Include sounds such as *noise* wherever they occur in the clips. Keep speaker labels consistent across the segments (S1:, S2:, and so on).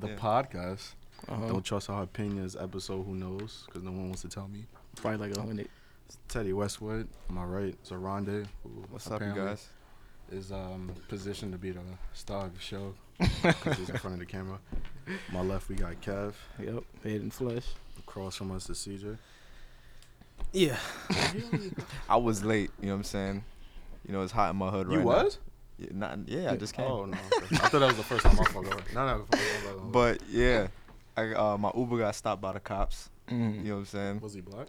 S1: the
S2: Yeah.
S1: podcast. Oh.
S3: Uh-huh.
S1: Don't trust our opinions episode. Who knows? Because no one wants to tell me.
S3: Probably like a hundred.
S1: Teddy Westwood, am I right? So Rondé, who
S2: What's up, you
S1: apparently
S2: guys?
S1: is um, positioned to be the star of the *laughs* show because he's in front of the camera. My left, we got Kev.
S3: Yep, head and flush.
S1: Across from us is CJ.
S3: Yeah.
S1: *laughs*
S2: I was late. You know what I'm saying? You know it's hot in my hood right now. Yeah, not, yeah I just came.
S1: Oh no! okay. I thought that was the first time I fucked up. No, no. fuck, fuck, fuck, fuck.
S2: But yeah, I, uh, my Uber got stopped by the cops.
S1: Mm-hmm.
S2: You
S3: Mm.
S2: know what I'm saying?
S1: was he black?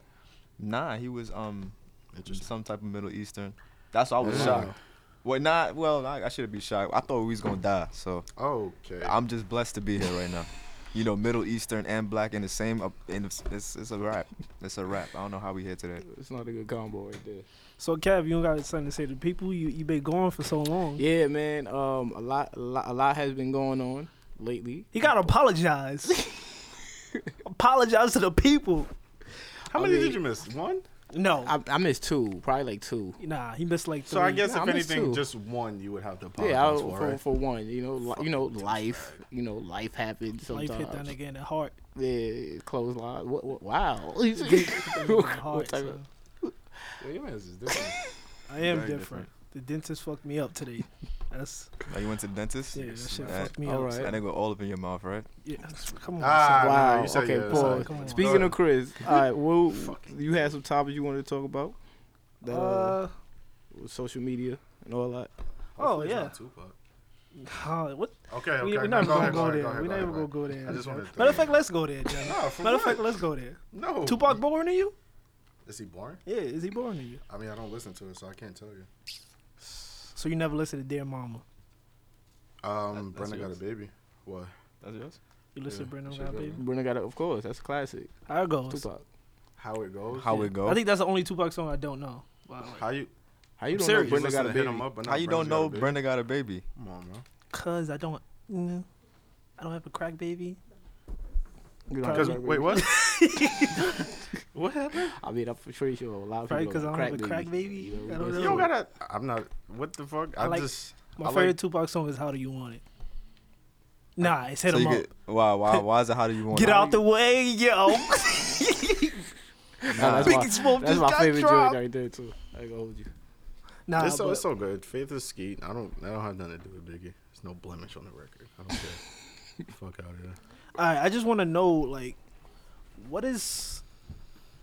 S2: Nah, he was um
S1: Interesting.
S2: some type of Middle Eastern. That's why I was
S1: Yeah.
S2: shocked. Well, not well. I, I should have been shocked. I thought we was gonna die. So
S1: Okay.
S2: I'm just blessed to be here right now. You know, Middle Eastern and black in the same. up- In the, it's it's a wrap. It's a wrap. I don't know how we here today.
S3: It's not a good combo right there.
S4: So Kev, you don't got something to say to people? You you been gone for so long.
S3: Yeah, man. Um, a lot, a lot, a lot has been going on lately.
S4: You gotta apologize. *laughs* apologize to the people.
S1: How
S3: I
S1: many
S3: mean-
S1: did you miss? One.
S4: No,
S3: I, I missed two, probably like two.
S4: nah, he missed like three.
S1: So I guess
S3: nah, I
S1: if
S3: missed
S1: anything,
S3: two.
S1: just one you would have to apologize
S3: Yeah, I,
S1: for.
S3: for
S1: right?
S3: for one, you know, li- you know, life, you know, life happens
S4: life
S3: sometimes.
S4: hit that nigga in
S1: *laughs*
S4: the heart.
S3: Yeah, close line. What, what, wow. *laughs*
S4: Hit that nigga in the heart,
S3: type
S4: son.
S3: of-
S1: Yeah, your man's is different.
S4: I am
S1: Very
S4: different.
S1: different.
S4: The dentist fucked me up today. That's
S2: Now you went to the dentist.
S4: yeah, that shit
S2: That-
S4: fucked me
S3: all
S4: up.
S3: right.
S2: That nigga all up in your mouth, right?
S4: Yeah, come on.
S1: Ah,
S4: son.
S1: no,
S3: wow.
S1: you said
S3: okay,
S1: yeah,
S3: Paul.
S1: sorry.
S4: Come on.
S3: Speaking
S1: Go
S3: of Chris, all right,
S1: *laughs*
S3: well, you had some topics you wanted to talk about? That, uh,
S4: Uh,
S3: with social media and all that.
S4: oh
S1: Hopefully it's
S4: yeah.
S1: not Tupac.
S4: Huh, what?
S1: Okay, okay.
S4: we,
S1: no,
S4: we're not
S1: go
S4: gonna
S1: ahead,
S4: go
S1: ahead,
S4: there.
S1: ahead,
S4: we're not
S1: ahead,
S4: even gonna
S1: ahead.
S4: go there.
S1: I just
S4: John.
S1: wanted to-
S4: Matter of fact, let's go there, John.
S1: No, for Oh.
S4: Matter of
S1: what?
S4: fact, let's go there.
S1: No.
S4: Tupac born to you?
S1: Is he born?
S4: Yeah, is he born to you?
S1: I mean, I don't listen to it, so I can't tell you.
S4: So you never listened to Dear Mama?
S1: Um,
S2: That- that's
S1: Brenda got a
S2: yours.
S1: baby. What?
S2: That's yours.
S4: You listen
S1: Yeah,
S4: to Brendan
S1: she
S4: Got
S1: good,
S4: Baby?
S1: man.
S3: Brenda got it, of course. That's a classic.
S4: How it goes.
S3: Tupac.
S1: How it goes?
S2: How it go?
S4: I think that's the only Tupac song I don't know. Wow.
S1: How you?
S3: How you
S4: I'm
S3: don't
S4: serious.
S1: Brenda
S3: know
S1: got
S3: Brenda got
S1: to
S3: a
S1: hit
S3: baby?
S1: him up, but
S2: How
S1: not
S2: you don't
S1: Brenda's got a
S2: know
S1: baby?
S2: Brenda got a baby?
S1: Come on, man.
S4: Cause I don't. mm, I don't have a crack baby.
S3: You don't
S1: Because
S3: know
S1: wait,
S3: Brenda.
S1: what? what happened?
S3: I mean, I'm pretty sure a lot of
S4: Probably
S3: people.
S4: 'cause I don't have a crack baby. I don't
S1: You
S4: know.
S1: don't gotta. I'm not. What the fuck? I,
S4: I like-
S1: just.
S4: My
S1: I like-
S4: favorite Tupac song is "How Do You Want It." Nah, it's hit
S2: So
S4: 'em
S2: you
S4: up.
S2: get, wow, wow, why is it? How do you want?
S4: Get
S2: it?
S4: out the way, yo.
S3: Nah,
S2: Nah.
S3: that's my,
S4: Biggie
S3: *laughs*
S4: Smoke
S3: that's
S4: just
S3: my
S4: got
S3: favorite
S4: dropped.
S3: joint right there too. I ain't gonna hold you.
S4: Nah,
S1: it's, so,
S4: but
S1: it's so good. Faith is Skeet. I don't. I don't have nothing to do with Biggie. There's no blemish on the record. I don't care. fuck out of here.
S4: Alright, I just want to know, like, what is,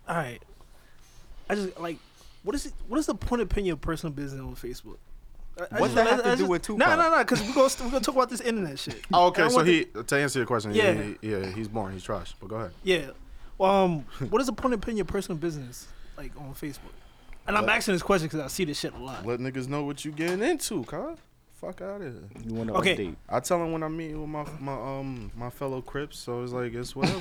S4: all right, I just like, what is it? What is the point of putting your personal business on Facebook? I- I
S2: What
S4: just-
S2: that
S4: I-
S2: have to
S4: I
S2: do
S4: just-
S2: with
S4: No,
S2: Tupac?
S4: no, no, because we're gonna st- we're gonna talk about this
S2: *laughs*
S4: internet shit.
S1: Oh,
S4: And
S1: okay,
S4: I
S1: so
S4: want
S1: he to answer your question, yeah,
S4: Yeah.
S1: he, yeah, he's born, he's trash. But go ahead.
S4: the- yeah. Well, um, what is the point of putting your personal business like on Facebook? And I'm
S1: Let-
S4: asking this question because I see this shit a lot.
S1: Let niggas know what you getting into, cuz. Fuck out of here.
S3: You want to
S4: Okay.
S3: update?
S1: I tell him when I'm meeting with my my um my fellow Crips, so it's like it's whatever.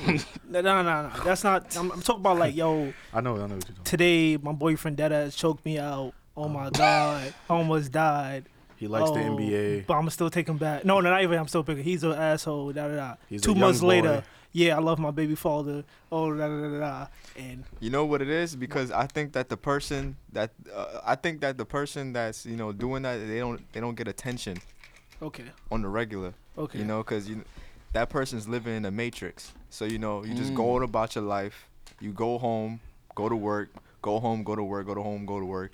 S4: No, no, no, no. That's not. I'm, I'm talking about like, yo,
S1: *laughs* I know, I know what you're talking.
S4: today my boyfriend Dada choked me out.
S2: *laughs*
S4: Oh my god, almost died.
S1: He likes the
S4: Oh,
S1: NBA.
S4: But I'm still taking back. No, no, not even. I'm still picking. He's an asshole. Da da da.
S1: He's a
S4: Two
S1: young
S4: months
S1: boy.
S4: later, yeah, I love my baby father. Oh da da da da, da. And
S2: You know what it is because I think that the person that uh, I think that the person that's you know doing that they don't they don't get attention
S4: okay,
S2: on the regular.
S4: okay.
S2: You know, because you that person's living in a matrix. So you know, you just
S3: Mm.
S2: go on about your life. You go home, go to work, go home, go to work, go to home, go to work.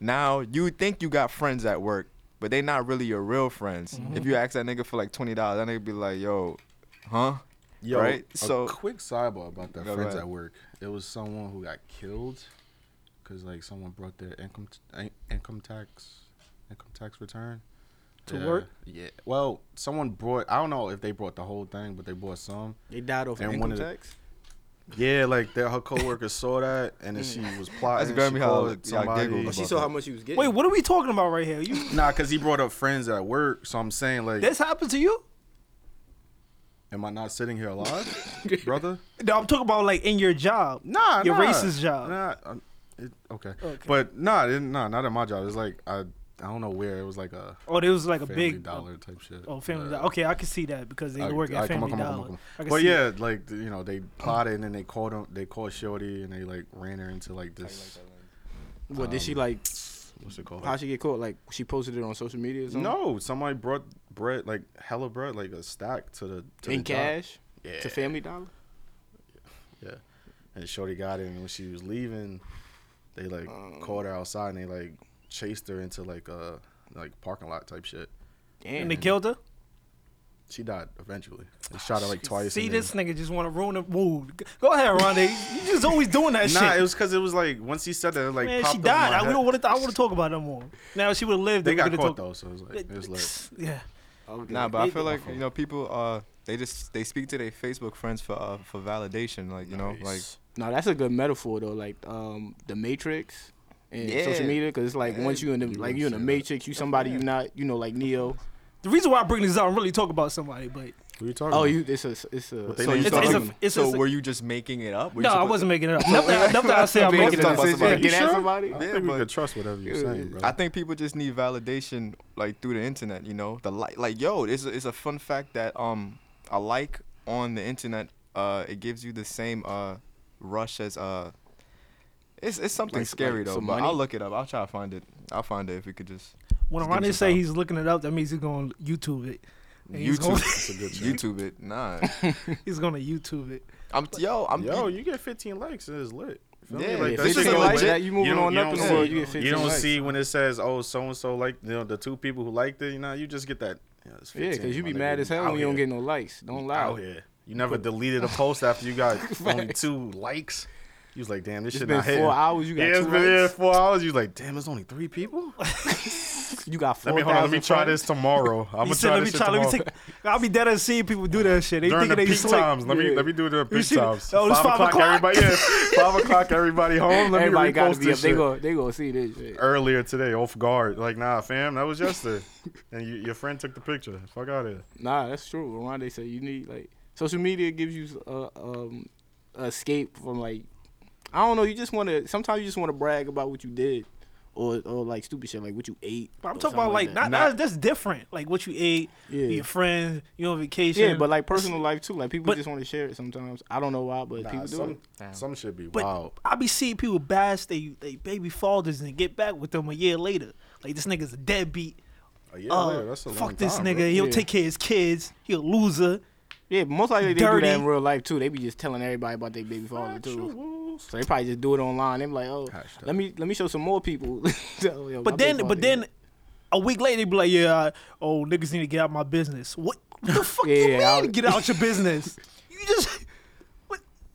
S2: Now you think you got friends at work, but they not really your real friends.
S4: Mm-hmm.
S2: If you ask that nigga for like twenty dollars, that nigga be like, "Yo, huh?"
S1: Yo,
S2: Right,
S1: a
S2: so-
S1: quick sidebar about that
S2: Go
S1: friends
S2: ahead.
S1: at work. It was someone who got killed because like someone brought their income t- in- income tax income tax return
S4: To
S1: Yeah.
S4: work?
S1: Yeah. Well, someone brought. I don't know if they brought the whole thing, but they brought some.
S3: They died off
S1: And
S3: income
S1: one of the-
S3: tax.
S1: Yeah, like their, her coworker saw that, and
S4: Mm.
S1: then she was plotting.
S2: gonna be
S1: she
S2: how
S1: called
S2: y'all
S1: somebody.
S2: giggle
S3: Oh, she
S2: about
S3: saw
S2: that.
S3: how much he was getting.
S4: Wait, what are we talking about right
S1: *laughs*
S4: here? You
S1: Nah, cause he brought up friends at work. So I'm saying, like,
S4: this happened to you?
S1: am I not sitting here
S4: *laughs*
S1: alive, brother?
S4: No, I'm talking about like in your job.
S1: Nah,
S4: Your
S1: nah.
S4: racist job.
S1: Nah, um, it, okay.
S4: Okay.
S1: But nah, it, nah, not at my job. It's like I, I don't know where it was like a
S4: Oh, there was like a
S1: family
S4: big
S1: dollar type shit.
S4: Oh, family.
S1: Yeah.
S4: Dollar. Okay, I can see that because they
S1: I-
S4: work at
S1: I- come on,
S4: Family
S1: come on, come on,
S4: Dollar.
S1: come on.
S4: I can
S1: But
S4: see
S1: yeah, like you know, they plotted and then they called him. They called Shorty and they like ran her into like this.
S3: What
S1: um,
S3: did she like?
S1: what's it called?
S3: How she get caught? Like she posted it on social media or something?
S1: no, somebody brought bread, like hella bread, like a stack to the to
S3: In
S1: the job.
S3: cash?
S1: Yeah,
S3: To Family Dollar?
S1: and Shorty got it. And when she was leaving, they like
S3: Um.
S1: called her outside and they like chased her into like a like parking lot type shit.
S3: Damn.
S4: And they killed her.
S1: She died eventually. They shot her like twice.
S4: See
S1: and then-
S4: this nigga just want to ruin the mood. Go ahead, Rondé. you just always doing that
S1: Nah,
S4: shit.
S1: it was because it was like once he said that, it, like
S4: Man,
S1: popped
S4: she
S1: up in
S4: died.
S1: my
S4: I
S1: head.
S4: wouldn't want to. I want to talk about it no more. Now if she would have lived.
S1: They
S4: then we
S1: got caught
S4: could've talked-
S1: though, so it was like it was like
S4: *laughs* yeah.
S3: Okay.
S2: Nah, but I
S3: It-
S2: feel like
S1: awful.
S2: you know people uh they just they speak to their Facebook friends for uh for validation like you know like
S1: nice.
S3: No, that's a good metaphor though. Like um, the Matrix and social
S2: Yeah.
S3: media, because it's like
S2: Yeah,
S3: once you in the
S1: you
S3: like
S1: would
S3: you in the
S1: say that.
S3: Matrix, you somebody you not you know like Neo.
S4: The reason why I bring this up, I'm really talking about somebody, but
S1: who you talking?
S3: Oh,
S1: about?
S3: you it's a it's a.
S1: What they
S2: so
S1: know
S2: you
S1: you
S2: thought
S1: talking
S2: like-
S1: about.
S4: it's-
S2: so
S4: it's-
S2: were you just making it up? Were you
S4: no, I
S2: supposed-
S4: wasn't making it up. Nothing
S1: *laughs*
S4: nothing I say I'm
S2: Making
S4: making it
S2: it
S4: up.
S2: up. somebody.
S3: Get
S1: You
S3: at
S1: sure?
S3: somebody.
S1: I think we could trust whatever you're saying, bro.
S2: I think people just need validation like through the internet, you know. The like like yo, it's a, it's a fun fact that um a like on the internet uh it gives you the same uh rush as uh it's it's something
S3: Like-
S2: scary
S3: like
S2: though,
S3: some
S2: but I'll
S3: money?
S2: look it up. I'll try to find it. I'll find it if we could just
S4: When
S2: Just give me some
S4: Rondé say
S2: time.
S4: he's looking it up, that means he's going to YouTube it. And he's
S2: YouTube
S1: That's a
S2: *laughs*
S1: good chance.
S2: YouTube it.
S4: *laughs*
S2: Nah.
S4: He's going to YouTube it.
S2: I'm t- yo, I'm
S1: Yo, you get 15 likes and it's lit. Feel me?
S2: Yeah,
S1: Like,
S2: if
S1: that
S2: it's
S1: shit
S2: just
S1: go
S2: like
S1: lit.
S2: that,
S3: you moving
S1: don't-
S3: on up in
S1: don't
S3: the world,
S1: see-
S3: you get 15
S1: You don't
S3: likes.
S1: see when it says, "Oh, so and so like you know, the two people who liked it." You know, you just get that. Yeah, it's
S3: Yeah,
S1: 15,
S3: because you
S1: my
S3: be
S1: nigga.
S3: mad as hell
S1: Out
S3: when you don't
S1: here.
S3: get no likes. Don't
S1: out
S3: lie.
S1: here. You never deleted a post after you
S3: *laughs*
S1: got only two likes. You was like, "Damn, this
S3: It's
S1: shit
S3: been
S1: not hitting."
S3: four hours. You got
S1: yeah, it's
S3: two
S1: been yeah,
S3: likes.
S1: four hours. You was like, "Damn, it's only three
S3: *laughs*
S1: people."
S3: You got four.
S1: Let me hold on. Let me try this tomorrow.
S3: *laughs*
S1: I'm gonna
S4: He said,
S1: try
S4: let me
S1: this shit
S4: try. Let me
S1: tomorrow.
S4: take. I'll be dead and seeing people do that shit. They
S1: During
S4: thinking
S1: the
S4: they
S1: peak
S4: slick.
S1: times, let me
S3: Yeah.
S1: let me do the peak
S4: see-
S1: times.
S4: oh, it's five o'clock?
S1: everybody. Yeah, five o'clock, everybody home. Let
S3: Everybody
S1: me repost
S3: gotta be up.
S1: this
S3: They
S1: shit.
S3: go they go see this shit.
S1: earlier today off guard. Like, nah, fam, that was yesterday. and you, your friend took the picture. Fuck out of here.
S3: Nah, that's true. Rwanda said you need like social media gives you uh, um escape from like I don't know. You just want to sometimes you just want to brag about what you did or or like stupid shit like what you ate.
S4: But I'm
S3: or
S4: talking about
S3: something
S4: like not,
S3: that.
S4: not- that's different. Like what you ate,
S3: Yeah.
S4: your friends, you on vacation.
S3: yeah, but like personal life too. Like people
S4: But-
S3: just want to share it sometimes. I don't know why, but
S1: Nah,
S3: people do
S1: some,
S3: it.
S1: some should be
S4: But-
S1: wild.
S4: I be seeing people bash they they baby fathers and get back with them a year later. Like this nigga's a deadbeat.
S1: A year
S4: uh,
S1: later, that's a
S4: fuck
S1: long
S4: this
S1: time,
S4: nigga.
S1: bro.
S4: He'll
S3: Yeah.
S4: take care of his kids. He a loser.
S3: Yeah, most likely they do
S4: Dirty.
S3: that in real life too. They be just telling everybody about their baby father too. So they probably just do it online. They be like, oh,
S1: Hashtag.
S3: let me let me show some more people. *laughs* Oh, yo, my
S4: But then,
S3: baby
S4: but
S3: father-
S4: then, a week later, they be like, "Yeah, I- oh niggas need to get out my business." What, what the fuck you
S3: Yeah,
S4: mean?
S3: I'll-
S4: Get out your business? You just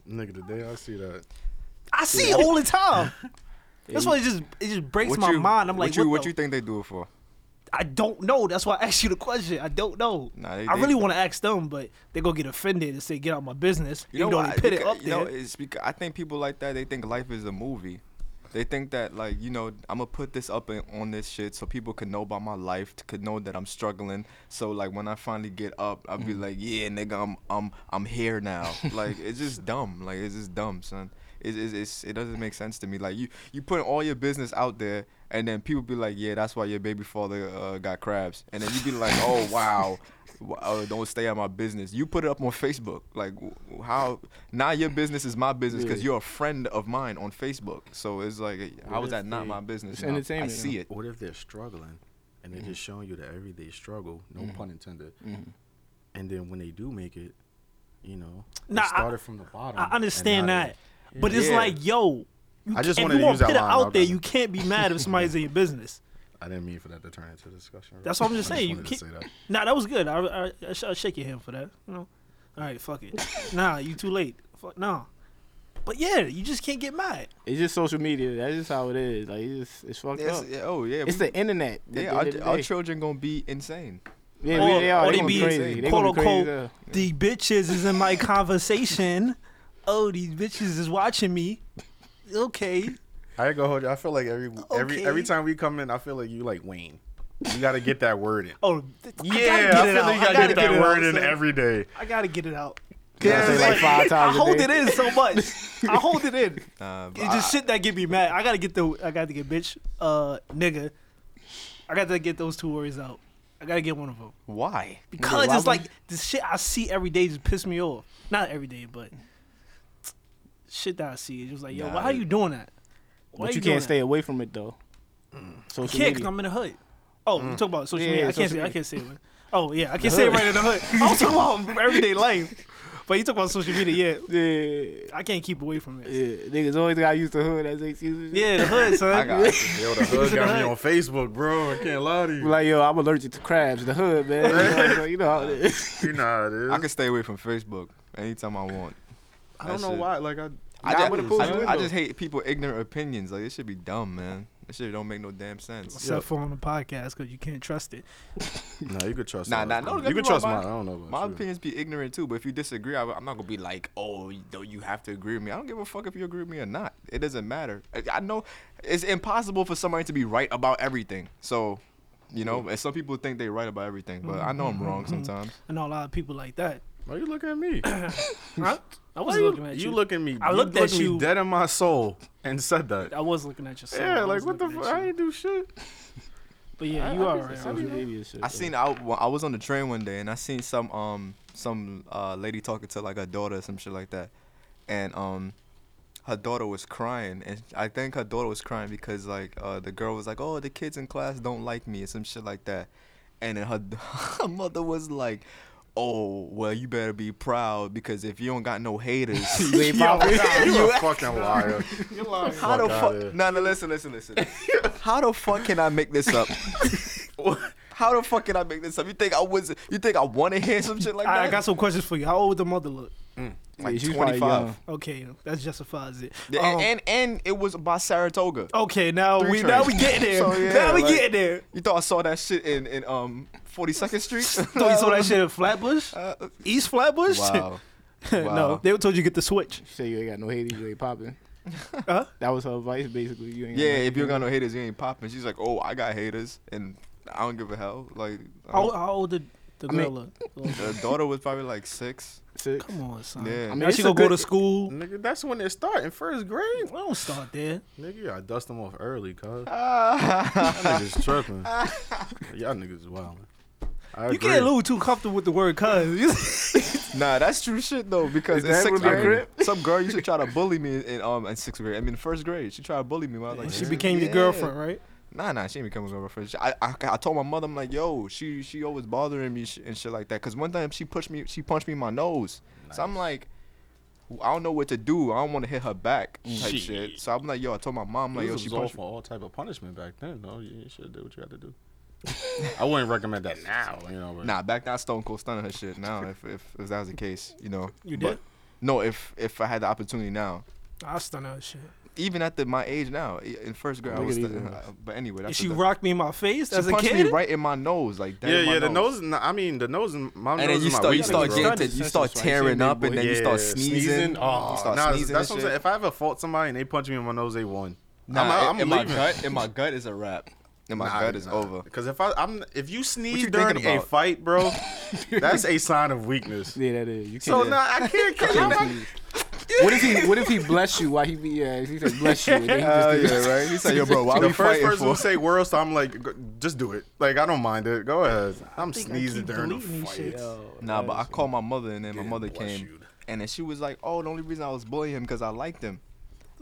S1: Nigga, today I see that.
S4: I see it all the time. That's why it just it just breaks
S2: what
S4: my
S2: you,
S4: mind. I'm like,
S2: what you what
S4: the-
S2: you think they do it for?
S4: I don't know. That's why I asked you the question. I don't know.
S2: Nah, they-
S4: I
S2: they-
S4: really want to ask them, but they gonna get offended and say, "Get out my business." You know,
S2: why?
S4: they put it
S2: Because-
S4: up
S2: you know,
S4: there.
S2: it's because I think people like that. They think life is a movie. They think that like you know I'm gonna put this up in, on this shit so people can know about my life, t- could know that I'm struggling. So like when I finally get up, I'll
S4: Mm-hmm.
S2: be like, yeah, nigga, I'm I'm I'm here
S4: *laughs*
S2: now. like it's just dumb. Like it's just dumb, son. It's, it's, it's, it doesn't make sense to me. Like you you put all your business out there, and then people be like, yeah, that's why your baby father uh, got crabs, and then you be like, oh wow. Wh- Oh, don't stay out my business. You put it up on Facebook. Like w- w- how now your business is my business because
S3: Yeah.
S2: you're a friend of mine on Facebook. So it's like how
S3: What
S2: is that
S3: if
S2: not
S3: they-
S2: my business?
S3: it's
S2: now? I
S3: entertainment, you
S2: see it.
S1: What if they're struggling and they're just showing you the everyday struggle, no
S4: Mm-hmm.
S1: pun intended. And then when they do make it, you know, they
S4: Nah, I-
S1: started from the bottom.
S4: I
S1: and
S4: understand
S1: now they-
S4: that, but it's
S2: Yeah.
S4: like, yo, you
S1: Mm, I just
S4: ca- if
S1: wanted
S4: you
S1: to
S4: wanna
S1: use that
S4: put it
S1: line,
S4: out
S1: I'll
S4: there,
S1: be-
S4: you can't be mad if somebody's in your business.
S1: I didn't mean for that to turn into a discussion.
S4: That's what I'm
S1: *laughs*
S4: just
S1: I
S4: saying. You
S1: wanted to
S4: keep-
S1: say that.
S4: Nah, that was good. I, I, I sh- I'll shake your hand for that. You know, all right, fuck
S1: *laughs*
S4: it. nah, you too late. Fuck no. But yeah, you just can't get mad.
S3: it's just social media. That's just how it is. Like it's just, it's fucked
S2: Yes,
S3: up.
S2: yeah, oh yeah.
S3: It's
S2: we-
S3: the internet. at
S2: yeah,
S3: the end of
S2: our,
S3: the
S2: our
S3: day.
S2: children gonna be insane.
S3: Yeah,
S4: Or-
S3: we, they are.
S4: or
S3: They
S4: they
S3: gonna be
S4: be
S3: crazy. They
S4: quote
S3: gonna be crazy.
S4: unquote- The bitches is
S3: *laughs*
S4: in my conversation. Oh, these bitches is watching me. Okay.
S1: I go hold. I feel like every every every
S4: Okay.
S1: time we come in, I feel like you like Wayne. You got to get that word in.
S4: Oh, th- I
S1: Yeah, I
S4: gotta get
S1: feel like
S4: it out.
S1: you
S4: I
S1: gotta, get that
S4: it out,
S1: word in
S4: son.
S1: every day.
S4: I gotta get it out.
S3: Yeah,
S1: it's
S3: like
S1: like-
S3: five
S4: I
S3: times. a
S4: hold
S3: day.
S4: it in so much.
S3: *laughs*
S4: I hold it in.
S2: Uh, but
S4: It's just
S2: I-
S4: shit that get me mad. I gotta get the. I gotta get bitch, uh, nigga. I gotta get those two words out. I gotta get one of them
S3: *laughs*
S2: why?
S4: because
S3: why
S4: it's
S3: would-
S4: like the shit I see every day just piss me off. Not every day, but shit that I see. It's just like, yo,
S2: Nah,
S4: why are
S2: it-
S4: you doing that? Why
S3: But
S4: you
S3: you
S4: doing
S3: can't stay away from it though. Social
S4: Can't because
S3: media.
S4: I'm in the hood. Oh, you talk about social
S3: Yeah,
S4: media.
S3: yeah,
S4: I can't
S3: social
S4: say. I
S3: media.
S4: can't say it. man. Oh yeah, I can say it right in the hood. I'm talking about everyday life, but you talk about social media. Yeah,
S3: Yeah,
S4: I can't keep away from it.
S3: yeah. Niggas always got used to hood as excuses.
S4: Yeah, the hood, son.
S2: *laughs* I got you.
S1: Yo, the hood got me on Facebook, bro. I can't lie to you.
S3: Like yo, I'm allergic to crabs. The hood, man. You know, so you know how it is.
S1: You know how it is.
S2: I can stay away from Facebook anytime I want.
S1: I don't
S2: that
S1: know
S2: shit.
S1: why. Like I,
S2: I
S3: Not
S2: just,
S3: with a
S2: I
S3: pool
S2: just-
S3: window.
S2: I just hate people ignorant opinions. Like this should be dumb, man. This shit don't make no damn sense.
S4: Except for on the podcast because you can't trust it.
S1: nah, you could trust.
S2: Nah,
S1: mine.
S2: nah, no, don't
S1: you
S2: get me
S1: could trust
S2: wrong,
S1: mine. I don't know about
S2: My
S1: you.
S2: opinions be ignorant too, but if you disagree, I, I'm not gonna be like, oh, though you have to agree with me. I don't give a fuck if you agree with me or not. It doesn't matter. I, I know it's impossible for somebody to be right about everything. So, you know, and some people think they're right about everything, but I know I'm wrong
S1: Mm-hmm.
S2: sometimes.
S4: I know a lot of people like that.
S1: Why you looking at *laughs* me?
S4: Huh? I
S1: Why
S4: was
S1: you,
S4: looking at you.
S1: you look at me.
S4: I
S1: you
S4: looked
S1: looked
S4: at
S1: me
S4: you.
S1: dead in my soul and said that.
S4: I was looking at your son.
S1: yeah,
S4: I
S1: like
S4: was
S1: what the?
S4: looking
S1: F-
S4: at you.
S1: I ain't do shit. *laughs*
S4: But yeah,
S1: I-
S4: you
S1: I
S2: *laughs*
S4: are
S1: just-
S4: right.
S1: I
S4: Rosie.
S1: mean,
S2: I seen I, wa- I was on the train one day and I seen some um some uh lady talking to like her daughter or some shit like that, and um her daughter was crying and I think her daughter was crying because like uh the girl was like oh the kids in class don't like me or some shit like that, and then her, *laughs* her mother was like. Oh well, you better be proud because if you don't got no haters, *laughs* you ain't popping.
S1: *laughs* you a fucking liar.
S2: How the
S1: Fuck
S2: fuck?
S1: outta here.
S2: No, no, listen, listen, listen. How the fuck can I make this
S4: *laughs*
S2: up? How the fuck can I make this up? You think I was? You think I want to hear some shit like
S4: All right, I
S2: that?
S4: got some questions for you. How old the mother look?
S2: like
S3: Yeah, she's probably
S2: 25.
S4: Okay, that justifies it.
S2: Yeah,
S4: Um,
S2: and, and and it was by Saratoga.
S4: okay, now
S2: Three
S4: we now we
S2: trains.
S4: get there.
S2: *laughs* So, yeah,
S4: now we
S2: like-
S4: get there.
S2: *laughs* You thought I saw that shit in in um 42nd
S4: *laughs*
S2: Street?
S4: So you saw that shit in Flatbush,
S2: Uh,
S4: *laughs* East Flatbush.
S2: wow.
S4: *laughs* no,
S2: Wow.
S4: they told you get the switch.
S3: Say you ain't got no haters, you ain't popping.
S4: Huh?
S3: That was her advice, basically. You ain't
S4: *laughs*
S2: Yeah,
S3: got no
S2: if you
S3: haters.
S2: got no haters, you ain't popping. She's like, oh, I got haters, and I don't give a hell. Like, I
S4: How,
S2: don't-
S4: how old did the
S3: I mean-
S4: girl look?
S2: the daughter was probably like six.
S3: Six.
S4: Come on, son.
S2: Yeah.
S4: Uh,
S2: I
S4: I mean,
S3: mean,
S4: now
S3: it's
S4: she
S3: a
S4: gonna go
S3: good-
S4: to school.
S1: Nigga, that's when it start in first
S2: Mm.
S1: grade.
S4: Well, don't start there.
S1: Nigga, I dust them off early, cuz. Y'all
S2: *laughs*
S4: *laughs*
S1: niggas tripping. *laughs* Y'all niggas wild. I
S4: You
S1: agree.
S4: get a little too comfortable with the word *laughs* "cuz."
S2: Nah, that's true shit though. Because
S3: Is
S2: in
S3: that
S2: sixth
S3: what
S1: they
S2: grade, some girl used to try to bully me in um in sixth grade. I mean, first grade, she tried to bully me. When I was like,
S4: she
S2: six.
S4: became your
S2: Yeah.
S4: girlfriend, right?
S2: Nah, nah, she ain't become a girlfriend. She, I, I I told my mother, I'm like, yo, she she always bothering me sh- and shit like that. Cause one time she pushed me, she punched me in my nose. So I'm like. I don't know what to do. I don't want to hit her back type shit.
S1: Shit.
S2: So I'm like, yo, I told my mom, like,
S1: Like,
S2: yo,
S1: was
S2: she
S1: absolved
S2: punched
S1: from
S2: me.
S1: all type of punishment back then. No, you you should do what you got to do. I wouldn't recommend *laughs* that now. You know, but
S2: Nah, back then I Stone Cold Stunner her shit. Now, if, if if that was the case, you know.
S4: You
S2: But-
S4: did.
S2: No, if if I had the opportunity now,
S4: I stunned her shit.
S2: even at the my age now, i- in first grade, I
S3: Look
S2: was.
S3: at
S2: Th-
S3: these niggas.
S2: uh, *laughs* but anyway,
S4: And
S2: that's
S4: she
S2: what
S4: rocked me in my face
S2: the,
S4: as
S2: she
S4: a
S2: punched
S4: kid.
S2: me right in my nose, like that.
S1: yeah, yeah, the nose. is not- I mean, the nose. And my
S2: And
S1: nose
S2: then you
S1: is my
S2: start, you
S1: weakness,
S2: start
S1: bro.
S2: getting,
S4: Started
S2: to, you
S4: to
S2: start
S3: sense this, right?
S2: tearing
S3: Same
S2: up,
S3: big
S2: and then you start sneezing.
S1: Oh,
S2: you start
S1: nah,
S2: sneezing.
S1: that's what I'm
S2: and shit.
S1: saying. If I ever fought somebody and they punch me in my nose, they won.
S2: Nah,
S1: I'm,
S2: in-
S1: I'm
S2: in my
S1: leaving.
S2: gut, in my gut is a wrap. In my gut is over.
S1: Because if I, I'm, if you sneeze
S2: you thinking
S1: during a
S2: about?
S1: fight,
S2: *laughs*
S1: bro, that's a sign of weakness.
S3: Yeah, that is. You can't.
S1: So now I
S2: *laughs*
S1: can't.
S3: Can't
S1: I'm-
S3: sneeze. *laughs* what if he? What if he bless you while he be? Yeah, he said bless you. And then he just
S2: Hell
S3: do-
S2: yeah, right? He said, "Yo, bro, why
S1: the
S2: we
S1: first
S2: fighting
S1: person
S2: for?"
S1: who say world star, I'm like, "Go- just do it. Like I don't mind it. Go ahead. I'm
S4: think I
S1: sneezing
S4: keep
S1: during the
S4: deleting these
S1: fight.
S4: shits.
S2: Nah, but I called my mother, and then my
S1: Getting
S2: mother
S1: bless
S2: came,
S1: you.
S2: and then she was like, "Oh, the only reason I was bullying him because I liked him,"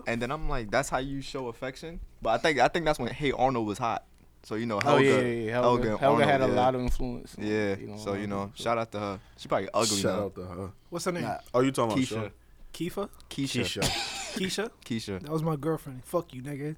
S2: and then I'm like, "That's how you show affection." But I think I think that's when Hey Arnold was hot. So you know,
S3: Oh
S2: Helga,
S3: yeah, yeah, yeah. Helga,
S2: Helga, and
S3: Helga,
S2: Arnold,
S3: had a
S2: yeah.
S3: lot of influence. on,
S2: Yeah. so you know, shout out to her. She probably ugly
S1: Shout
S2: now.
S1: out to her.
S4: What's her name?
S3: Nah.
S1: Oh, you talking
S2: Keisha.
S1: about
S4: Keisha.
S2: Keisha. Keisha.
S1: Keisha? Keisha.
S4: Keisha.
S2: Keisha.
S4: That was my girlfriend. Fuck you, nigga.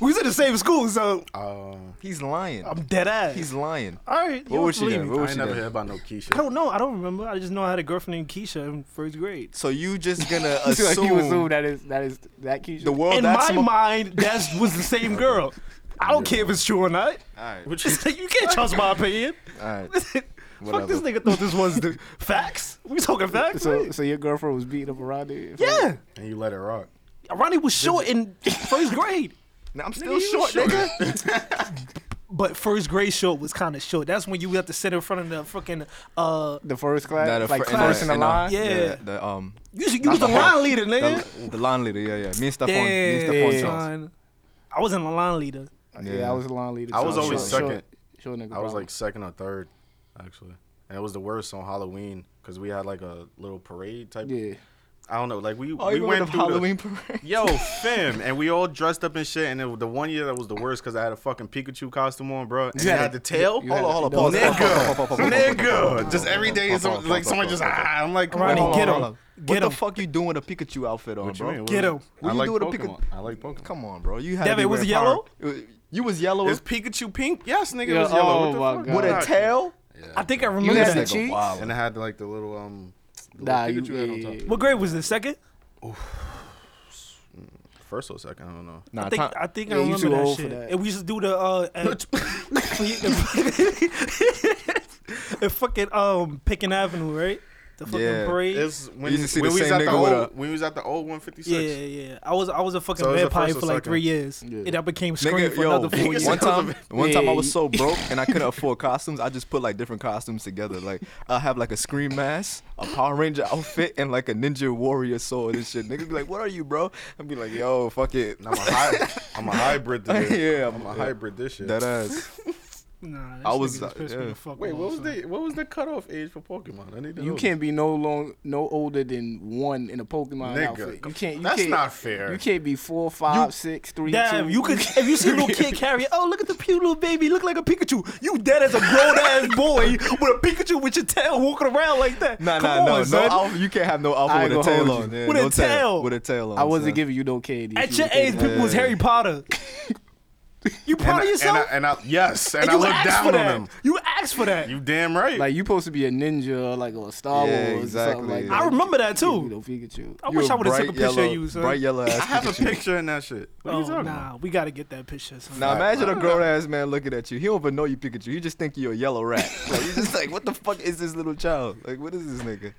S4: we was in the same school, so
S1: Uh,
S2: He's lying.
S4: I'm dead ass.
S2: He's lying.
S4: All right.
S2: What
S4: you
S2: was she
S4: believe
S2: then?
S4: me.
S2: What
S1: I
S2: was
S1: ain't
S2: she
S1: never
S2: then?
S1: heard about no
S4: I
S1: Keisha.
S4: don't know. I don't remember. I just know I had a girlfriend named Keisha in first grade.
S2: So you just gonna
S3: *laughs* So like you
S2: assume,
S3: assume that is that is that Keisha.
S2: the world
S4: in
S2: Oh, that's
S4: my mind,
S2: *laughs*
S4: that was the same girl. I don't care if it's true or not.
S2: All right.
S4: *laughs* Just like, you can't trust my opinion. *laughs*
S2: All right.
S4: Fuck this nigga thought this was
S2: *laughs*
S4: the facts. We talking facts?
S3: so
S4: right?
S3: so your girlfriend was beating up around it.
S4: yeah.
S1: And you let it rock.
S4: Ronnie was short in
S2: *laughs*
S4: first grade.
S2: Now, I'm still short, nigga.
S4: But first grade short was kind of short. That's when you have to sit in front of the fucking uh.
S3: The first class,
S2: Nah, the
S3: like
S2: fir- and
S3: first in the
S2: and, uh,
S3: line.
S4: Yeah.
S2: The, the, um,
S4: You, you
S2: Not
S4: was the
S2: the whole-
S4: line leader, nigga.
S2: the, the line leader. Yeah, yeah. Me and Stephon. Me and
S4: Damn,
S2: Stephon
S3: yeah.
S2: Jones.
S4: son. I wasn't a line leader.
S3: Yeah,
S2: Yeah.
S3: I was the line leader.
S1: I was
S3: so
S1: always
S3: short-
S1: second.
S3: short- short nigga
S1: I was
S3: problem.
S1: like second or third, actually. And it was the worst on Halloween because we had like a little parade type.
S3: yeah.
S1: I don't know. Like we
S2: Oh,
S1: we
S2: you went
S1: went
S2: to
S1: through the-
S2: *laughs* Halloween parade.
S1: Yo, fam, and we all dressed up and shit. And it, the one year that was the worst because I had a fucking Pikachu costume on, bro. And
S3: You
S1: it
S3: had
S1: had
S3: a-
S1: the tail.
S3: you
S2: Hold on, hold on,
S3: No,
S2: pause.
S1: Nigga,
S2: Pause, pause, pause, pause, pause, pause, pause,
S1: nigga, just
S2: pause,
S1: every day,
S2: pause,
S1: some-
S2: pause,
S1: like
S2: pause,
S1: someone
S2: pause,
S1: just
S2: pause, pause.
S1: ah. I'm like, come
S4: Ronnie,
S1: on,
S4: get
S1: hold
S4: him.
S1: on.
S2: What
S4: Get
S2: the
S4: him.
S2: fuck you doing with a Pikachu outfit on,
S1: What you
S2: bro?
S1: mean? What-
S4: Get him.
S2: What
S1: I
S2: you
S1: like
S2: do with a Pikachu?
S1: Pokemon. I like Pokemon.
S2: Come on, bro. You had to
S4: Devin,
S2: be
S4: was it
S2: wearing
S4: yellow?
S2: power- You was yellow
S1: Is Pikachu pink? Yes, nigga, it
S3: Yeah,
S1: was yellow.
S3: oh
S1: What the
S3: my
S1: fuck?
S2: with a
S3: God.
S2: tail.
S4: I think I
S3: You
S4: remember
S2: This
S3: had the
S4: that.
S2: nigga
S3: cheeks?
S2: wild.
S1: And it had like the little um. the
S3: Nah,
S1: little Pikachu
S3: you-
S1: head on
S3: yeah,
S1: top.
S3: yeah,
S4: What grade was this? Second?
S1: First or second, I don't know.
S2: Nah,
S4: I think
S2: time-
S4: I think I
S3: Yeah, you
S4: remember
S3: too
S4: that
S3: old for
S4: shit.
S3: that.
S4: And we used to do the uh, at, at fucking um Pickin Avenue, right? The fucking
S2: Yeah.
S4: parade.
S1: It's when,
S2: used to see
S1: when
S2: the
S1: we was
S2: same
S1: at the
S2: nigga with
S1: old,
S2: a-
S1: when we was at the old
S4: yeah,
S1: 156.
S4: yeah, yeah. I was I was a fucking
S1: So it was the
S4: vampire
S1: first or
S4: for like
S1: second?
S4: three years,
S3: Yeah.
S4: and I became screaming
S2: Nigga,
S4: for
S2: yo,
S4: another four
S2: *laughs*
S4: years.
S2: one time, one time I
S3: Yeah,
S2: was
S3: you-
S2: so broke and I couldn't afford costumes. I just put like different costumes together. Like I have like a scream mask, a Power Ranger outfit, and like a Ninja Warrior sword and shit. Niggas be like, "What are you, bro?" I'd be like, "Yo, fuck it."
S1: And I'm a high, I'm a hybrid. to this.
S2: *laughs* Yeah,
S1: I'm,
S2: I'm-
S1: a hybrid. This shit.
S2: That ass.
S4: Nah,
S2: I
S4: I
S2: was,
S4: was.
S2: uh, yeah.
S1: Wait, what was the what was the cutoff age for Pokemon? I need to
S3: You
S1: know.
S3: can't be no long, no older than one in a Pokemon
S1: Nigga,
S3: outfit. You can't. You
S1: that's
S3: can't,
S1: not fair.
S3: You can't be four, five, six, three, two.
S4: Damn, you could if you see a little kid carry, oh look at the cute little baby, look like a Pikachu. You dead as a grown ass boy with a Pikachu with your tail walking around like that.
S2: Nah,
S4: Come
S2: nah,
S4: on,
S2: no,
S4: son.
S2: no. Alpha, you can't have no
S3: I
S2: alpha
S3: ain't
S2: with a
S3: gonna
S2: tail
S3: hold
S2: on.
S4: you.
S2: Yeah,
S4: With a
S2: no
S4: tail.
S2: With a tail on.
S3: I wasn't
S2: son.
S3: giving you no candy.
S4: At
S3: You
S4: your
S3: was
S4: age,
S3: thinking-
S4: people was
S2: Yeah.
S4: Harry Potter. you
S1: And,
S4: proud
S1: I-
S4: of yourself?
S1: And I, and I yes, and,
S4: And
S1: I
S4: you
S1: looked
S4: asked
S1: down
S4: for
S1: on
S4: that.
S1: him.
S4: You asked for that.
S1: You damn right.
S3: Like you supposed to be a ninja, or like or a Star
S2: Yeah,
S3: Wars.
S2: exactly.
S3: Or something like
S2: I
S3: that.
S4: remember that,
S3: Give me
S4: too.
S3: No Pikachu.
S4: I
S2: You
S4: wish
S2: a
S4: I would have took a
S2: bright
S4: picture
S2: yellow-
S4: of you, son.
S2: Bright yellow
S1: I
S2: ass.
S1: have a
S2: Pikachu.
S1: picture in that shit. What are you
S4: Oh,
S1: talking
S4: nah,
S1: about?
S4: we gotta get that picture. Son.
S2: Now imagine a grown ass man looking at you. He don't even know you Pikachu. He just think you're a yellow rat. like, he's just like, what the fuck is this little child? Like, what is this nigga?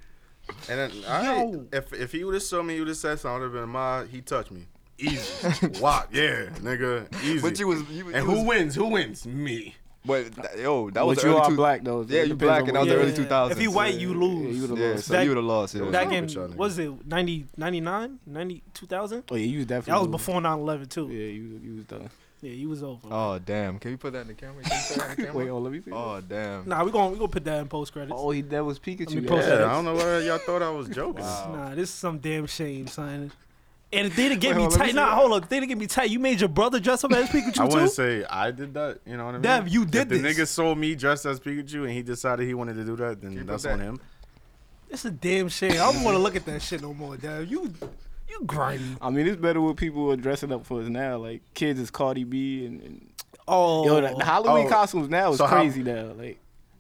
S1: And then I,
S4: Yo.
S1: if if he would have saw me, he would have said something. I would have been my. He touched me. Easy. Wop. Yeah, nigga. Easy.
S2: But you was, you,
S1: and
S2: you
S1: who
S2: was,
S1: wins? Who wins? Me.
S2: But th- yo, that
S3: But
S2: was the
S3: you
S2: early
S3: are
S2: two-
S3: black though. so
S2: Yeah,
S3: it
S2: you
S3: depends
S2: black
S3: on
S2: and
S3: what
S2: that was the
S3: you-
S2: early
S4: Yeah.
S2: 2000s.
S4: If he white, you
S3: Yeah, you
S4: lose.
S3: would've
S2: Yeah,
S3: lost.
S2: so
S4: That-
S2: you would have lost. Yeah.
S4: Back
S1: wrong
S4: in
S1: with y'all niggas?
S4: was it 90, 99, 90, 2000?
S3: Oh yeah, you was definitely.
S4: That was
S3: old.
S4: before 9-11 too.
S3: Yeah,
S4: Yeah,
S3: you you was done.
S4: you was over.
S2: Oh damn! Can you put that in the camera? Can you put that in the
S3: *laughs* Wait,
S2: camera?
S3: oh let me. see.
S2: Oh damn!
S4: Nah, we gonna we gonna put that in post credits.
S3: Oh, he that was
S4: Let me
S3: Pikachu.
S4: post
S1: Yeah, I
S4: that.
S1: don't know why y'all thought I was joking.
S4: Nah, this is some damn shame, son. And if they didn't
S2: Wait,
S4: get me
S2: hold on, let me
S4: tight,
S2: see
S4: nah,
S2: that.
S4: hold up. If they didn't get me tight. You made your brother dress up
S3: *laughs*
S4: as
S1: I
S4: Pikachu
S1: wouldn't
S4: too.
S1: say I did that. You know what I mean?
S4: Dev, you did
S1: if the
S4: this.
S1: nigga saw me dressed as Pikachu and he decided he wanted to do that,
S2: you
S1: then
S2: put
S1: that's
S2: that-
S1: on him.
S4: It's a damn shame. I don't want to look at that shit no more, Dev. You, you grimy.
S3: I mean, it's better what people are dressing up for us now. Like kids is Cardi B and, and
S4: Oh,
S3: yo, the, the Halloween
S1: Oh.
S3: costumes now is
S1: So how-
S3: crazy now. Like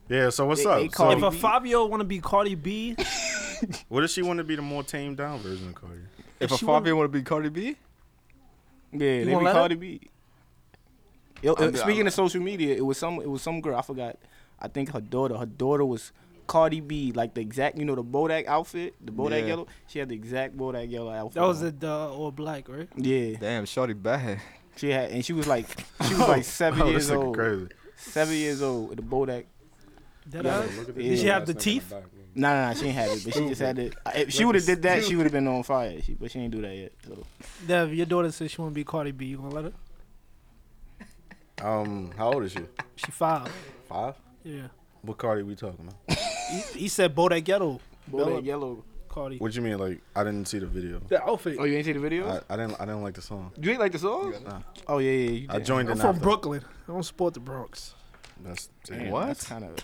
S1: Yeah. So what's
S3: They-
S1: up?
S3: they
S1: So
S3: call
S4: if
S3: Cardi
S4: a
S3: B.
S4: five year old want to be Cardi B,
S1: what if she want to be the more tamed down version of Cardi?
S2: If
S4: if
S2: a
S4: she
S2: five year want to be Cardi B,
S3: yeah, they be
S4: wanna let her?
S3: Cardi B. Yo,
S2: I'm-
S3: uh, speaking of social media, it was some it was some girl I forgot. I think her daughter. Her daughter was Cardi B, like the exact you know the Bodak outfit, the Bodak
S2: Yeah.
S3: yellow. She had the exact Bodak yellow outfit.
S4: that was
S3: on.
S4: it. Uh, or black, right?
S3: Yeah,
S2: damn, Shorty bad. *laughs*
S3: she had and she was like she was like seven
S1: Oh,
S3: years
S1: this nigga
S3: old.
S1: crazy.
S3: Seven years old with the Bodak.
S4: That
S3: Yeah,
S4: ass?
S1: Look at
S3: Did
S1: this
S3: she
S1: little
S4: have the
S1: ass nigga in
S4: teeth?
S1: back.
S3: No, no, no, she ain't had it, but she just had it. If she
S1: Like
S3: would
S1: a
S3: have did that, she would have been on fire. She, but she ain't do that yet. So
S4: Dev, your daughter says she want to be Cardi B. You gonna let her?
S1: Um, how old is she?
S4: She five.
S1: Five.
S4: Yeah.
S1: What Cardi we talking about?
S4: He, he said Bodak Ghetto. Bella
S3: Bodak yellow.
S4: Cardi.
S1: What you mean? Like I didn't see the video.
S4: The outfit.
S3: Oh, you ain't see the video?
S1: I, I didn't. I didn't like the song.
S3: you ain't like the song? Oh yeah, yeah. You
S1: I
S3: did.
S1: joined
S4: I'm
S1: in
S4: from
S1: after.
S4: Brooklyn. I don't support the Bronx.
S1: That's
S3: Damn,
S1: damn.
S2: What?
S3: That's kind of.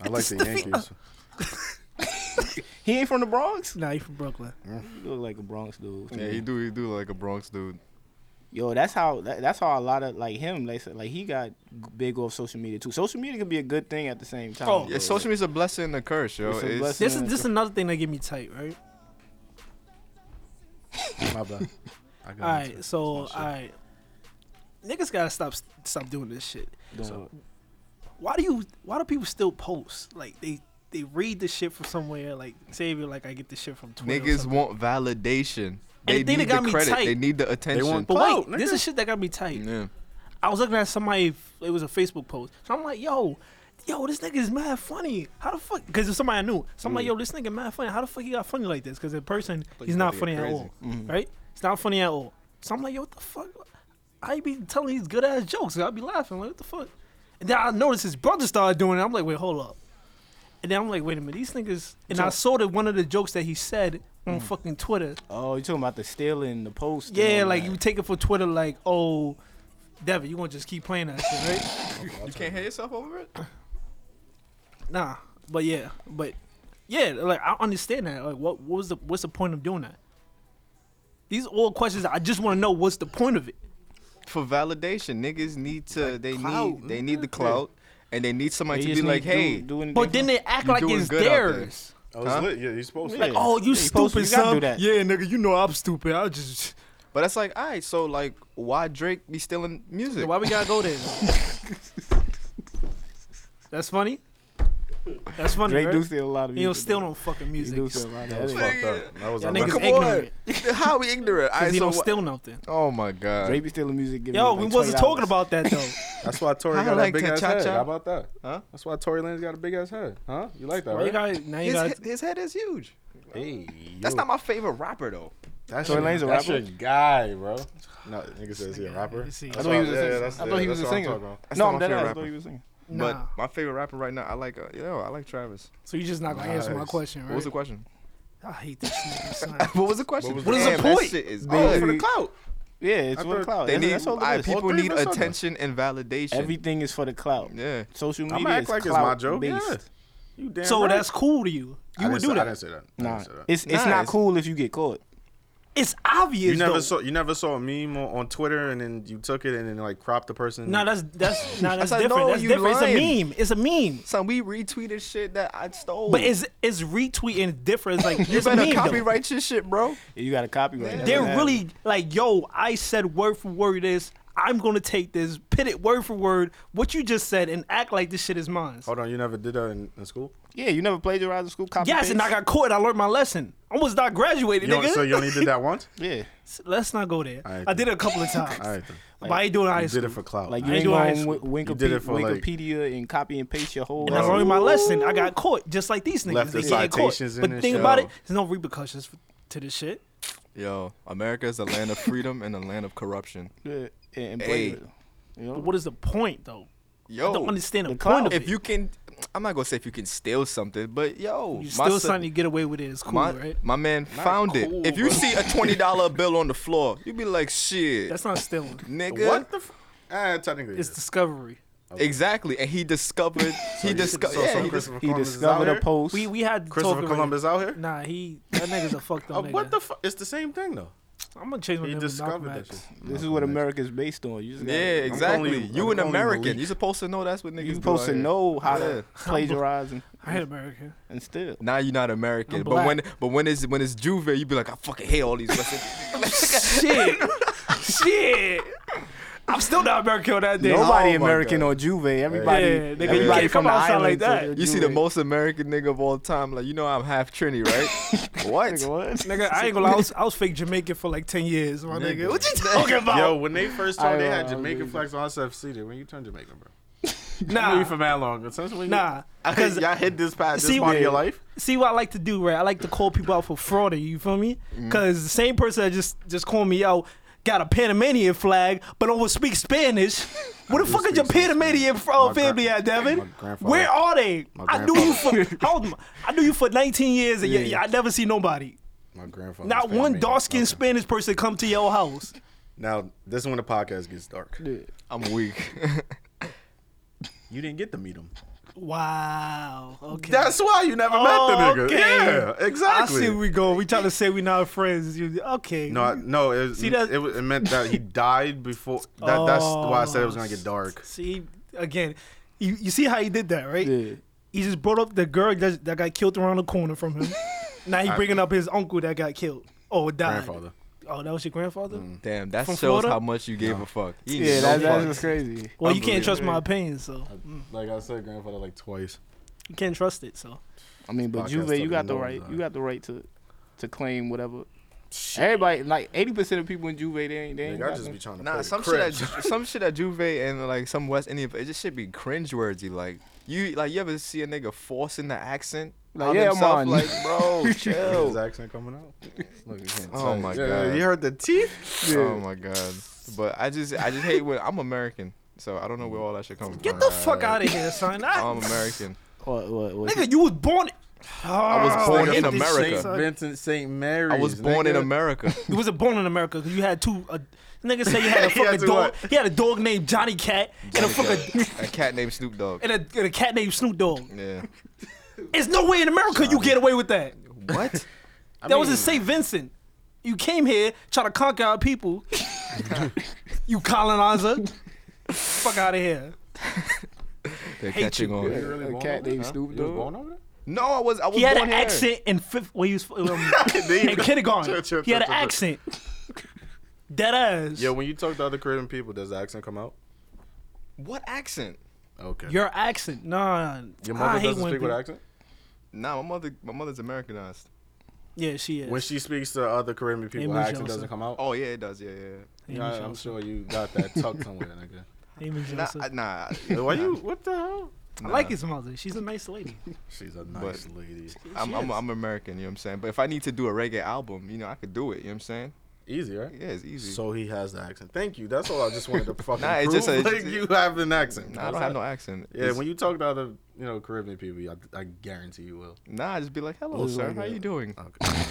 S1: I like the Yankees.
S3: He ain't from the Bronx.
S4: Nah, you from Brooklyn.
S3: You look like a Bronx dude.
S2: Yeah, he do. He do like a Bronx dude.
S3: Yo, that's how. That, that's how a lot of like him. Like, like he got big off social media too. Social media can be a good thing at the same time.
S4: Oh.
S3: though.
S2: Yeah, social media's a blessing and a curse, yo.
S3: It's a
S2: It's-
S3: blessing.
S4: This is this is another thing that get me tight, right?
S1: My bad. I got
S4: All right,
S1: into
S4: so all
S1: It's my
S4: right, niggas gotta stop stop doing this shit.
S3: Dog.
S4: Why do you? Why do people still post? Like they they read the shit from somewhere. Like say if you're like I get the shit from Twitter. or
S2: Niggas
S4: something.
S2: want validation. They
S4: the thing that
S2: need
S4: got
S2: the
S4: me
S2: credit.
S4: tight-
S2: They need the attention.
S1: want-
S4: But
S1: clout,
S4: wait, this
S1: nigga.
S4: is shit that got me tight.
S2: yeah.
S4: I was looking at somebody. It was a Facebook post. So I'm like, yo, yo, this nigga is mad funny. How the fuck? Because it's somebody I knew. So I'm like, yo, this nigga mad funny. How the fuck he got funny like this? Because in person, he's
S2: you
S4: not
S2: thought
S4: funny
S2: he
S4: at
S2: was
S4: all. Right? He's not funny at all. So I'm like, yo, what the fuck? I be telling these good ass jokes. I be laughing. Like, what the fuck? And then I noticed his brother started doing it. I'm like, wait, hold up. And then I'm like, wait a minute, these niggas. And I saw that one of the jokes that he said on fucking Twitter.
S3: Oh, you talking about the stealing the post? and
S4: Yeah,
S3: all
S4: like
S3: that.
S4: you take it for Twitter, like, oh, Devin, you gonna just keep playing that shit, right?
S2: You can't hear yourself over it.
S4: nah, but yeah, but yeah, like I understand that. Like, what, what was the what's the point of doing that? These are all questions. that I just want to know what's the point of it.
S2: For validation, niggas need to. they
S3: clout,
S2: need. They need the clout, and they need
S3: They
S2: somebody to
S3: just
S2: be like,
S3: need to do-
S2: hey.
S3: do anything
S4: But then
S3: for-
S4: they act
S2: You
S4: like
S2: doing
S4: it's
S2: good out there.
S4: theirs.
S1: Oh, it's
S2: Huh?
S1: lit. Yeah, you're supposed to.
S3: Yeah.
S1: Like,
S4: Oh, you
S3: You supposed to- you
S4: stupid
S3: gotta
S4: son.
S3: do that.
S4: Yeah, nigga, you know I'm stupid.
S3: *laughs*
S4: I just
S2: But that's like, alright. So like, why Drake be stealing music?
S4: why we gotta
S3: *laughs*
S4: go there? That's funny. That's funny.
S3: Drake
S4: right?
S3: do steal a lot of
S4: He don't
S3: music.
S4: steal
S3: though.
S4: no fucking
S3: He
S4: music.
S3: do steal a lot of
S1: that was
S3: music.
S1: fucked up. That was
S4: Y'all
S1: like,
S4: niggas
S2: Come
S4: ignorant.
S2: on. *laughs* How we ignorant? Alright,
S4: *laughs* Cause he
S2: so
S4: don't
S2: wha-
S4: steal nothing.
S2: Oh my god.
S3: Drake be stealing music. giving
S4: Yo,
S3: him,
S4: we
S3: like,
S4: wasn't talking
S3: $20.
S4: about that though.
S3: *laughs*
S1: that's why Tory
S2: I
S1: got
S2: like
S1: a big
S2: the
S1: ass
S2: cha-cha.
S1: head. How about that?
S2: Huh?
S1: That's why Tory Lanez got a big ass head. Huh? You like that,
S4: Why you
S1: right?
S4: gotta- now you
S2: His,
S4: got
S2: he- his head is huge.
S1: hey,
S2: That's
S1: yo.
S2: not my favorite rapper though.
S1: That's
S3: Tory
S1: your,
S3: Lanez a
S1: that's
S3: rapper?
S1: your guy, bro. No, nigga says he a rapper.
S4: Let's see.
S1: That's
S3: I thought he was
S1: what
S3: a
S1: yeah,
S3: singer.
S1: that's-
S3: I
S1: yeah,
S3: thought he
S1: that's
S3: was a
S1: what I'm
S3: singer.
S1: talking about.
S2: That's
S3: No,
S2: not
S3: I'm
S2: my
S3: dead
S2: favorite
S3: ass. I
S2: rapper.
S3: thought he was singing.
S4: nah.
S2: But my favorite rapper right now, I like, uh, yo, I like Travis.
S4: So you just not gonna answer my
S1: Nice.
S4: question,
S2: What
S4: right?
S2: was the question? *laughs*
S4: I hate this
S1: *laughs*
S4: nigga, son.
S2: What was the question?
S1: was
S4: the What is the
S2: Damn, that
S4: point?
S2: shit is
S1: Oh,
S2: good.
S1: for the clout.
S3: Yeah, it's
S1: I
S3: for the
S1: thought
S3: clout.
S2: They
S3: That's-
S2: need,
S3: that's all it
S2: alright,
S3: is.
S2: people
S1: three
S2: need
S1: minutes on there.
S2: attention and validation.
S3: Everything is for the clout.
S2: Yeah.
S3: Social
S1: I'ma
S3: media
S1: act
S3: is
S1: like it's my
S3: clout
S1: joke, yeah.
S3: based.
S1: You damn
S4: So
S1: right.
S4: that's cool to you. You
S1: I
S4: would
S1: didn't say- I
S4: do that.
S1: didn't say that. I
S3: Nah,
S1: didn't say that.
S3: it's it's
S2: Nah,
S3: not
S2: it's-
S3: cool if you get caught.
S4: It's obvious.
S1: You never
S4: though.
S1: saw you never saw a meme on, on Twitter and then you took it and then like cropped the person.
S4: No, that's
S1: *laughs*
S4: that's no, that's
S2: said,
S4: different.
S2: no,
S4: that's
S2: you
S4: different.
S2: lying.
S4: It's a meme. It's a meme.
S2: Son, we retweeted shit that I stole.
S4: But it's it's retweeting different. It's
S1: *laughs*
S4: like
S2: you
S4: it's a
S2: better
S4: meme, though.
S2: copyright your shit, bro.
S3: You got a copyright. That's
S4: They're
S3: what happened.
S4: really like, yo, I said word for word this. I'm gonna take this, pit it word for word, what you just said, and act like this shit is mine.
S1: Hold on, you never did that in, in school.
S3: Yeah, you never plagiarized in school. Copy
S4: Yes, and I
S3: paste?
S4: got caught. I learned my lesson. Almost not graduated,
S1: You only-
S4: nigga.
S1: so you only did that once.
S3: Yeah,
S4: *laughs* Let's not go there.
S1: Alright,
S4: I did it a couple of times.
S1: All right, then.
S4: But I ain't doing high
S1: you
S4: school.
S1: did it for clout.
S3: like
S4: I
S3: you
S4: ain't
S3: ain't
S4: doing high
S3: going
S4: school.
S1: You did it
S3: Wikipedia,
S1: for, like-
S3: Wikipedia and copy and paste your whole.
S4: and I
S1: Wow.
S4: learned my lesson. I got caught, just like these niggas.
S1: Left
S4: they
S1: the
S4: getting caught.
S1: citations in
S4: But
S1: and
S4: think
S1: shit.
S4: about it, there's no repercussions f- to this shit.
S2: Yo, America is a land of freedom and a land of corruption.
S3: Yeah, and
S2: Hey.
S3: plagiarism. You know?
S4: But what is the point, though? I don't
S2: Yo,
S4: understand the,
S3: the
S4: point
S3: clout.
S4: of it.
S2: if you can, I'm not gonna say if you can steal something, but yo,
S4: you
S2: my
S4: still
S2: son-
S4: something you get away with it. It's cool,
S2: my,
S4: right?
S2: my man found
S1: cool,
S2: it. If you
S1: bro.
S2: see a twenty dollar bill on the floor, you be like, shit,
S4: That's not stealing.
S2: nigga.
S1: what the? F- ah, technically, it
S4: It's
S1: is.
S4: discovery.
S2: Exactly, and he discovered. he discovered.
S1: So,
S2: yeah,
S1: so
S2: he dis-
S1: Christopher
S3: he
S1: Columbus is
S3: discovered
S1: out
S3: a
S1: here?
S3: post.
S4: We we had
S1: Christopher
S4: talk already.
S1: Columbus out here.
S4: Nah, he that nigga's a fucked
S1: Oh,
S4: up nigga.
S1: what the? Fu- it's the same thing though.
S4: I'm gonna change my
S1: He
S4: name to Malcolm
S1: discovered that.
S4: X.
S1: Shit.
S3: this is what America is based on. You just
S2: yeah,
S3: gotta,
S2: exactly.
S1: only-
S2: you
S1: I'm
S2: an
S1: only
S2: American.
S1: believe-
S2: You supposed to know that's what niggas.
S3: You
S2: do
S3: supposed
S2: out
S3: to
S2: here.
S3: know how
S2: Yeah.
S3: to plagiarize and,
S4: I hate America.
S3: and steal.
S2: Now you're not American,
S4: I'm
S2: but when but when it's when it's Juve, you be like, I fucking hate all these Western.
S4: Shit, shit. I'm still not American on that day.
S3: Nobody
S1: Oh my
S3: American
S1: God.
S3: on Juve. Everybody,
S4: Yeah, nigga, you
S3: everybody
S4: can't
S3: from
S4: come
S3: the
S4: outside
S3: island
S4: like that.
S3: to the
S2: you see
S3: Juve.
S2: the most American nigga of all time, like you know I'm half Trini, right? what?
S3: Nigga, *laughs* what?
S4: Nigga, I ain't gonna lie. I was, I was fake Jamaican for like ten years, my nigga.
S1: Nigga.
S4: What you talking about?
S1: Yo, when they first told
S3: I
S1: they
S3: know,
S1: had
S3: I
S1: Jamaican
S3: believe
S1: flags on SFC, did when you turned Jamaican, bro. You knew
S4: nah,
S1: you for that long. But since when
S4: nah.
S1: you,
S4: 'Cause-
S1: y'all hit this past this
S4: See,
S1: part of your
S4: yeah.
S1: life.
S4: see what I like to do, right? I like to call people out for fraud. You feel me?
S1: Mm-hmm.
S4: Because the same person that just just called me out got a Panamanian flag, but don't
S1: *laughs*
S4: speak Spanish. Where the fuck is
S1: speak
S4: your
S1: some
S4: Panamanian
S1: Spanish.
S4: fro-
S1: My gra-
S4: family at,
S1: my
S4: Devin?
S1: grandfather-
S4: Where are they?
S1: my
S4: I knew you for how old am I? I knew you for 19 years, and yeah.
S1: Yeah.
S4: I never see nobody.
S1: My grandfather.
S4: Not one dark skinned Spanish person come to your house.
S1: Now this is when the podcast gets dark.
S2: I'm weak. *laughs*
S1: You didn't get to meet him.
S4: Wow. Okay.
S1: That's why you never
S4: Oh,
S1: met the nigga.
S4: okay.
S1: Yeah, exactly.
S4: I see where we go. We trying to say we not friends. You, okay.
S1: No, I, no. It, was-
S4: See, that's-
S1: it, was- it meant that he died before. That, That's why I said it was gonna get dark.
S4: See again, you, you see how he did that, right?
S3: Yeah.
S4: He just brought up the girl that, that got killed around the corner from *laughs* him. now he bringing up his uncle that got killed or died.
S1: Grandfather.
S4: Oh, that was your grandfather.
S2: Damn, that
S4: From
S2: shows
S4: Florida?
S2: how much you gave a fuck. You
S3: Yeah,
S2: ain't
S3: that's,
S2: no
S3: that's
S2: fuck.
S3: just crazy.
S4: Well, you can't trust
S3: Unbelievable.
S4: my opinion, so
S1: Like I said, grandfather like twice.
S4: you can't trust it. So
S3: I mean, but
S1: Podcast
S3: Juve, you got
S1: doesn't
S3: the
S1: know
S3: right.
S1: that.
S3: You got the right to to claim whatever. Everybody, like eighty percent of people in Juve, they ain't. They ain't
S1: Nigga, I
S3: got
S1: just
S3: no-
S1: be trying to.
S2: Nah,
S1: play
S2: some
S1: the
S2: shit, at,
S1: crib.
S2: Ju- some shit at Juve and like some West Indian, it just should be cringeworthy. Like you, like you ever see a nigga forcing the accent?
S3: Like,
S2: out
S3: yeah,
S2: himself?
S3: man.
S2: Like,
S4: *laughs*
S3: *laughs*
S2: bro,
S1: His
S2: chill.
S1: accent coming out. Look, you can't
S2: Oh
S1: tell.
S2: my
S1: Yeah,
S2: God.
S1: You heard the teeth.
S2: Oh my god. But I just, I just hate when I'm American, so I don't know where all Um, that shit comes from. *laughs*
S4: get the fuck out of here, son. I,
S2: I'm American.
S3: Or- or- or-
S4: nigga, you was born Ah.
S2: I was born
S4: I
S2: in
S4: hate this
S2: America.
S4: shit,
S1: Saint
S4: son.
S1: Vincent, Saint Mary's.
S2: I was born in
S1: nigga.
S4: *laughs*
S2: America.
S4: You wasn't born in America because you had two. Uh, nigga said *laughs* you had a
S2: He had
S4: fucking
S2: two
S4: dog.
S2: what?
S4: He had a dog named Johnny Cat and a fucking
S2: a cat named Snoop Dogg.
S4: *laughs* and a, and a cat named Snoop Dogg.
S2: Yeah.
S4: There's no way in America you get away with that. *laughs*
S2: What?
S4: that was in St. Vincent. You came here trying to conquer our people. you colonizer. Fuck out of here.
S2: They're
S4: Hate
S2: catching
S4: you.
S2: on.
S1: You really
S3: A
S1: born
S3: cat
S1: over there,
S3: named
S1: huh?
S3: Snoop
S1: You was
S3: Dogg.
S1: born over there?
S2: No, I was. I was
S4: He had
S2: born
S4: an
S2: here.
S4: accent in fifth. Well, he was um,
S2: They-
S4: in kindergarten.
S1: Chill, chill,
S4: He had an
S1: chill, chill, chill.
S4: accent. Dead ass.
S1: Yo, when you talk to other Caribbean people, does the accent come out?
S2: What accent?
S1: Okay.
S4: Your accent. Nah.
S1: Your
S4: I
S1: mother
S4: hate
S1: doesn't
S4: when
S1: speak with
S4: people-
S1: accent.
S2: Nah, my mother. My mother's Americanized.
S4: Yeah, she is.
S1: When she speaks to other Caribbean people, her
S4: Amy
S1: accent
S4: Johnson.
S1: doesn't come out.
S2: Oh yeah, it does. Yeah, yeah.
S4: Amy
S1: Yeah, I- I'm
S4: Johnson.
S1: sure you got that tucked somewhere,
S2: *laughs*
S1: nigga.
S4: Amy
S2: Nah,
S4: Johnson.
S2: I- nah.
S4: *laughs*
S1: Why you? What the hell?
S4: I like his mother. She's a nice lady.
S1: She's a nice lady.
S2: I'm,
S4: She
S2: I'm,
S4: is.
S2: I'm American, you know what I'm saying? But if I need to do a reggae album, you know, I could do it, you know what I'm saying?
S1: Easy, right?
S2: Yeah, it's easy.
S1: So he has the accent. Thank you. That's all I just
S2: *laughs*
S1: wanted to fucking
S2: Nah, it's
S1: prove.
S2: just a-
S1: like you have an accent.
S2: nah, I don't
S1: That's
S2: have
S1: it.
S2: no accent.
S1: Yeah,
S2: It's-
S1: when you talk to other, you know, Caribbean people, I, I guarantee you will.
S2: Nah, I just be like, hello,
S3: Look
S2: sir.
S3: like
S2: How
S3: that.
S2: you doing?
S1: Okay.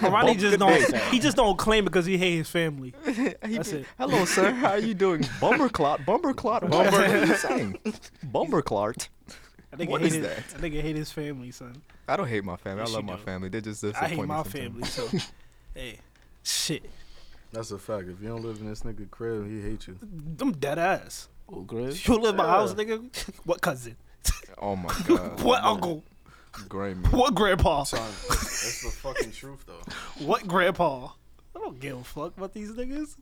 S4: Ronnie just
S3: Good
S4: don't.
S3: day.
S4: He just don't claim because he hate his family.
S2: He
S4: That's
S2: be,
S4: it.
S2: Hello, sir. How are you
S4: *laughs*
S2: doing? Bumberclot. Bumberclot. What
S1: Bumber-
S2: are you saying?
S4: *laughs*
S2: Bumberclot.
S4: I think
S2: What
S4: hate
S2: is
S4: his,
S2: that?
S4: I think I hate his family, son.
S2: I don't hate my family.
S4: Yes,
S2: I
S4: you
S2: love my
S4: do.
S2: family. They're just
S4: I
S2: disappointing.
S4: hate my
S2: sometimes.
S4: family, so
S2: *laughs*
S4: hey, shit,
S1: That's a fact. If you don't live in this nigga crib, he hate you.
S4: I'm dead ass.
S3: Oh, Chris.
S4: You live in my
S1: Yeah.
S4: house, nigga. *laughs* What cousin?
S2: Oh my
S4: *laughs*
S2: god.
S4: what uncle?
S2: Grammy.
S4: What grandpa?
S1: Son, that's the fucking truth, though.
S4: *laughs* What grandpa? I don't give a fuck about these niggas.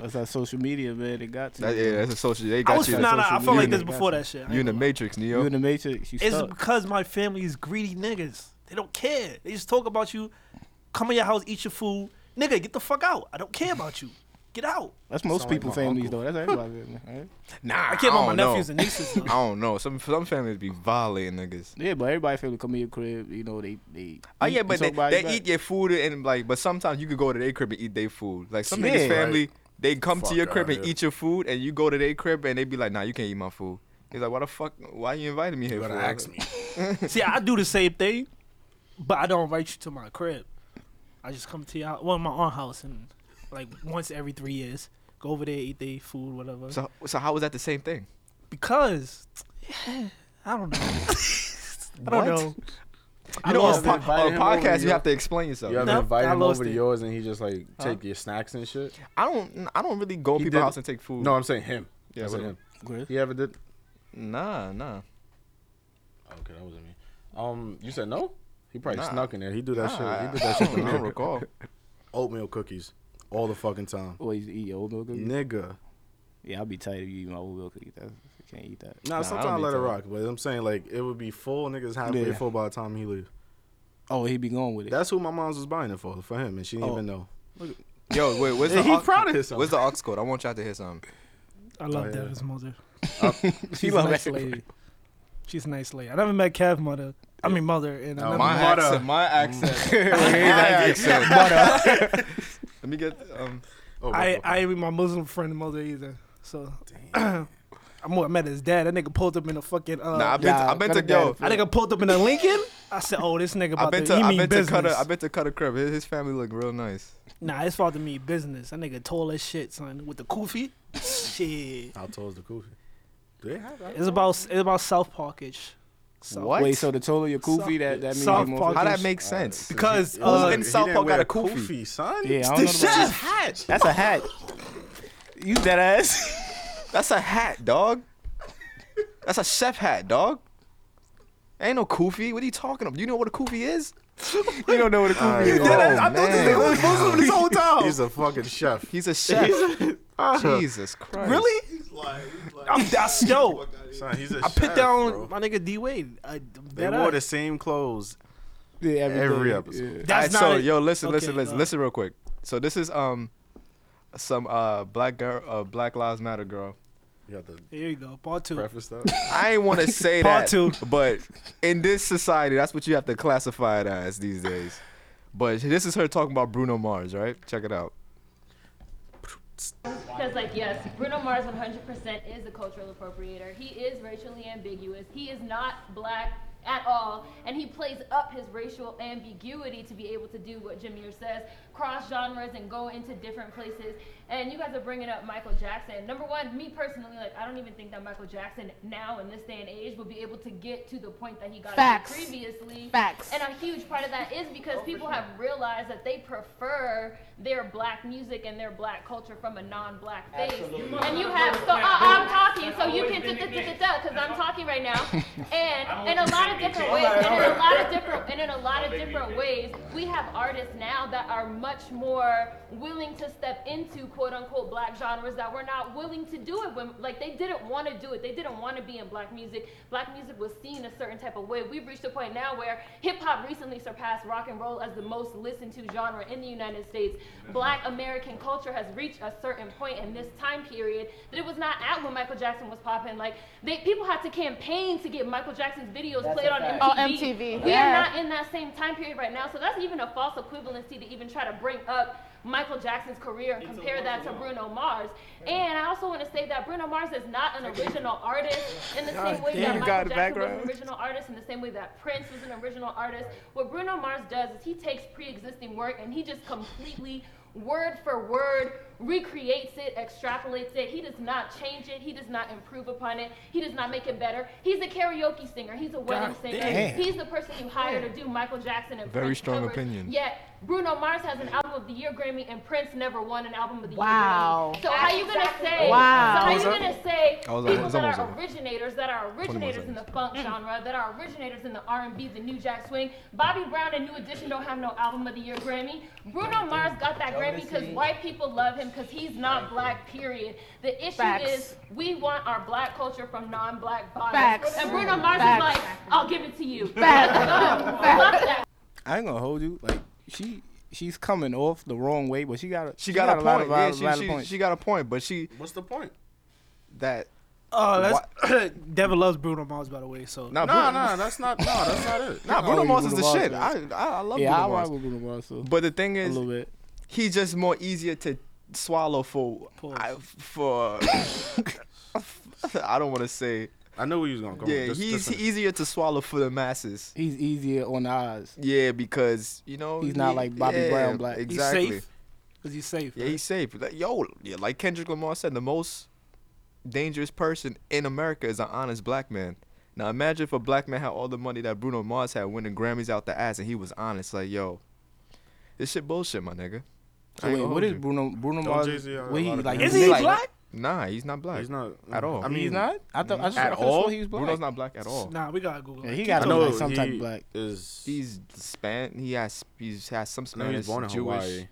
S3: That's that social media, man. It got to
S2: That,
S3: you.
S2: yeah, that's associated. They
S4: I
S2: got
S4: was
S2: you.
S4: nah,
S3: that
S4: nah. I
S3: social
S4: felt like
S3: media.
S4: this before that shit. I
S2: you in
S4: ain't
S2: the
S4: gonna lie.
S2: matrix,
S3: You
S2: Neo.
S3: in the Matrix. You
S4: It's
S3: stuck.
S4: because my family is greedy niggas. They don't care. They just talk about you. Come in your house, eat your food, nigga. Get the fuck out. I don't care about you. Get out.
S3: That's most
S1: Sound like
S3: people's
S1: my
S3: families,
S1: uncle.
S3: though. That's everybody's family, right?
S2: nah,
S4: I care about my
S2: don't know.
S4: nephews and
S2: *laughs*
S4: nieces.
S2: I don't know. Some some families be violating niggas.
S3: Yeah, but everybody family come in your crib. You know, they they.
S2: Oh
S3: eat,
S2: yeah,
S3: you
S2: but
S3: talk
S2: they,
S3: about
S2: they
S3: it back.
S2: eat your food and like, but sometimes you could go to their crib and eat their food. Like some
S3: Yeah.
S2: niggas family, they come
S1: Fuck
S2: to your crib
S1: outta
S2: and
S1: here.
S2: eat your food, and you go to their crib and they be like, nah, you can't eat my food. He's like, why the fuck? Why you invited me here?
S1: You gotta
S2: for?
S1: ask me.
S4: See, I do the same thing, but I don't invite you to my crib. I just come to your well, my aunt house, and like once every three years, go over there, eat their food, whatever.
S2: So so how was that the same thing?
S4: because I don't know. *laughs* I
S2: What?
S4: don't know. I
S2: You know, on a,
S4: lost
S1: haven't
S2: po-
S4: it.
S1: invited
S2: on a
S1: him over
S2: podcast,
S1: to
S2: you
S1: your-
S2: have to explain yourself.
S1: You ever
S4: Nope,
S1: invite
S4: I
S1: him
S4: lost
S1: over to
S4: it.
S1: yours and he just like take your snacks and shit?
S2: I don't. I don't really go
S1: He
S2: people's
S1: did-
S2: house and take food.
S1: No, I'm saying him.
S2: Yeah,
S1: I said
S2: what-
S1: him.
S3: Chris?
S1: He ever did?
S2: Nah, nah.
S1: Okay, that wasn't me. Um, you said no? He probably
S2: Nah.
S1: snuck in there. He do that
S2: Nah,
S1: shit. He did that
S2: I
S1: shit
S2: *laughs* don't, I
S1: for
S2: don't
S1: me.
S2: recall.
S1: Oatmeal cookies all the fucking time.
S3: Always eat your oatmeal cookies.
S1: Nigga.
S3: Yeah, I'll be tired of you eating my oatmeal cookies. That's, I can't eat that.
S1: Nah,
S2: Nah,
S1: sometimes
S2: I
S1: I
S2: don't
S1: let
S2: need
S1: it
S2: to.
S1: rock, but I'm saying like it would be full niggas halfway
S3: Yeah.
S1: full by the time he leave.
S3: Oh, he be going with it.
S1: That's who my mom's was buying it for, for him, and she didn't
S3: Oh.
S1: even know.
S2: Yo, wait. Where's the
S1: He
S2: aux-
S1: proud of himself.
S2: Where's the aux code? I want y'all to hear something.
S4: I love
S1: Oh, yeah.
S4: Devin's mother.
S3: *laughs* He
S4: She's a
S3: love
S4: nice
S3: that.
S4: lady. She's a nice lady. I never met Cav's mother. I mean, mother. And
S1: No,
S4: I never
S2: Oh, My
S4: met-
S1: mother.
S2: accent. My accent. Let me get. Um,
S1: Oh,
S4: I,
S1: oh,
S4: I ain't with my Muslim friend mother either. So I'm *clears throat* I met his dad. That nigga pulled up in a fucking uh,
S2: nah, I've been.
S3: nah,
S2: I've been
S3: cut
S2: to
S3: it down.
S2: yo.
S4: I nigga pulled up in a Lincoln. I said, "Oh, this
S2: I've
S4: nigga about
S2: been
S4: to,
S2: to.
S4: he
S2: I've
S4: mean
S2: been to
S4: business."
S2: cut. a- I've been to cut a crib. His, his family look real nice.
S4: nah, it's about to mean business. That nigga tall as shit, son, with the kufi. Shit,
S1: How tall is the koofy? Do they have that?
S4: it's about it's about South Parkish. So,
S2: What?
S3: Wait, so the total your
S4: Soft-
S3: koofy that that means
S4: soft
S3: he more
S4: park-
S2: How
S3: cookies?
S2: that make sense?
S4: Because
S1: Who's
S4: uh,
S2: in
S1: he
S2: South
S1: didn't
S2: Park
S1: wear
S2: got a
S1: a
S2: kufi?
S1: kufi, son.
S3: Yeah, I
S4: the
S3: don't know. about-
S4: chef.
S1: Hat.
S3: That's a hat. you dead ass.
S2: That's a hat, dog. That's a chef hat, dog. Ain't no kufi. What are you talking about? You know what a kufi is?
S3: you don't know what a koofy
S1: Alright,
S3: is.
S1: go. Oh,
S2: Deadass, I thought this
S1: man.
S2: nigga was Muslim this whole time.
S1: He's a fucking chef. *laughs*
S2: He's a chef.
S1: Ah.
S2: Jesus Christ.
S4: really? I'm that's yo.
S1: Son, he's a
S4: I
S1: chef.
S4: put down
S1: bro.
S4: my nigga D Wade. I-
S1: They
S4: that
S1: wore
S4: I-
S1: the same clothes
S3: *laughs* Yeah,
S1: every
S3: day.
S1: episode.
S2: All right,
S4: That's
S2: so
S4: not it.
S2: yo, listen, listen,
S4: Okay,
S2: listen,
S4: uh,
S2: listen real quick. So this is um some uh black girl, uh, Black Lives Matter girl.
S1: You have to
S4: Here you go, part two.
S1: preface that.
S2: I ain't want
S4: *laughs*
S2: to say
S4: Part
S2: that,
S4: two.
S2: but in this society, that's what you have to classify it as these days. But this is her talking about Bruno Mars, right? Check it out.
S5: Because, like, yes, Bruno Mars 100% is a cultural appropriator. He is racially ambiguous. He is not black at all, and he plays up his racial ambiguity to be able to do what Jameer says, cross genres and go into different places. And you guys are bringing up Michael Jackson. Number one, me personally, like I don't even think that Michael Jackson now in this day and age would be able to get to the point that he got
S6: Facts.
S5: to previously.
S6: Facts.
S5: And a huge part of that is because people have realized that they prefer their black music and their black culture from a non-black face. And you have so I, I'm talking, so you can because I'm talking right now, and in a lot of different ways, and *laughs* in a lot of different and in a lot of different ways, we have artists now that are much more willing to step into quote unquote black genres that were not willing to do it when like they didn't want to do it. They didn't want to be in black music. Black music was seen a certain type of way. We've reached a point now where hip hop recently surpassed rock and roll as the most listened to genre in the United States. Black American culture has reached a certain point in this time period that it was not at when Michael Jackson was popping. Like they people had to campaign to get Michael Jackson's videos played on MTV.
S6: Oh, MTV,
S5: We
S6: yeah.
S5: are not in that same time period right now. So that's even a false equivalency to even try to bring up Michael Jackson's career and compare that to Bruno Mars. And I also want to say that Bruno Mars is not an original artist in the same way that
S3: damn.
S5: Michael
S3: Got
S5: Jackson was
S3: background.
S5: an original artist in the same way that Prince was an original artist. What Bruno Mars does is he takes pre-existing work and he just completely word for word recreates it, extrapolates it. He does not change it. He does not improve upon it. He does not make it better. He's a karaoke singer. He's a wedding singer.
S3: damn.
S5: He's the person you hire to do Michael Jackson and
S2: Very
S5: Prince
S2: strong
S5: covers.
S2: opinion.
S5: Yet Bruno Mars has an album of the year Grammy and Prince never won an album of the
S6: Wow.
S5: year. Grammy. So how you gonna say?
S6: Wow.
S5: So how you
S2: Almost
S5: gonna say
S2: Almost
S5: people
S2: almost
S5: that
S2: over.
S5: are originators that are originators in the funk
S6: Mm.
S5: genre, that are originators in the R&B, the New Jack Swing. Bobby Brown and New Edition don't have no album of the year Grammy. Bruno Mars got that Grammy because white people love him because he's not black. Period. The issue
S6: Facts.
S5: is we want our black culture from non-black bodies,
S6: Facts.
S5: and Bruno Mars
S6: Facts.
S5: is like, I'll give it to you.
S6: Facts.
S5: Fuck that.
S3: I ain't gonna hold you. Like she, she's coming off the wrong way, but she got a,
S2: She got, a,
S3: lot
S2: point.
S3: of
S2: yeah,
S3: lot,
S2: she,
S3: lot
S2: she,
S3: of points.
S2: she got a point, but she
S1: *laughs* What's the point?
S2: that
S4: Oh, that's *coughs* Devin loves Bruno Mars, by the way. So
S2: nah,
S1: Nah,
S2: Bruno,
S1: nah, that's not. No, that's not it.
S2: nah,
S3: Oh,
S2: Bruno
S3: you
S2: Mars is the
S3: Bruno Mars
S2: shit. I,
S3: fan.
S2: I I love
S3: yeah, I
S2: Bruno Mars.
S3: ride with Bruno Mars so,
S2: But the thing
S3: a
S2: is,
S3: little bit.
S2: he's just more easier to swallow for I, for *coughs* I don't want to say
S1: I know where you was gonna go.
S2: yeah
S1: Just-
S2: he's
S1: just finish.
S2: easier to swallow for the masses
S3: He's easier on the eyes.
S2: yeah because you know
S3: He's not like Bobby
S2: yeah,
S3: Brown black. He's
S2: exactly
S4: he's safe because he's safe.
S2: yeah
S4: right?
S2: he's safe like, yo yeah, like Kendrick Lamar said the most dangerous person in America is an honest black man now imagine if a black man had all the money that Bruno Mars had winning Grammys out the ass and he was honest like yo this shit bullshit my nigga I
S3: So
S2: ain't
S3: wait,
S2: gonna
S3: what
S2: hold
S3: is
S2: you.
S3: Bruno Bruno
S1: Don't
S3: Mars?
S1: Jay-Z have a
S3: What he
S1: lot of
S3: like?
S4: is
S2: He's
S4: he
S2: like-
S4: black?
S2: nah he's not black
S1: He's not
S2: At all.
S1: I mean,
S3: He's not. I thought I just
S2: at
S3: I
S2: all
S3: thought he was black.
S2: Bruno's not black at all
S4: Nah, we gotta Google.
S3: Yeah,
S4: it.
S3: he
S4: Keep
S3: got
S1: I
S3: a
S4: talking.
S1: know
S3: like some
S1: he
S3: type of black.
S1: Is
S2: He's span. He has. He's has some
S1: I know he
S2: Spanish,
S1: was born in
S2: Jewish,
S1: Hawaii.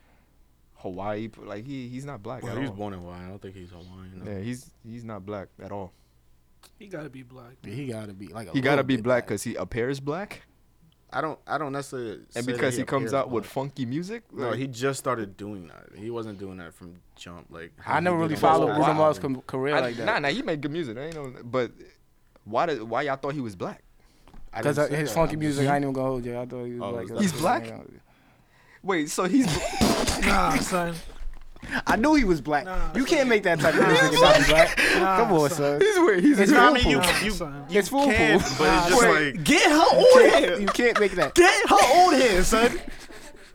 S2: Hawaii. but like he he's not black
S1: Well,
S2: at
S1: he was
S2: all.
S1: born in Hawaii. I don't think he's Hawaiian.
S2: Yeah, he's he's not black at all.
S4: He gotta
S2: *laughs*
S4: be black.
S3: Yeah, he gotta be like. A
S2: He gotta
S3: little
S2: be
S3: bit
S2: black because he appears black,
S1: I don't. I don't necessarily. say
S2: and
S1: that
S2: because he comes
S1: appears
S2: out with
S1: black.
S2: funky music.
S1: No,
S2: like-
S1: he just started doing that. He wasn't doing that from jump. Like how
S3: I
S1: he
S3: never
S1: did
S3: really
S1: on
S3: followed
S1: his
S3: Bruno
S1: album.
S3: Mars' com- career
S2: I-
S3: like
S2: Nah,
S3: that
S2: nah, he made good music. I ain't know, but why did why y'all thought he was black?
S1: I didn't
S3: because of
S1: say
S3: his
S1: that.
S3: funky
S1: I'm
S3: music.
S1: just-
S3: I ain't even gonna hold you. I thought he was
S1: Oh,
S3: black.
S1: he's
S3: I *laughs*
S2: He's
S3: thought
S2: black?
S3: he was
S2: Wait, so he's
S4: Nah, son.
S3: I knew he was black.
S4: Nah,
S3: you
S4: son.
S3: can't make that type of music about you black. Come on, son.
S2: he's weird. He's
S3: It's
S2: weird.
S3: not
S1: I mean, you,
S4: Nah,
S1: you,
S4: son.
S1: you
S3: It's foolproof.
S1: can, but it's just
S2: Wait,
S1: like
S4: Get her on
S3: You can't make that.
S4: Get her on here, son.
S2: *laughs*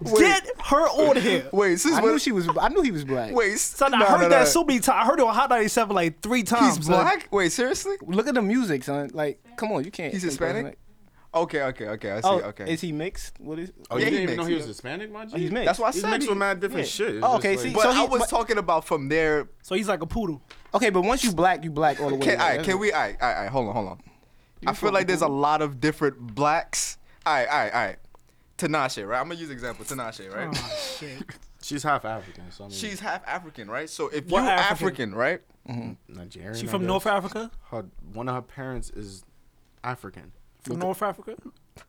S2: Wait.
S4: Get her on here.
S2: Wait, since
S3: I knew
S2: when?
S3: she was. I knew he was black.
S2: Wait,
S4: Son, I heard that so many times. I heard it on Hot 97 like three times.
S2: He's
S4: son.
S2: black. Wait, seriously?
S3: Look at the music, son. Like, come on, you can't.
S2: He's Hispanic? Okay, okay, okay. I see.
S3: Oh,
S2: okay.
S3: is he mixed? What is?
S1: oh,
S2: Yeah,
S1: you
S2: he
S1: didn't even know
S2: mixed,
S1: he was
S2: yeah.
S1: Hispanic, my G.
S3: he's mixed.
S2: That's why I
S1: He's
S2: said
S1: mixed
S2: he-
S1: with mad different
S3: yeah.
S1: shit. It's
S3: Oh,
S1: just
S3: okay,
S1: like-
S3: see,
S2: But
S3: So
S2: I
S3: he-
S2: was
S3: but-
S2: talking about from there.
S4: So he's like a poodle.
S3: Okay, but once you black, you black all the way.
S2: Can, all right,
S3: That's
S2: can
S3: it.
S2: we? All right, all right, all right, hold on, hold on. I feel
S3: fuck
S2: like there's a
S3: with
S2: lot of different blacks. All right, all right, all right. Tinashe, right? I'm gonna use example. Tinashe, right?
S4: Oh, shit.
S1: she's half African. So I mean,
S2: She's half African, right? So if you
S4: What
S2: are African,
S4: African?
S2: right?
S1: Nigerian.
S4: She
S1: I
S4: from
S1: guess.
S4: North Africa?
S1: Her, one of her parents is African.
S4: From North Africa?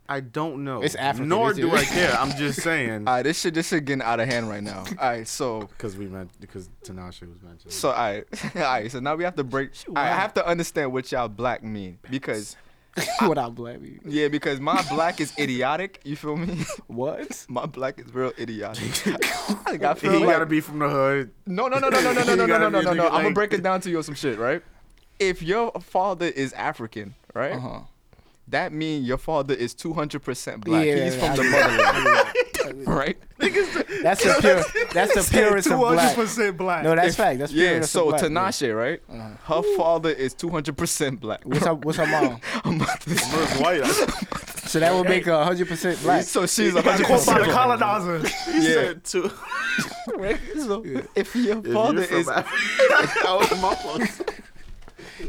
S1: I don't know.
S3: It's African,
S1: Nor
S3: is it?
S1: do
S3: *laughs*
S1: I care. I'm just saying
S2: All right, this shit, this shit getting out of hand right now. All right, so.
S1: because we meant because Tinashe was mentioned.
S2: So I, all right. *laughs* So now we have to break. I
S4: wild.
S2: have to understand what y'all black mean because
S3: *laughs* what I black? you.
S2: yeah, because my black is idiotic. You feel me? *laughs*
S3: What?
S2: My black is real idiotic. *laughs* like, I
S1: he
S2: feel like,
S1: gotta be from the hood.
S2: No, no, no, no, no, no, no, no,
S1: You
S2: no,
S1: gotta
S2: no, no,
S1: be
S2: no, no.
S1: thinking
S2: I'm gonna
S1: like-
S2: break it down to you on some shit, right? If your father is African, right?
S3: Uh huh.
S2: that mean your father is 200% black.
S3: Yeah,
S2: He's
S3: I
S2: from the
S3: get
S2: *laughs* motherland. right?
S3: That's the pure. That's
S2: *laughs*
S3: the purest of black.
S4: 200% black.
S3: No, that's fact. That's
S2: Yeah,
S3: purest
S2: so
S3: of black.
S2: Tinashe, right? Her father is 200% black. *laughs*
S3: What's her, what's her mom?
S2: I'm about to-
S6: It's white.
S3: So that would make
S2: *laughs*
S3: her 100% black.
S2: so she's
S4: Caught by
S2: 100%
S4: the
S2: black.
S4: colonizer. *laughs*
S6: He said two.
S2: If your
S6: If
S2: father
S6: you're from
S2: is
S6: Africa, that was my fault.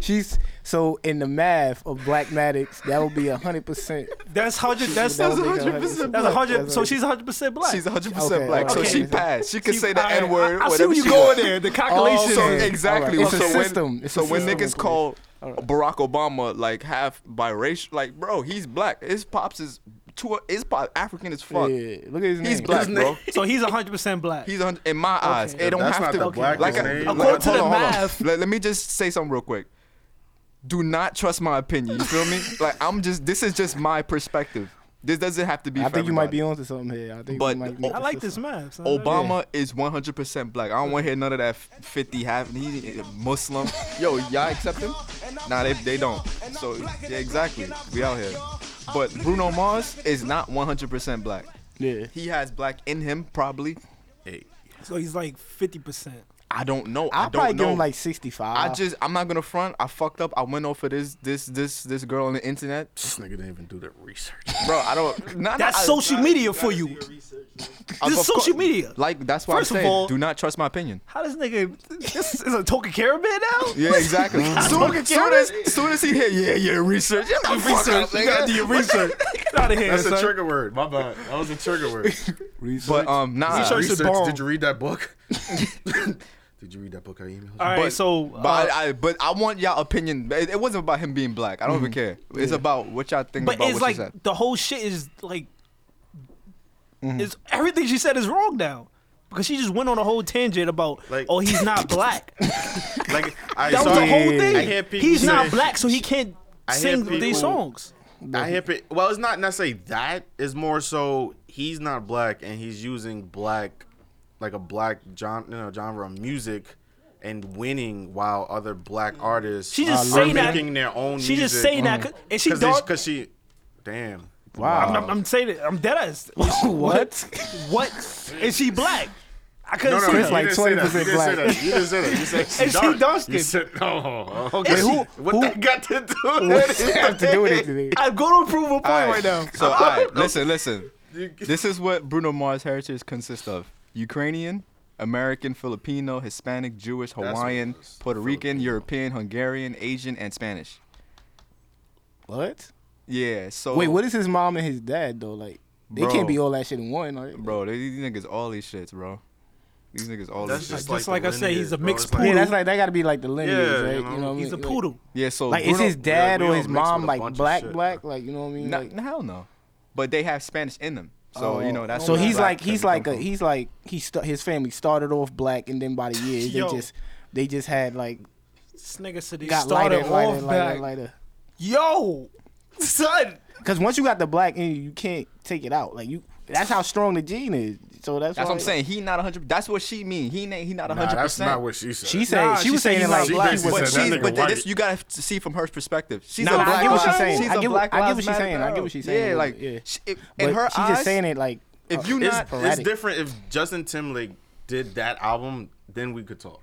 S3: She's so in the math of blackmatics, that would be 100%.
S4: That's hundred. That's
S3: That
S4: that's
S3: would make her
S4: that's a hundred.
S3: That's
S4: So
S3: right.
S4: she's hundred percent black.
S2: she's 100%
S3: Okay,
S2: black, so
S4: okay.
S2: she passed. She could say the
S4: I-
S2: N word.
S4: I, I see
S2: whatever
S4: where you
S2: she
S4: going
S2: wants.
S4: there. The calculation.
S2: So
S3: Yeah.
S2: exactly.
S3: Alright. It's
S2: so
S3: a
S2: when,
S3: system. It's a
S2: so when
S3: system.
S2: niggas call
S3: Alright.
S2: Barack Obama like half biracial, like bro, he's black. His pops is two. His pop African as *laughs* fuck.
S3: Yeah, look at his name.
S2: He's black,
S1: His
S2: bro.
S1: name-
S4: So he's hundred percent black.
S2: He's on, in my eyes. It don't
S1: That's
S2: have
S1: not
S2: to
S1: the
S2: be
S1: blackest
S2: like a-
S1: name.
S2: like,
S1: According to
S2: hold
S4: the
S2: on, hold on.
S4: math-
S2: Let, let me just say something real quick. Do not trust my opinion. You feel me? like I'm just. This is just my perspective. This doesn't have to be. for
S3: I think you might be
S2: everybody.
S3: onto something here. I think
S2: But oh.
S3: you might
S2: I
S4: I like this man. son.
S2: Obama is 100% black. I don't want to hear none of that 50 half. He a Muslim. Yo, y'all accept him? Nah, they, they don't. So, yeah, exactly. We out here. But Bruno Mars is not 100% black.
S3: Yeah.
S2: He has black in him, probably.
S4: So he's like fifty percent.
S2: I don't know. I
S3: I'll probably
S2: don't
S3: give
S2: know.
S3: him like 65.
S2: I just, I'm not gonna front. I fucked up. I went off for this, this, this, this girl on the internet,
S1: This nigga didn't even do the research.
S2: bro. I don't. Nah,
S4: That's
S2: nah,
S4: social media for you.
S2: I,
S4: This
S2: of
S4: is social
S2: course-
S4: media.
S2: Like that's why I'm
S4: First of
S2: saying,
S4: all-
S2: do not trust my opinion.
S4: How this nigga? This is a Token Caravan now.
S2: Yeah, exactly. soon, soon, as, soon as he hit, yeah, yeah, research. Get the fuck out,
S1: You
S2: nigga.
S1: gotta do your research.
S4: *laughs* Get out of here,
S1: That's a
S4: son.
S1: trigger word. My bad. That was a trigger word.
S2: But um, nah.
S1: Uh, Research
S4: is
S1: is
S4: bomb.
S1: Did you read that book? *laughs* Did you read that book I emailed? you?
S4: All right,
S2: But-
S4: so uh,
S2: But I, I, but I want y'all opinion. It, it wasn't about him being black. I don't even care. It's about what y'all think
S4: but
S2: about
S4: it's
S2: what
S4: like
S2: she said.
S4: the whole shit is like
S1: Mm-hmm.
S4: is everything she said is wrong now because she just went on a whole tangent about
S1: Like-
S4: oh
S1: *laughs*
S4: he's not black that
S1: Like I
S4: was
S1: saw
S4: the whole
S1: I hear
S4: thing
S1: people
S4: he's not
S1: say-
S4: black so he can't
S1: I hear
S4: sing these
S1: people-
S4: songs
S1: I hip it. Well, it's not necessarily that. It's more so he's not black and he's using black, like a black genre, you know, genre of music, and winning while other black artists
S4: She just
S1: are
S4: say that-
S1: making their own.
S4: she just
S1: music. Mm.
S4: saying that 'cause- and she dog-
S1: because she, damn.
S4: I'm, I'm, I'm saying it I'm dead
S1: *laughs*
S4: ass
S3: *laughs* what?
S4: what is she black I couldn't
S1: No, no,
S4: see
S1: you
S4: that.
S3: like
S1: didn't say that. You
S3: 20%
S1: didn't say
S3: black.
S1: that. You didn't say that. *laughs* You said
S4: And
S1: she's
S4: she
S1: dark.
S4: dark-skinned.
S1: You said, oh, okay.
S4: Is she-
S1: what
S4: who-
S1: that got to do
S3: What's
S1: with
S3: that *laughs* have to do with it
S1: it?
S2: *laughs*
S3: today?
S4: I'm going to prove a point
S2: All
S4: right now *laughs*
S2: So, all right, listen, listen. *laughs* This is what Bruno Mars' heritage consists of: Ukrainian, American, Filipino, Hispanic, Jewish,
S1: what it
S2: Hawaiian,
S1: was.
S2: Puerto Rican,
S1: Filipino.
S2: European, Hungarian, Asian, and Spanish.
S3: What?
S2: Yeah. So
S3: Wait, what is his mom and his dad, though? Like, they
S2: Bro.
S3: can't be all that shit in one, right?
S2: Bro, they, these niggas all these shits, bro. These niggas all
S1: That's
S2: these shits.
S1: just
S4: Just like
S1: the
S4: I said, he's a
S1: lineage, bro.
S4: mixed
S1: It's like-
S4: poodle.
S3: Yeah, that's like, that gotta be like the lineage,
S1: Yeah,
S3: right?
S1: you
S3: You
S1: know.
S3: know, what I
S4: he's a
S3: mean? Like-
S4: poodle
S2: Yeah. So
S3: Like,
S2: Bruno, *laughs*
S3: is his dad
S1: we
S3: or
S1: all
S3: his
S1: mixed with
S3: mom
S1: a
S3: like
S1: bunch of
S3: black,
S1: shit.
S3: black? Like, you know what I mean?
S2: No,
S3: Like-
S2: hell no. But they have Spanish in them, so
S1: Oh,
S2: you know that's.
S3: so
S2: where
S3: he's
S2: black
S3: like
S2: can
S3: he's
S2: come
S3: like a
S2: from.
S3: he's like he st- his family started off black and then by the years they
S4: Yo.
S3: just they just had like
S4: this nigga said he
S3: got
S4: started
S3: lighter and
S4: off
S3: lighter and lighter
S4: black
S3: and lighter.
S4: yo son
S3: Because once you got the black in you, you can't take it out. Like you, that's how strong the gene is. So that's
S2: That's what
S3: why-
S2: I'm saying. He not 100. That's what she mean. He ain't. He not 100.
S1: Nah, that's
S2: percent
S1: not what she said.
S3: She said
S4: Nah,
S3: she,
S4: she
S3: was
S4: said
S3: saying
S4: he's
S3: it like
S4: not
S3: black.
S4: black,
S1: basically
S2: But
S1: said that
S2: she's.
S1: nigga
S2: But
S1: white.
S2: this, you gotta f- see from her perspective. She's
S3: Nah,
S2: a
S3: nah, I
S2: black.
S3: get what she's
S2: lives-
S3: saying.
S2: She's
S3: I
S2: a
S3: get what-
S2: black.
S3: I get
S2: lives
S3: what she's
S2: matter
S3: saying. I get
S2: girl.
S3: what she's saying.
S2: Yeah, like
S3: Yeah.
S2: she- if-
S3: But
S2: in her
S3: she's
S2: eyes.
S3: just saying it like
S2: If you
S1: It's,
S2: not
S1: it's
S3: sporadic.
S1: different if Justin Timberlake did that album, then we could talk.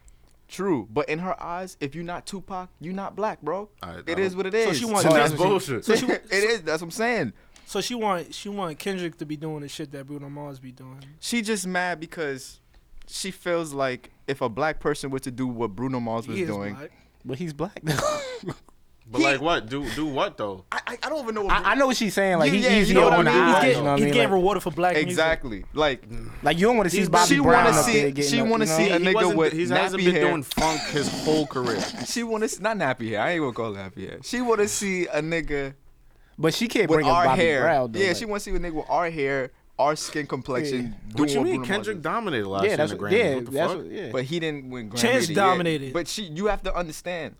S2: true, but in her eyes, if you not Tupac, you not black, bro.
S1: I- I
S2: It is
S1: don't-
S2: what it is.
S4: she wanted-
S1: So
S4: Oh,
S1: that's
S4: that's
S1: bullshit.
S4: so she,
S2: *laughs* it is. That's what I'm saying.
S4: so she want she want Kendrick to be doing the shit that Bruno Mars be doing.
S2: She just mad because she feels like if a black person were to do what Bruno Mars was
S4: He is
S2: doing,
S4: black.
S3: but he's black. though.
S1: but like what? Do do what though?
S2: I, I I don't even know. What
S3: I, I know what she's saying. Like
S2: Yeah,
S3: he's
S2: yeah, you
S3: easy
S2: know what I
S3: on the
S2: mean? He's
S3: eyes.
S2: getting-
S3: you know what I
S4: he's
S3: mean?
S4: getting
S3: Like,
S4: rewarded for black
S2: exactly. Like
S3: like, you don't want to see
S4: He's-
S3: Bobby
S2: she
S3: Brown
S2: wanna
S3: up there
S2: see.
S3: getting
S2: She
S3: up,
S2: want to
S3: you know?
S2: see a nigga
S1: wasn't-
S2: with
S1: he hasn't
S2: nappy
S1: been
S2: hair.
S1: doing funk his whole career.
S2: She want to not nappy hair. I ain't gonna call it nappy hair. She want to see a nigga
S3: But she can't
S2: with
S3: bring up
S2: our
S3: Bobby
S2: hair.
S3: Brown. Though,
S2: yeah,
S3: like-
S2: she want to see a nigga with our hair, our skin complexion. doing
S1: What you mean?
S2: Bruno Mars
S1: Kendrick
S2: is.
S1: dominated last
S3: Yeah,
S1: year in
S3: that's
S1: the
S3: what,
S1: Grammys.
S3: yeah,
S1: what the
S3: that's
S1: fuck?
S3: what, yeah.
S2: But he didn't win Grammy.
S4: Chance dominated.
S2: But she, you have to understand.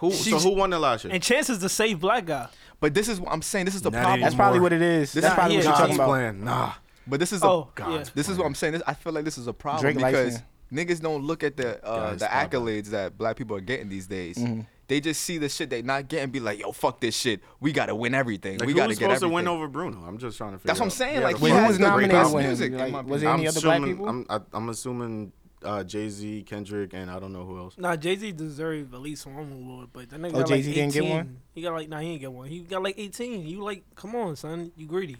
S1: who, so
S2: she's-
S1: who won the last year?
S4: And Chance is the safe black guy.
S2: But this is what I'm saying. This is the
S1: Not
S2: problem.
S1: anymore.
S3: That's probably what it is.
S2: This
S3: That's
S2: is
S3: probably what
S4: yeah.
S3: you're
S1: God's
S3: talking about.
S1: plan. Nah.
S2: But this is
S4: Oh,
S2: a.
S4: yeah.
S2: This is what I'm saying. This, I feel like this is a problem
S3: Drake likes
S2: because
S3: him.
S2: niggas don't look at the uh,
S1: Guys,
S2: the
S1: stop it.
S3: Mm-hmm.
S2: accolades that black people are getting these days. They just see the shit they not getting, be like, yo, fuck this shit. We gotta win everything.
S1: Like,
S2: we
S1: who
S2: gotta
S1: was
S2: get
S1: supposed
S2: everything.
S1: to win over Bruno? I'm just trying to figure.
S2: That's what I'm
S1: out.
S2: saying,
S1: Yeah,
S2: like,
S1: the
S2: he
S1: fuck
S2: has
S1: was the
S2: nominated
S1: breakout
S2: when-
S1: music?
S2: music, in my
S3: Like,
S2: opinion.
S3: was there any
S1: I'm
S3: other black
S1: assuming-
S3: people?
S1: I'm, I, I'm assuming uh, Jay Z, Kendrick, and I don't know who else.
S4: Nah, Jay Z deserved at least one award, but that nigga
S3: Oh,
S4: got
S3: Jay-Z
S4: like
S3: didn't
S4: 18.
S3: get one?
S4: He got like, nah, he didn't get one. He got like 18. You like, come on, son, you greedy.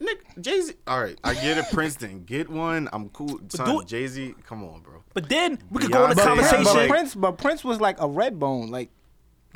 S1: Nick Jay Z. All right, I get it. Prince didn't get one. I'm cool.
S4: do
S1: Son,
S4: it-
S1: Jay Z, come on, bro.
S4: But then we could go on the
S1: Beyonce,
S4: conversation.
S1: but-
S3: But Prince, but Prince was like a red bone. Like,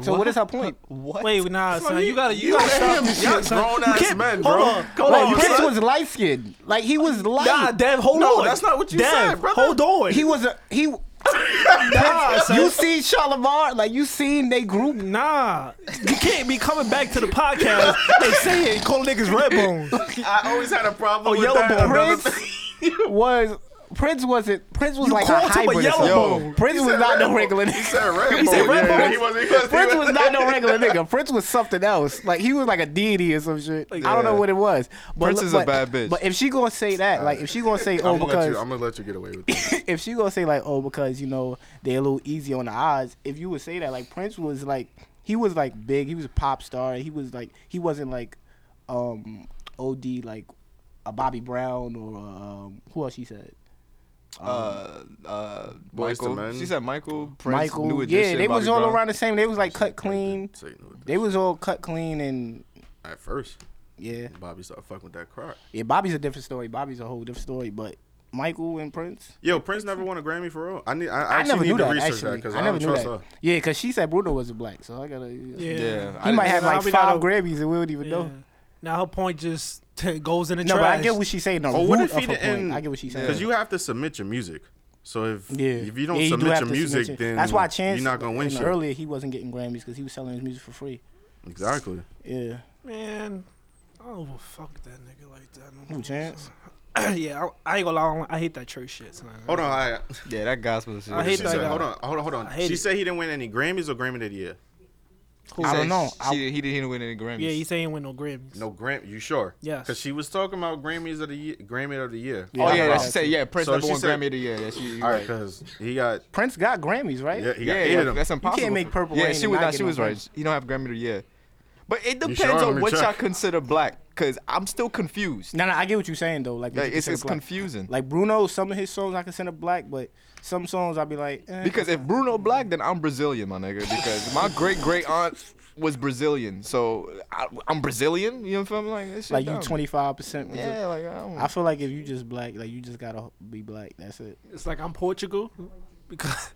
S3: so what is her point?
S2: What?
S4: Wait, nah, son, you gotta, you,
S1: You
S4: gotta stop
S1: damn
S4: this
S1: young
S4: shit,
S2: *laughs*
S4: son.
S1: grown
S4: You
S1: ass
S4: can't-
S1: men,
S4: hold
S1: bro.
S4: on,
S1: Come
S4: hold
S1: on,
S4: on,
S1: you
S4: Prince
S3: Prince
S1: said-
S4: was-
S3: was light skinned. Like he was light.
S4: Nah, Dev, hold
S1: No,
S4: on.
S1: that's not what you
S4: Dev,
S1: said, brother.
S4: Hold on.
S3: he was a
S2: *laughs*
S3: he.
S4: son.
S3: you seen Shalimar? Like you seen they group?
S4: Nah, you can't be coming back to the podcast and saying call niggas red bones.
S1: I always had a problem
S4: Oh,
S1: with
S4: Yellow
S1: that.
S4: Bone.
S1: Another
S3: Prince *laughs* was Prince wasn't Prince was
S4: You
S3: like a
S4: called him a
S3: hybrid. or
S4: yellow
S3: something.
S4: bone.
S3: Prince
S1: He
S3: was
S1: said
S3: not
S1: Red
S3: no
S1: Bull. *laughs*
S3: regular.
S1: He
S3: nigga.
S1: said Red
S3: *laughs* He
S1: Bull.
S3: said Red
S1: Yeah,
S3: Bull.
S1: He wasn't. He wasn't. *laughs*
S3: Prince was not no regular nigga. Prince was something else. Like he was like a deity or some shit. I don't know
S2: Yeah.
S3: what it was. But,
S2: Prince
S3: look-
S2: is a
S3: but-
S2: bad bitch.
S3: But if she gonna say that, like if she gonna say,
S1: *laughs*
S3: oh,
S1: I'm gonna, let
S3: because
S1: you, I'm gonna let you get
S3: *laughs*
S1: away with it.
S3: if she gonna say like, oh, because you know they're a little easy on the odds. If you would say that, like Prince was like he was like big. He was a pop star. He was like he wasn't like um OD like a Bobby Brown or um, who else she said.
S2: Uh, uh,
S1: Boyz II
S2: Michael.
S1: Men.
S2: She said Michael, Prince,
S3: Michael,
S2: New Edition.
S3: yeah, they was
S2: Bobby
S3: all
S2: Brown.
S3: around the same. They was like cut clean.
S1: Say no to that.
S3: They was all cut clean and
S1: At first,
S3: yeah,
S1: Bobby started fucking with that crap.
S3: yeah. Bobby's a different story. Bobby's a whole different story. But Michael and Prince,
S1: Yo, Prince never won a Grammy for real. I need. I, I
S3: I,
S1: actually
S3: never
S1: need
S3: knew
S1: to
S3: that.
S1: research
S3: Actually,
S1: that because
S3: I
S1: I,
S3: never
S1: don't
S3: knew
S1: trust
S3: that.
S1: her.
S3: Yeah, because she said Bruno wasn't black, so I gotta. Yeah.
S2: Yeah, I
S3: He might
S2: didn't-
S3: have like
S4: Bobby
S3: five
S4: Dahl-
S3: Grammys and we don't even
S4: Yeah.
S3: know.
S4: Now her point just t- goes in the
S3: No, but
S4: trash.
S3: I get what she's saying. The
S1: Or what
S3: root
S1: if
S3: of
S1: he
S3: her point.
S1: didn't?
S3: I get what she's saying.
S1: Because you have to submit your music. So if
S3: Yeah.
S1: if you don't
S3: Yeah,
S1: submit
S3: have
S1: your
S3: to
S1: music,
S3: submit your-
S1: then
S3: that's why Chance.
S1: you're not gonna win
S3: in the
S1: shit.
S3: Earlier, he wasn't getting Grammys because he was selling his music for free.
S1: Exactly.
S3: Yeah.
S4: Man, I don't give a fuck with that nigga like that.
S3: Who Chance?
S4: *clears throat* yeah, I, I ain't gonna lie. I don't- I hate that church shit, son.
S1: Hold on. I,
S2: Yeah, that gospel shit.
S4: I hate
S1: she
S4: that
S1: said,
S4: guy.
S1: hold on. Hold on. Hold on.
S4: I hate
S1: She
S4: it.
S1: said he didn't win any Grammys or Grammy that year.
S2: She
S3: I
S2: said
S3: don't know.
S2: she-
S3: I-
S2: he didn't win any Grammys.
S4: Yeah, he saying win no Grammys.
S1: No Grammy. You sure?
S4: Yes.
S1: Because she was talking about Grammys of the year, Grammy of the year.
S2: Oh yeah,
S3: Yeah.
S2: she said yeah. Prince
S1: So
S2: number
S1: she
S2: one
S1: said-
S2: Grammy of the year. Yeah, she.
S1: All right. Because he got
S3: Prince got Grammys, right?
S1: yeah he got
S2: Yeah,
S1: eight
S2: yeah,
S1: of them.
S2: that's impossible.
S3: make Purple
S2: Yeah,
S3: Rain
S2: she
S3: and
S2: was.
S3: not
S2: Nah,
S3: get
S2: she
S3: no
S2: was right.
S3: points.
S2: You don't have Grammy of the year, but it depends
S1: sure? Let
S2: on
S1: me
S2: what
S1: check.
S2: y'all consider black. Cause I'm still confused.
S3: No, no, I get what you're saying though. Like,
S2: Like,
S3: what you
S2: it's
S3: consider
S2: it's
S3: black.
S2: confusing.
S3: Like Bruno, some of his songs I consider black, but some songs I'd be like, eh.
S2: Because if Bruno black, then I'm Brazilian, my nigga. Because my great great aunt was Brazilian, so I, I'm Brazilian. You know what I'm like? That shit
S3: like you
S2: dumb.
S3: 25 percent.
S2: Yeah, like I don't.
S3: I feel like if you just black, like you just gotta be black. That's it.
S4: It's like I'm Portugal *laughs* because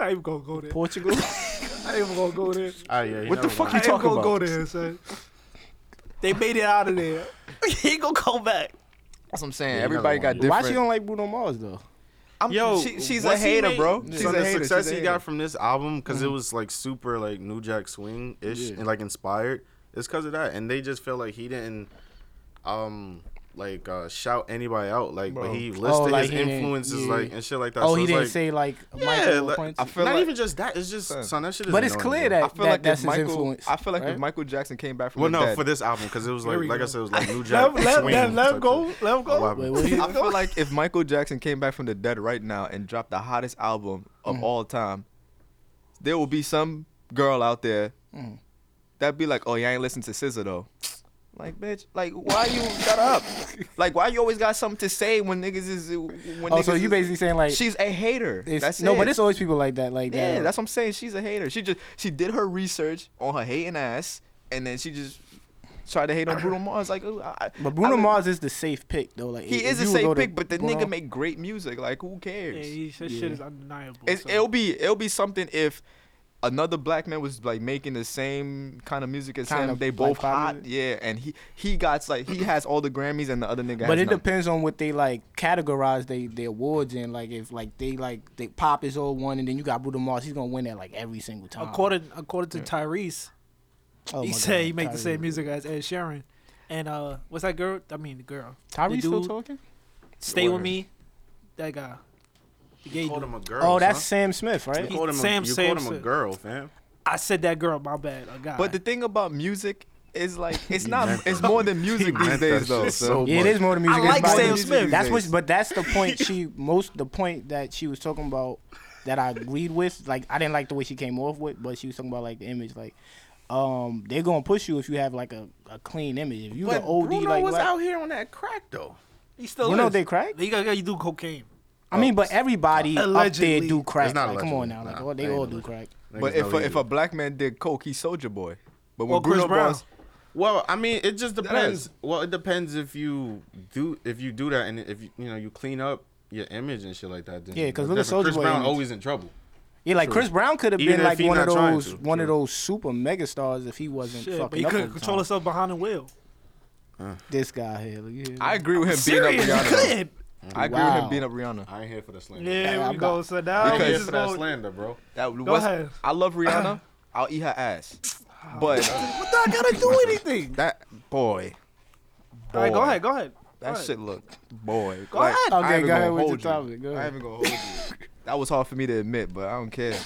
S4: I ain't gonna go there.
S3: Portugal.
S4: *laughs* I ain't gonna go there.
S1: Oh, yeah, he
S2: What the
S1: never
S2: fuck
S1: won.
S2: you
S4: I ain't
S2: talking
S4: gonna
S2: about?
S4: go there, son. They made it out of there. *laughs* he ain't gonna go back.
S2: That's what I'm saying.
S1: Yeah,
S2: Everybody got
S1: another
S2: different.
S3: Why she don't like Bruno Mars though?
S2: I'm,
S1: Yo,
S2: she, she's a
S1: what's he
S2: hater,
S1: made-
S2: bro. She's
S1: so
S2: a
S1: the
S2: hater.
S1: success
S2: she's a
S1: he
S2: hater.
S1: got from this album, because it was like super like New Jack Swing ish and like inspired, it's because of that. And they just feel like he didn't, um, like uh shout anybody out. Like, but
S2: Bro.
S1: he listed
S3: Oh, like
S1: his
S3: he didn't-
S1: influences
S3: yeah.
S1: like and shit like that.
S3: Oh,
S1: so
S3: he
S1: it's
S3: didn't
S1: like,
S3: say like Michael
S1: yeah,
S3: or
S1: like,
S3: Prince.
S2: I feel
S1: not
S2: like-
S1: even just that. It's just
S2: Son.
S1: son, that shit. Is
S3: But it's
S1: annoying, bro.
S3: clear that,
S2: I feel
S3: that
S2: like
S3: that's
S2: if
S3: his
S2: Michael,
S3: influence.
S2: I feel like
S3: right?
S2: if Michael Jackson came back from
S1: Well,
S2: the
S1: no,
S2: dead,
S1: for this album, because it was
S4: Here
S1: like,
S4: we
S1: like I
S4: go.
S1: said, it was like New Jack
S4: Let, let,
S1: Swing.
S4: let,
S1: type
S4: let
S1: shit.
S4: go. Let
S1: What
S4: go.
S1: happened?
S3: Wait, what *laughs* is it?
S2: I feel like if Michael Jackson came back from the dead right now and dropped the hottest album of
S3: Mm.
S2: all time, there will be some girl out there
S3: Mm.
S2: that'd be like, "Oh, you ain't listen to SZA though." Like, bitch, like, why you shut
S3: *laughs*
S2: up? Like, why you always got something to say when niggas is when
S3: Oh,
S2: niggas
S3: so you
S2: is-
S3: basically saying like
S2: she's a hater.
S3: it's-
S2: That's
S3: no,
S2: it.
S3: but it's always people like that. Like
S2: Yeah,
S3: that.
S2: that's what I'm saying. She's a hater. She just she did her research on her hating ass, and then she just tried to hate on Bruno Mars. Like, ooh, I,
S3: But Bruno
S2: I-
S3: Mars is the safe pick though. Like
S2: he is
S3: if
S2: a
S3: you would
S2: safe
S3: go to
S2: pick, but the
S3: Bruno-
S2: nigga make great music. Like, who cares?
S4: Yeah, he, his shit is undeniable.
S2: it's,
S4: so-
S2: it'll be it'll be something if another black man was like making the same kind of music as
S3: Kind
S2: him.
S3: of
S2: They
S3: black
S2: both
S3: pop
S2: hot, yeah, and he he got like he has all the Grammys and the other nigga.
S3: But
S2: has
S3: it
S2: none.
S3: depends on what they like categorize they their awards in. Like if like they like they pop is all one, and then you got Bruno Mars, he's gonna win that like every single time.
S4: according according to Tyrese.
S3: Oh,
S4: he
S3: my
S4: said
S3: God,
S4: he make the
S3: Tyrese.
S4: same music as Ed Sheeran. And uh, what's that girl? I mean, the girl. The
S3: Tyrese still
S4: dude,
S3: talking?
S4: Stay with
S2: Word.
S4: me. That guy. The gay
S1: Called
S4: dude.
S1: him a girl.
S3: Oh, that's
S1: son.
S3: Sam Smith,
S1: You
S3: right?
S1: called him a-
S4: Sam
S1: you called him a
S4: Samson.
S1: girl, fam.
S4: I said that girl. My bad. A guy.
S2: But the thing about music is like it's not
S1: meant
S2: it's
S1: that.
S2: more than music
S1: He
S2: these
S1: meant
S2: days
S1: that
S2: though.
S1: shit
S2: so-
S1: so
S3: Yeah, it is more than music.
S4: I like
S3: It's about
S4: Sam
S3: music.
S4: Smith.
S3: That's
S2: These days.
S3: what, but that's the point. She most the point that she was talking about. that I agreed with. Like I didn't like the way she came off with, but she was talking about like the image. Like um, they're gonna push you if you have like a, a clean image. If you the
S1: But
S3: OD
S1: Bruno
S3: like
S1: was
S3: black-
S1: out here on that crack though.
S4: He still
S3: You know
S4: is.
S3: they crack?
S4: You gotta, you do cocaine.
S3: I mean, but everybody up
S4: Allegedly.
S3: there do crack.
S1: It's not
S3: Like, come on
S1: allegedly.
S3: now, like
S1: Nah,
S3: all they
S1: ain't
S3: all do
S1: allegedly.
S3: crack.
S2: But
S1: Niggas
S2: if
S1: know
S2: a,
S1: he
S2: if
S1: do.
S2: a black man did coke, he's Soldier Boy. But when
S4: Well, Chris
S2: Bruno
S4: Brown.
S2: Boss,
S1: Well, I mean, it just
S2: is.
S1: depends. Well, it depends if you do if you do that and if you you know you clean up your image and shit like that. Then
S3: Yeah, 'cause
S1: that's
S3: look
S1: different.
S3: at Soulja
S1: Chris
S3: Boy
S1: Brown
S3: image.
S1: always in trouble.
S3: Yeah, like
S1: True.
S3: Chris Brown could have
S1: Even
S3: been
S1: if
S3: like
S1: he
S3: one of
S1: not trying
S3: those
S1: to,
S3: one of
S1: true.
S3: those super megastars if he wasn't
S4: Shit, but
S3: fucking up.
S4: he
S3: all
S4: couldn't
S3: the
S4: control
S3: time.
S4: himself behind the wheel.
S3: This guy here, look here.
S2: I agree with him beating
S4: Serious, he
S2: up
S4: *laughs*
S2: Rihanna.
S4: couldn't.
S2: I agree with
S3: Wow.
S2: him beating up Rihanna.
S1: I ain't here for the slander.
S4: Yeah,
S3: I'm
S4: we go.
S3: not-
S4: So now
S1: I ain't
S4: we
S1: here
S2: Because-
S1: for
S4: just
S1: that
S4: go.
S1: slander, bro.
S2: That was,
S4: ahead.
S2: I love Rihanna. I'll eat her ass. But
S4: What do I gotta
S3: *laughs*
S4: do anything?
S2: that boy,
S4: All right, go
S2: Boy.
S4: ahead, go ahead.
S2: that
S4: Go
S2: shit look boy.
S4: Go ahead.
S2: I
S3: Okay,
S2: ain't
S3: go
S2: gonna
S3: ahead with
S2: hold
S3: your
S2: you.
S3: topic. Go
S2: I
S3: ahead.
S2: haven't gonna hold you. That was hard for me to admit, but I don't care.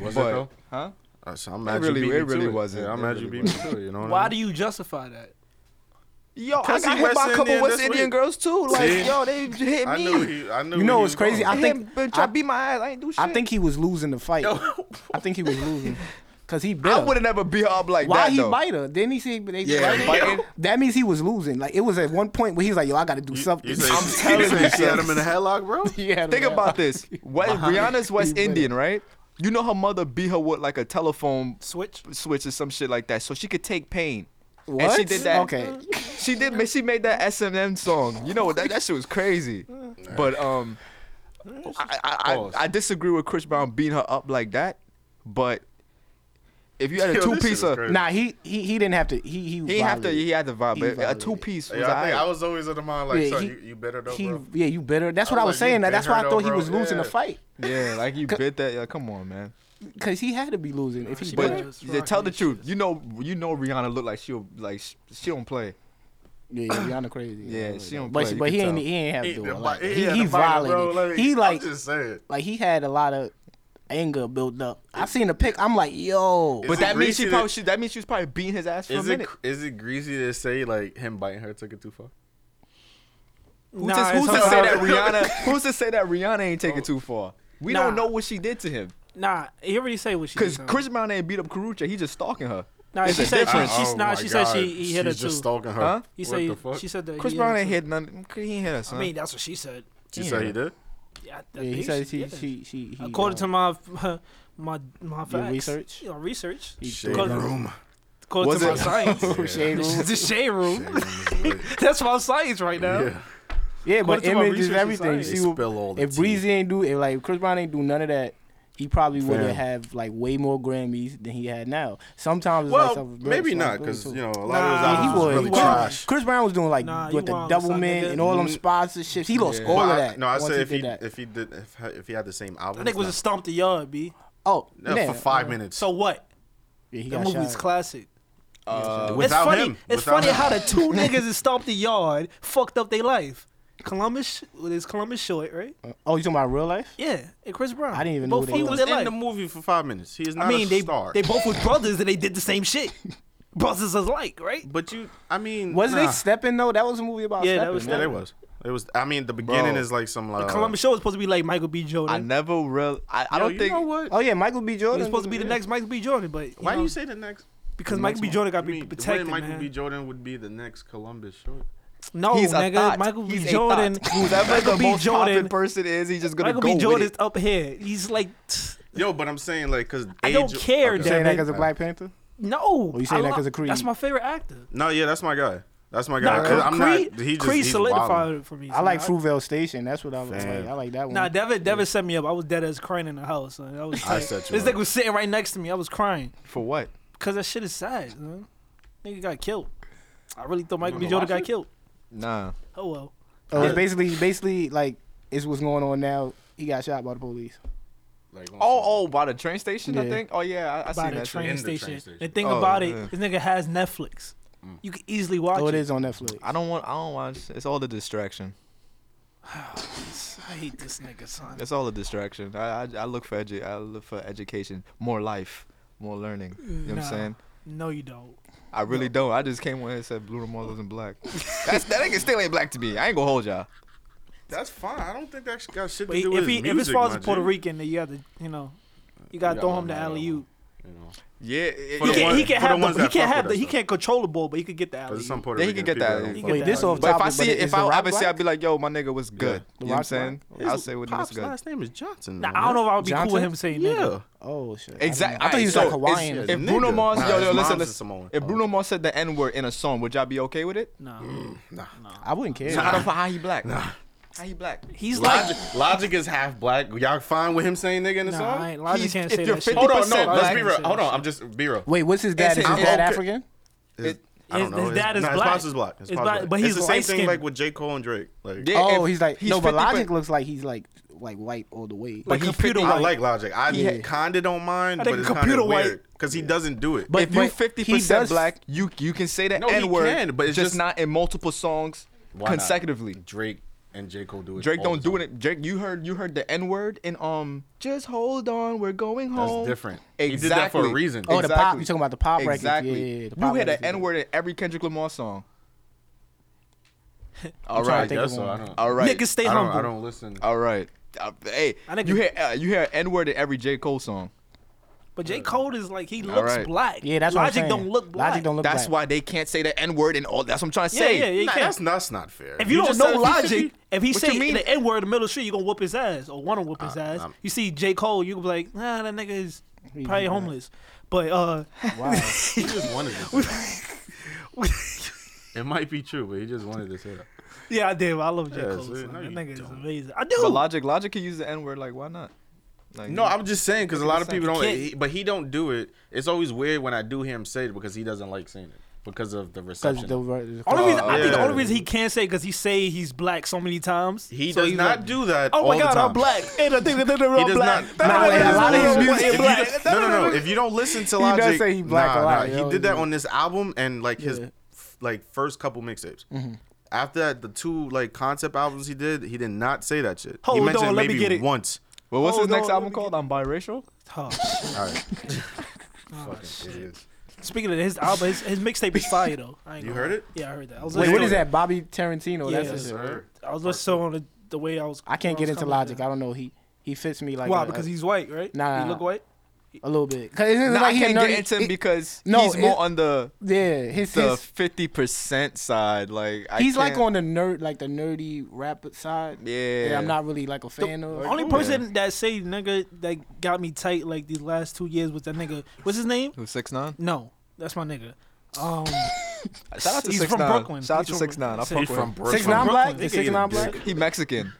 S1: Was
S2: But-
S1: it though?
S2: Huh?
S1: Uh, so I'm mad you
S2: really-
S1: beat
S2: it
S1: me to
S2: really wasn't.
S1: Yeah, I'm
S2: It
S1: mad
S2: really
S1: you beat me to it. You know what I
S4: Why
S1: mean?
S4: do you justify that?
S2: Yo, I
S1: Cause
S2: got
S1: he
S2: hit by
S1: West
S2: a couple
S1: Indian
S2: West
S1: this
S2: Indian
S1: week.
S2: girls too. Like,
S1: See?
S2: yo, they hit
S1: I
S2: me.
S1: knew he. I knew.
S3: You know
S1: he
S3: what's
S1: was
S3: crazy?
S1: Going.
S2: I
S3: think-
S2: think, bitch,
S3: I-
S2: I, beat my ass. I ain't do shit.
S3: I think he was losing the fight. I think he was losing because he bit
S2: I
S3: her.
S2: would have never beat her up like
S3: Why
S2: that.
S3: he
S2: though.
S3: bite her? Didn't he say they
S2: Yeah,
S3: biting?
S2: biting.
S3: That means he was losing. Like it was at one point where he was like, "Yo, I got to do something." *laughs*
S1: You say,
S2: I'm
S1: you
S2: telling
S1: say
S2: you,
S1: she had him in a headlock, bro.
S3: yeah,
S2: Think
S1: *laughs*
S2: about this. What, Rihanna's West
S3: He's
S2: Indian, right? You know her mother beat her with like a telephone
S4: Switch.
S2: switch or some shit like that, so she could take pain.
S3: What?
S2: And she did that.
S3: Okay.
S2: *laughs* She did. ma- She made that S and M song. You know what? That that shit was crazy. But um, I I, I
S1: Pause.
S2: I disagree with Chris Brown beating her up like that. But if you had a
S1: Yo, this
S2: two
S1: shit
S2: piece
S1: is
S2: of,
S1: crazy.
S3: Nah, he he he didn't have to. He he.
S2: he had to
S3: violated.
S2: he had to vibe.
S3: He
S2: But a
S3: violated.
S2: two piece was.
S1: Yeah, I think
S2: alright.
S1: I was always of the mind like,
S3: Yeah,
S1: son,
S3: he-
S1: you, you better though,
S3: He,
S1: bro.
S3: yeah, you bitter. That's what
S1: I
S3: I
S1: was
S3: was
S1: like, you
S3: saying. That. That's why I
S1: bitter,
S3: thought he
S1: bro.
S3: was losing the
S1: Yeah.
S3: fight
S2: yeah, like you bit that. Yeah, come on, man.
S3: because he had to be losing if he.
S4: She
S3: bit her.
S4: better.
S2: But
S4: just
S2: yeah, tell the
S4: rocking
S2: truth. You know, you know, Rihanna look like she'll like sh- she don't play.
S3: Yeah, yeah, Rihanna crazy.
S2: Yeah, she don't
S3: But
S2: play, you
S3: but
S2: can
S3: he ain't
S2: tell.
S3: he ain't have to. do it. Like,
S1: the-
S3: he
S1: yeah,
S3: he
S1: the fighter, bro,
S3: violated. he like
S1: I'm just saying.
S3: like he had a lot of anger built up. I seen the pic. I'm like, yo.
S2: But
S1: it
S2: that means
S1: greasy
S2: she
S1: that-
S2: probably she, that means she was probably beating his ass for a
S1: Is it
S2: minute.
S1: is it greasy to say like him biting her took it too far?
S2: Who's,
S4: Nah,
S2: to, who's
S4: it's
S2: to say that
S4: sometimes-
S2: Rihanna? Who's to say that Rihanna ain't taking it too far? We don't
S4: Nah.
S2: know what she did to him.
S4: *laughs* Nah, he already say what she.
S2: Cause
S4: did, huh?
S2: Chris Brown ain't beat up Karucha. He just stalking her.
S4: Nah, she
S2: a
S4: said she,
S2: difference.
S4: she,
S1: Oh
S4: nah,
S1: my
S4: she said
S1: God,
S4: she he hit her
S1: She's just
S4: too.
S1: stalking her.
S2: Huh?
S4: He
S1: What
S4: said
S1: the fuck?
S4: she said that.
S2: Chris
S4: he
S2: Brown
S4: hit
S2: ain't
S4: her
S2: hit nothing. He ain't hit us.
S4: too. I mean, that's what she said.
S1: She said he did.
S4: Yeah, I-
S3: Yeah,
S4: I
S3: he
S4: think
S3: said
S4: she
S3: she
S4: did.
S3: she she. he,
S4: According
S3: uh,
S4: to my *laughs* my my facts,
S3: research?
S4: you know, research.
S3: he
S1: Shade
S3: threw it *laughs*
S4: Cause-
S3: down.
S1: room.
S4: According
S2: Was
S4: to my
S2: it-
S3: *laughs*
S1: *laughs* Yeah.
S4: science,
S3: Shade room.
S4: it's a shade room.
S1: Shade room is lit.
S4: *laughs* That's my science right now.
S1: Yeah.
S3: Yeah, but
S4: According to my
S3: image is
S4: research, it's
S3: everything.
S4: like-
S3: You
S1: They
S3: see what-
S1: spill all the
S3: if Breezy ain't do if like Chris Brown ain't do none of that, he probably would
S1: Fam.
S3: have have like way more Grammys than he had now. Sometimes it's like
S1: Well,
S3: something
S1: maybe
S3: like
S1: not
S3: good,
S1: because
S3: too.
S1: you know a lot
S4: Nah,
S1: of
S3: Yeah,
S1: those
S3: he
S1: albums
S3: was.
S1: was really
S3: He was.
S1: trash.
S3: Chris Brown was doing like
S4: Nah, you
S3: with the
S4: wrong,
S3: double
S4: son,
S3: man
S4: nigga.
S3: and all them
S1: Mm.
S3: spots and shit. He lost
S2: Yeah.
S3: all
S1: But
S3: of
S1: I-
S3: that.
S1: no, I
S3: once
S1: said if
S3: did
S1: he
S3: that.
S1: if he did if, if he had the same album.
S4: That nigga was a stomp the yard, b.
S3: oh
S1: no,
S3: yeah.
S1: for five minutes.
S4: So what?
S3: Yeah, he
S4: The
S3: got
S4: movie's
S3: shot.
S4: classic.
S2: uh,
S4: It's
S1: Without
S4: funny.
S1: him.
S4: It's
S1: Without
S4: funny
S1: him.
S4: how the two
S1: *laughs*
S4: niggas that stomped the yard fucked up their life. Columbus well, it's Columbus Short, right?
S3: oh, you talking about real life?
S4: Yeah, and Chris Brown.
S3: I didn't even know
S4: both
S3: who they
S4: fucked
S1: he
S4: up
S1: was
S4: their
S1: in
S4: life.
S1: the movie for five minutes. He is not
S4: I mean,
S1: a
S4: they
S1: star.
S4: they both was brothers and they did the same shit. Brothers is like, right?
S1: but you, I mean,
S3: Was
S1: nah.
S3: they stepping though? That was a movie about
S4: Yeah, that
S3: stepping.
S4: was
S1: Yeah, they
S3: right?
S1: was. It was. I mean, the beginning
S2: Bro.
S1: is like some like.
S4: The Columbus Show was supposed to be like Michael B.
S2: I
S4: Jordan.
S2: never real. I, I
S1: Yo,
S2: don't
S1: you
S2: think.
S1: know what?
S3: Oh yeah, Michael B. Jordan.
S4: He was supposed to be the
S3: yeah.
S4: next Michael B. Jordan, but you
S1: Why
S4: know,
S1: do you say the next?
S4: because Michael B. Jordan got to be protected,
S1: When Michael
S4: man.
S1: B. Jordan would be the next Columbus short.
S4: No,
S2: He's a
S4: Oh, nigga,
S2: thought.
S4: Michael B.
S2: He's a
S4: Jordan.
S2: thought. Whoever
S4: Michael
S2: the
S4: B.
S2: most
S4: Jordan.
S2: poppin' person is, he's just gonna
S4: Michael
S2: go
S4: B.
S2: with
S4: Jordan
S2: it.
S4: is up here. He's like, t-
S1: Yo, but I'm saying like because
S4: I don't care,
S3: You saying that
S4: Devin.
S3: because of Black Panther?
S4: no.
S3: Oh, you saying
S4: I
S3: that
S4: lo-
S3: 'cause of Creed.
S4: That's my favorite actor.
S1: No, yeah, that's my guy. That's my guy.
S4: Nah, Cre-
S1: I'm
S4: Creed,
S1: not. He just
S4: Creed
S1: he's
S4: solidified
S1: wildin'.
S4: it for me.
S3: I
S4: son.
S3: like Fruitvale Station. That's what I like.
S1: Fam.
S3: I like that one.
S4: Nah, Devin, Devin set me up. I was dead as crying in the house. Son. I was
S1: I
S4: tight.
S1: set you
S4: This
S1: up.
S4: nigga was sitting right next to me. I was crying
S2: For what?
S4: because that shit is sad. Man. Nigga got killed. I really thought Michael B. Jordan got killed.
S2: Nah.
S4: Oh well.
S3: Oh, it's basically basically like it's what's going on now. He got shot by the police.
S1: Like, on
S2: Oh, oh, by the train station, I
S3: Yeah.
S2: think. Oh yeah, I, I
S4: by
S2: seen
S4: the
S2: that. shit.
S4: train,
S1: in the train
S4: station. the
S1: station. Mm.
S4: thing
S2: Oh,
S4: about it,
S2: yeah.
S4: this nigga has Netflix. You can easily watch
S3: Oh, it
S4: it.
S3: is on Netflix.
S2: I don't want. I don't watch. It's all the distraction.
S4: I hate this nigga, son.
S2: It's all a distraction. I I, I look for edu- I look for education, more life, more learning. You know what
S4: Nah.
S2: I'm saying?
S4: No, you don't.
S2: I really don't. *laughs* I just came on here and said Blue Ramal isn't black. That's, that nigga still ain't black to me. I ain't gonna hold y'all.
S1: That's fine. I don't think that's got shit to
S4: But
S1: do with
S4: if he
S1: music.
S4: if his father's
S1: my G.
S4: Puerto Rican, then you have to you know you got to
S1: You
S4: throw
S1: gotta
S4: him the
S1: let him out.
S4: alley oop.
S1: You know,
S2: Yeah, it-
S1: For
S4: He
S1: the
S4: can
S1: one-
S4: he can
S1: for the
S4: have the,
S1: ones
S4: he
S1: that
S4: can
S1: fuck
S4: have
S1: with
S4: the he
S1: us,
S4: can't control the ball, but he could get the alley
S1: Cause some
S4: oop.
S1: Puerto
S2: Yeah, he
S1: Rican
S2: could get that.
S1: people
S2: He
S1: don't
S2: could
S1: fuck
S3: get
S1: with
S3: that.
S1: us.
S3: This off
S2: But if
S3: topic,
S2: I
S3: but
S2: see it,
S3: is
S2: if
S3: The
S2: I
S3: Rock
S2: obviously I'd
S3: black?
S2: be like, yo, my nigga was good. You
S3: The
S2: know what I'm
S3: Rock's black?
S2: saying?
S1: His
S2: I'll say what it was
S1: pop's
S2: good.
S1: last name is Johnson.
S4: Nah,
S1: though,
S4: I don't know if I would be cool with
S3: Johnson?
S4: him saying
S1: man.
S4: nigga.
S3: Oh shit.
S2: Exactly.
S3: I, thought he was
S2: Alright,
S3: like
S2: so
S3: Hawaiian.
S2: is-
S3: or
S2: If
S3: something.
S1: Nigga.
S2: Bruno Mars,
S1: Nah,
S2: yo,
S1: his
S2: yo,
S1: mom's
S2: listen,
S1: a
S2: listen.
S1: Samoan.
S2: If Bruno Mars said the N word in a song, would y'all be okay with it?
S4: Nah,
S1: Nah.
S3: I wouldn't care.
S2: I don't know how he black. How he black?
S4: he's like
S1: Logic, Logic is half black. Y'all fine with him saying nigga in the
S4: nah,
S1: song?
S4: I ain't, Logic
S2: He's-
S4: can't
S2: if
S4: say
S2: you're
S4: that shit.
S1: Hold on, no,
S2: 50%
S1: let's
S2: black.
S1: be real. Hold on, I'm just be real.
S3: Wait, what's his dad? Is
S2: It's-
S3: his
S2: I'm
S3: dad
S2: okay.
S3: African?
S1: His- I don't
S4: his-
S1: know.
S4: his dad is
S1: nah,
S4: black.
S1: His pops is black. His
S4: It's
S1: pops
S4: black,
S1: is
S4: but
S1: It's
S4: he's
S1: the same thing
S4: light-skinned.
S1: like with J Cole and Drake. Like,
S2: Yeah,
S3: Oh,
S2: if-
S3: he's like
S2: he's
S3: no, but
S2: 50%.
S3: Logic looks like he's like like white all the way.
S4: Like
S2: he
S4: computer
S2: fit-
S1: I
S4: white.
S1: like Logic. I
S3: Yeah.
S1: kinda don't mind,
S4: I
S1: but
S4: think
S1: it's
S4: computer
S1: kinda
S4: white.
S1: weird because he doesn't do it.
S3: But-
S2: if you
S3: but
S2: fifty
S3: he
S2: percent
S3: does-
S2: black, you you can say the
S1: No, he
S2: N word,
S1: can, but it's
S2: just,
S1: just-
S2: not in multiple songs
S1: Why not?
S2: consecutively.
S1: Drake and J Cole do it.
S2: Drake
S1: all
S2: don't
S1: the
S2: do
S1: time.
S2: it. Drake, you heard you heard the N word in um. Just hold on, we're going
S1: That's
S2: home.
S1: different.
S2: Exactly.
S1: He did that for a reason.
S3: Oh, the pop.
S2: Exactly.
S3: You talking about the pop records?
S2: Exactly.
S3: Yeah, yeah, yeah, the
S2: you
S3: pop
S2: hear the
S3: records,
S2: N word in every Kendrick Lamar song. All
S3: *laughs* I'm trying
S2: right.
S3: to think
S1: I
S3: of
S1: guess so.
S3: one.
S1: I don't.
S2: All right.
S4: Niggas stay
S1: I don't, I
S4: humble.
S1: don't listen.
S2: All right. Uh, hey,
S4: I think
S2: you hear
S4: it-
S2: uh, you hear N word in every J Cole song.
S4: But J Cole is like he looks
S2: right.
S4: black.
S3: Yeah, that's what I'm
S4: Logic
S3: saying.
S4: don't look black.
S3: Logic don't look
S2: That's
S3: black.
S2: why they can't say the N word and all. That's what I'm trying to
S4: Yeah,
S2: say.
S4: yeah, yeah. you
S1: Nah,
S4: can't.
S1: that's, that's not fair.
S4: If you, don't
S2: just
S4: know
S2: said if he-
S4: logic, if he
S2: What you
S4: say
S2: mean?
S4: the N word in the middle of the street, you gonna whoop his ass or want to whoop his ass.
S1: I'm-
S4: you see J Cole, you gonna be like, nah, that nigga is
S3: He-
S4: probably
S3: he-
S4: homeless. But uh,
S2: *laughs*
S3: Wow.
S1: he just wanted to say that. it might be true, but he just wanted to say that.
S4: yeah, I did. I love J
S1: Yeah,
S4: Cole.
S1: see,
S4: son.
S1: no,
S4: that
S1: you
S4: nigga is
S1: don't.
S4: amazing. I do.
S2: But Logic, Logic can use the N word. Like, why not? Like,
S1: No, I'm just saying because a lot of people don't.
S4: can't-
S1: he- but he don't do it. It's always weird when I do hear him say it because he doesn't like saying it because of the
S3: Because
S1: reception.
S3: the the-
S4: only reason, I think the
S1: yeah.
S4: only reason he can't say because he say he's black so many times.
S1: he
S4: So
S1: does
S4: he's
S1: not
S4: like,
S1: do that.
S4: Oh my
S1: all the
S4: god, I'm
S1: time.
S2: *laughs*
S4: black. And I think that they're all
S1: He does
S4: black.
S1: not.
S3: Nah, wait, a lot of
S1: *laughs*
S3: his
S1: If you
S3: music-
S1: don't-
S4: black.
S1: No, no, no. If you don't listen to Logic,
S3: does say he black
S1: nah,
S3: a lot,
S1: nah,
S3: yo,
S1: He did that
S3: yeah.
S1: on this album and like his
S3: Yeah.
S1: f- like first couple mixtapes.
S4: Mm-hmm.
S1: After that, the two like concept albums he did, he did not say that shit.
S4: Hold
S1: he
S4: on,
S1: mentioned it
S4: let me
S1: maybe
S4: get it.
S1: once.
S2: Well, what's
S4: Oh,
S2: his
S4: no,
S2: next
S4: let
S2: album
S4: me
S2: called? I'm biracial.
S4: Huh.
S1: All
S4: *laughs*
S1: right. Fucking idiots.
S4: Speaking of his album, his, his mixtape is fire though. I ain't
S1: You
S4: gonna
S1: heard
S4: lie.
S1: it?
S4: Yeah, I heard that. I was
S3: Wait,
S4: listening
S3: what
S4: to
S3: is
S4: it.
S3: that? Bobby Tarantino.
S4: Yeah.
S3: That's
S4: Yes,
S3: his.
S1: sir.
S4: I was listening on the, the way I was.
S3: I can't
S4: I
S3: get
S4: was
S3: into
S4: coming
S3: Logic.
S4: in.
S3: I don't know. He he fits me like
S4: Why?
S3: a-
S4: Because he's white, right?
S3: Nah, nah,
S4: he
S3: nah.
S4: look white.
S3: a little bit. Because it's
S2: Nah,
S3: like
S2: I
S3: he
S2: can't
S3: know-
S2: get into him
S3: it-
S2: because
S3: no,
S2: he's more
S3: it-
S2: on the
S3: yeah his,
S2: the
S3: his
S2: fifty percent side. Like, I
S3: he's like
S2: can't-
S3: on the nerd like the nerdy rap side.
S2: Yeah.
S3: that I'm not really like a fan of.
S4: Only person that say nigga that got me tight like these last two years was that nigga. What's his name?
S2: Who's six nine?
S4: No, that's my nigga. Um,
S2: *laughs* Shout out to
S4: He's
S2: six
S4: from
S2: nine.
S4: Brooklyn.
S2: Shout out
S4: He's
S2: to
S4: from-
S2: six nine. I
S4: he's
S2: fuck with
S1: from
S2: him.
S1: Brooklyn.
S3: Six nine black.
S1: Brooklyn.
S3: Is
S1: They
S3: six
S1: can
S3: nine
S1: get a
S3: black.
S1: dick.
S2: He Mexican.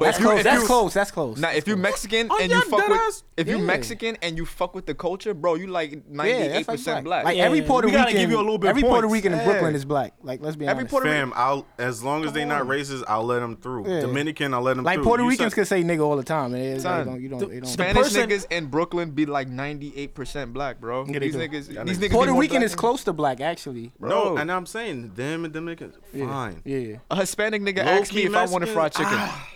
S2: But
S3: That's
S2: if you-
S3: close.
S2: if
S3: That's
S2: you-
S3: close. That's close.
S2: Now, if you Mexican
S1: Oh,
S2: and you
S1: yeah,
S2: fuck with,
S1: deadass.
S2: if you
S3: Yeah.
S2: Mexican and you fuck with the culture, bro, you like ninety
S3: yeah,
S2: eight
S3: that's like
S2: percent
S3: black.
S2: black.
S3: Like
S4: Yeah,
S3: every
S4: yeah,
S3: Puerto
S4: we gotta
S3: Rican,
S4: give you a little bit of
S3: every Puerto
S4: points.
S3: Rican in
S2: Yeah.
S3: Brooklyn is black. Like let's be
S2: Every
S3: honest.
S2: Puerto
S1: Fam, I'll as long as they not racist, I'll let them through.
S3: Yeah.
S1: Dominican, I'll let them
S3: like
S1: through.
S3: Puerto
S1: You
S3: Ricans
S1: said-
S3: can say nigga all the time. and It,
S2: Son,
S3: like, don't, you don't, they don't.
S2: Spanish
S4: person-
S2: niggas in Brooklyn be like ninety eight percent black, bro.
S3: Yeah, they
S2: these
S3: do.
S2: niggas,
S1: That
S2: these
S1: nigga-
S2: niggas. be
S3: Puerto
S2: more
S3: Rican
S2: black
S3: is close to black actually.
S1: No,
S2: Bro.
S1: and I'm saying them and Dominican,
S3: Yeah.
S1: fine.
S3: Yeah.
S2: A Hispanic nigga
S1: Low-key
S2: asked me if I
S1: Mexican,
S2: wanted fried chicken.
S3: Ah.